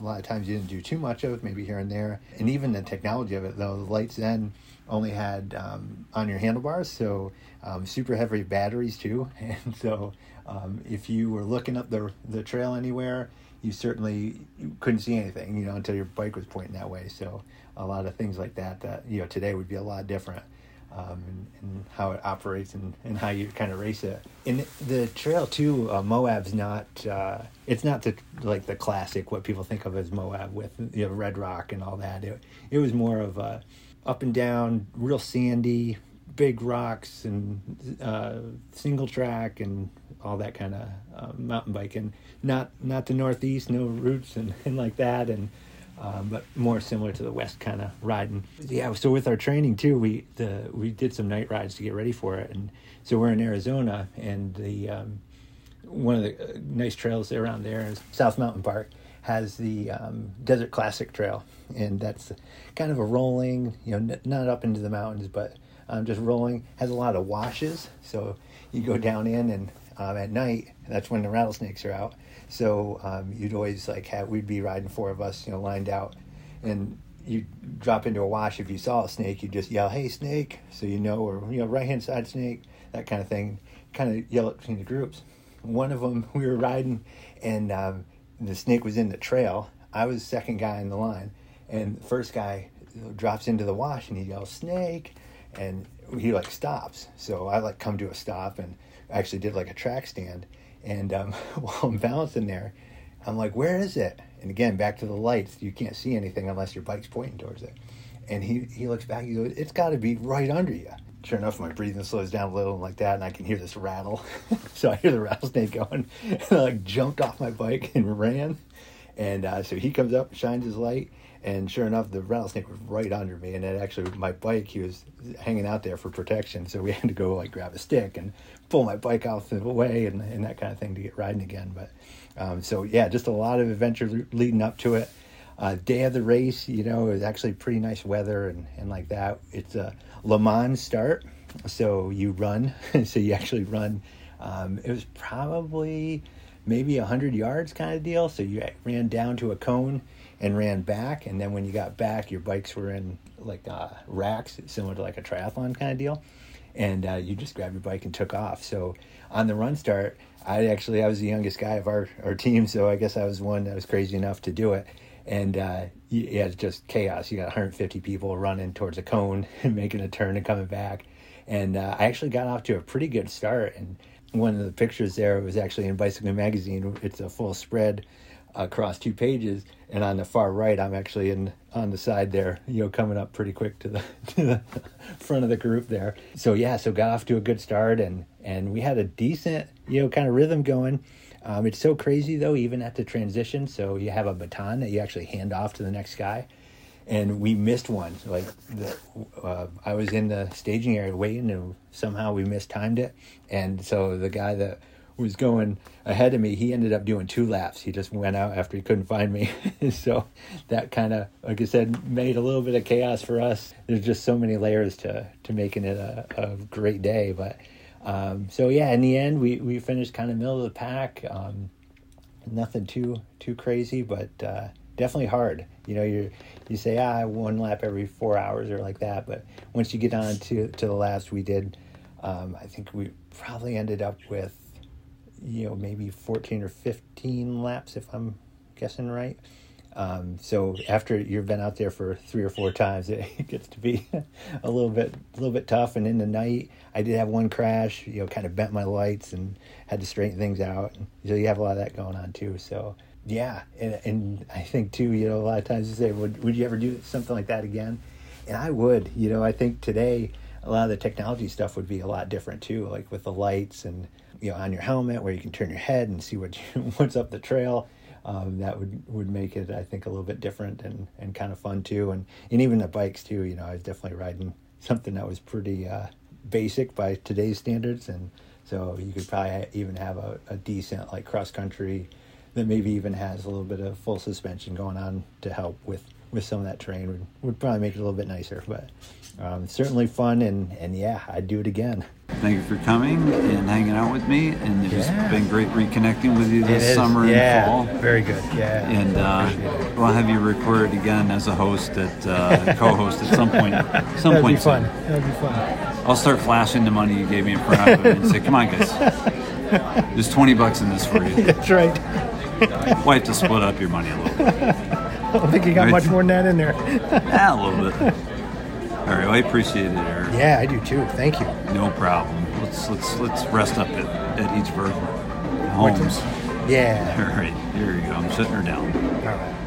a lot of times you didn't do too much of maybe here and there and even the technology of it though the lights then only had um, on your handlebars so um, super heavy batteries too and so um, if you were looking up the the trail anywhere you certainly couldn't see anything you know until your bike was pointing that way so a lot of things like that that you know today would be a lot different um, and, and how it operates and, and how you kind of race it. And the trail too, uh, Moab's not uh, it's not the like the classic what people think of as Moab with you know red rock and all that. It it was more of a up and down, real sandy, big rocks and uh, single track and all that kind of uh, mountain biking. Not not the Northeast, no roots and, and like that and um, but more similar to the West kind of riding. Yeah. So with our training too, we the we did some night rides to get ready for it, and so we're in Arizona, and the um, one of the uh, nice trails around there is South Mountain Park has the um, Desert Classic Trail, and that's kind of a rolling, you know, n- not up into the mountains, but um, just rolling. Has a lot of washes, so you go down in and um, at night that's when the rattlesnakes are out so um, you'd always like have we'd be riding four of us you know lined out and you drop into a wash if you saw a snake you just yell hey snake so you know or you know right hand side snake that kind of thing kind of yell it between the groups one of them we were riding and um, the snake was in the trail i was second guy in the line and the first guy drops into the wash and he yells snake and he like stops so i like come to a stop and actually did like a track stand and um, while i'm balancing there i'm like where is it and again back to the lights you can't see anything unless your bike's pointing towards it and he, he looks back he goes it's got to be right under you sure enough my breathing slows down a little and like that and i can hear this rattle so i hear the rattlesnake going and i like jumped off my bike and ran and uh, so he comes up, shines his light, and sure enough, the rattlesnake was right under me. And it actually, my bike, he was hanging out there for protection. So we had to go like grab a stick and pull my bike off the way and, and that kind of thing to get riding again. But um, so yeah, just a lot of adventure le- leading up to it. Uh, day of the race, you know, it was actually pretty nice weather and, and like that. It's a Le Mans start, so you run, so you actually run. Um, it was probably maybe 100 yards kind of deal. So you ran down to a cone and ran back. And then when you got back, your bikes were in like uh, racks, similar to like a triathlon kind of deal. And uh, you just grabbed your bike and took off. So on the run start, I actually, I was the youngest guy of our, our team. So I guess I was one that was crazy enough to do it. And uh, yeah, it's just chaos. You got 150 people running towards a cone and making a turn and coming back. And uh, I actually got off to a pretty good start. And one of the pictures there was actually in Bicycle Magazine. It's a full spread across two pages, and on the far right, I'm actually in on the side there. You know, coming up pretty quick to the to the front of the group there. So yeah, so got off to a good start, and and we had a decent you know kind of rhythm going. Um, it's so crazy though, even at the transition. So you have a baton that you actually hand off to the next guy. And we missed one. Like the, uh, I was in the staging area waiting, and somehow we mistimed it. And so the guy that was going ahead of me, he ended up doing two laps. He just went out after he couldn't find me. so that kind of, like I said, made a little bit of chaos for us. There's just so many layers to, to making it a, a great day. But um, so, yeah, in the end, we, we finished kind of middle of the pack. Um, nothing too too crazy, but uh, definitely hard. You know, you you say ah one lap every four hours or like that, but once you get on to to the last, we did. Um, I think we probably ended up with you know maybe fourteen or fifteen laps if I'm guessing right. Um, so after you've been out there for three or four times, it gets to be a little bit, a little bit tough. And in the night, I did have one crash. You know, kind of bent my lights and had to straighten things out. And so you have a lot of that going on too. So yeah, and, and I think too, you know, a lot of times you say, would, would you ever do something like that again? And I would. You know, I think today a lot of the technology stuff would be a lot different too, like with the lights and you know on your helmet where you can turn your head and see what you, what's up the trail. Um, that would would make it I think a little bit different and and kind of fun too and and even the bikes too you know I was definitely riding something that was pretty uh, basic by today's standards and so you could probably even have a, a decent like cross country that maybe even has a little bit of full suspension going on to help with with some of that terrain would, would probably make it a little bit nicer but um, certainly fun and and yeah I'd do it again Thank you for coming and hanging out with me. And it's Yeah. been great reconnecting with you this summer yeah and fall. very good yeah And uh, we'll have you recorded again as a host at uh, co-host at some point. that'd Some be point fun soon. that'd be fun I'll start flashing the money you gave me in front of him and say, "Come on, guys, there's 20 bucks in this for you. that's right We'll have to split up your money a little bit. I don't think you got Right. much more than that in there Ah, a little bit. All right, well, I appreciate it, Eric. yeah I do too thank you No problem. Let's let's let's rest up at, at each of our homes. yeah All right, here we go. I'm sitting her down. all right.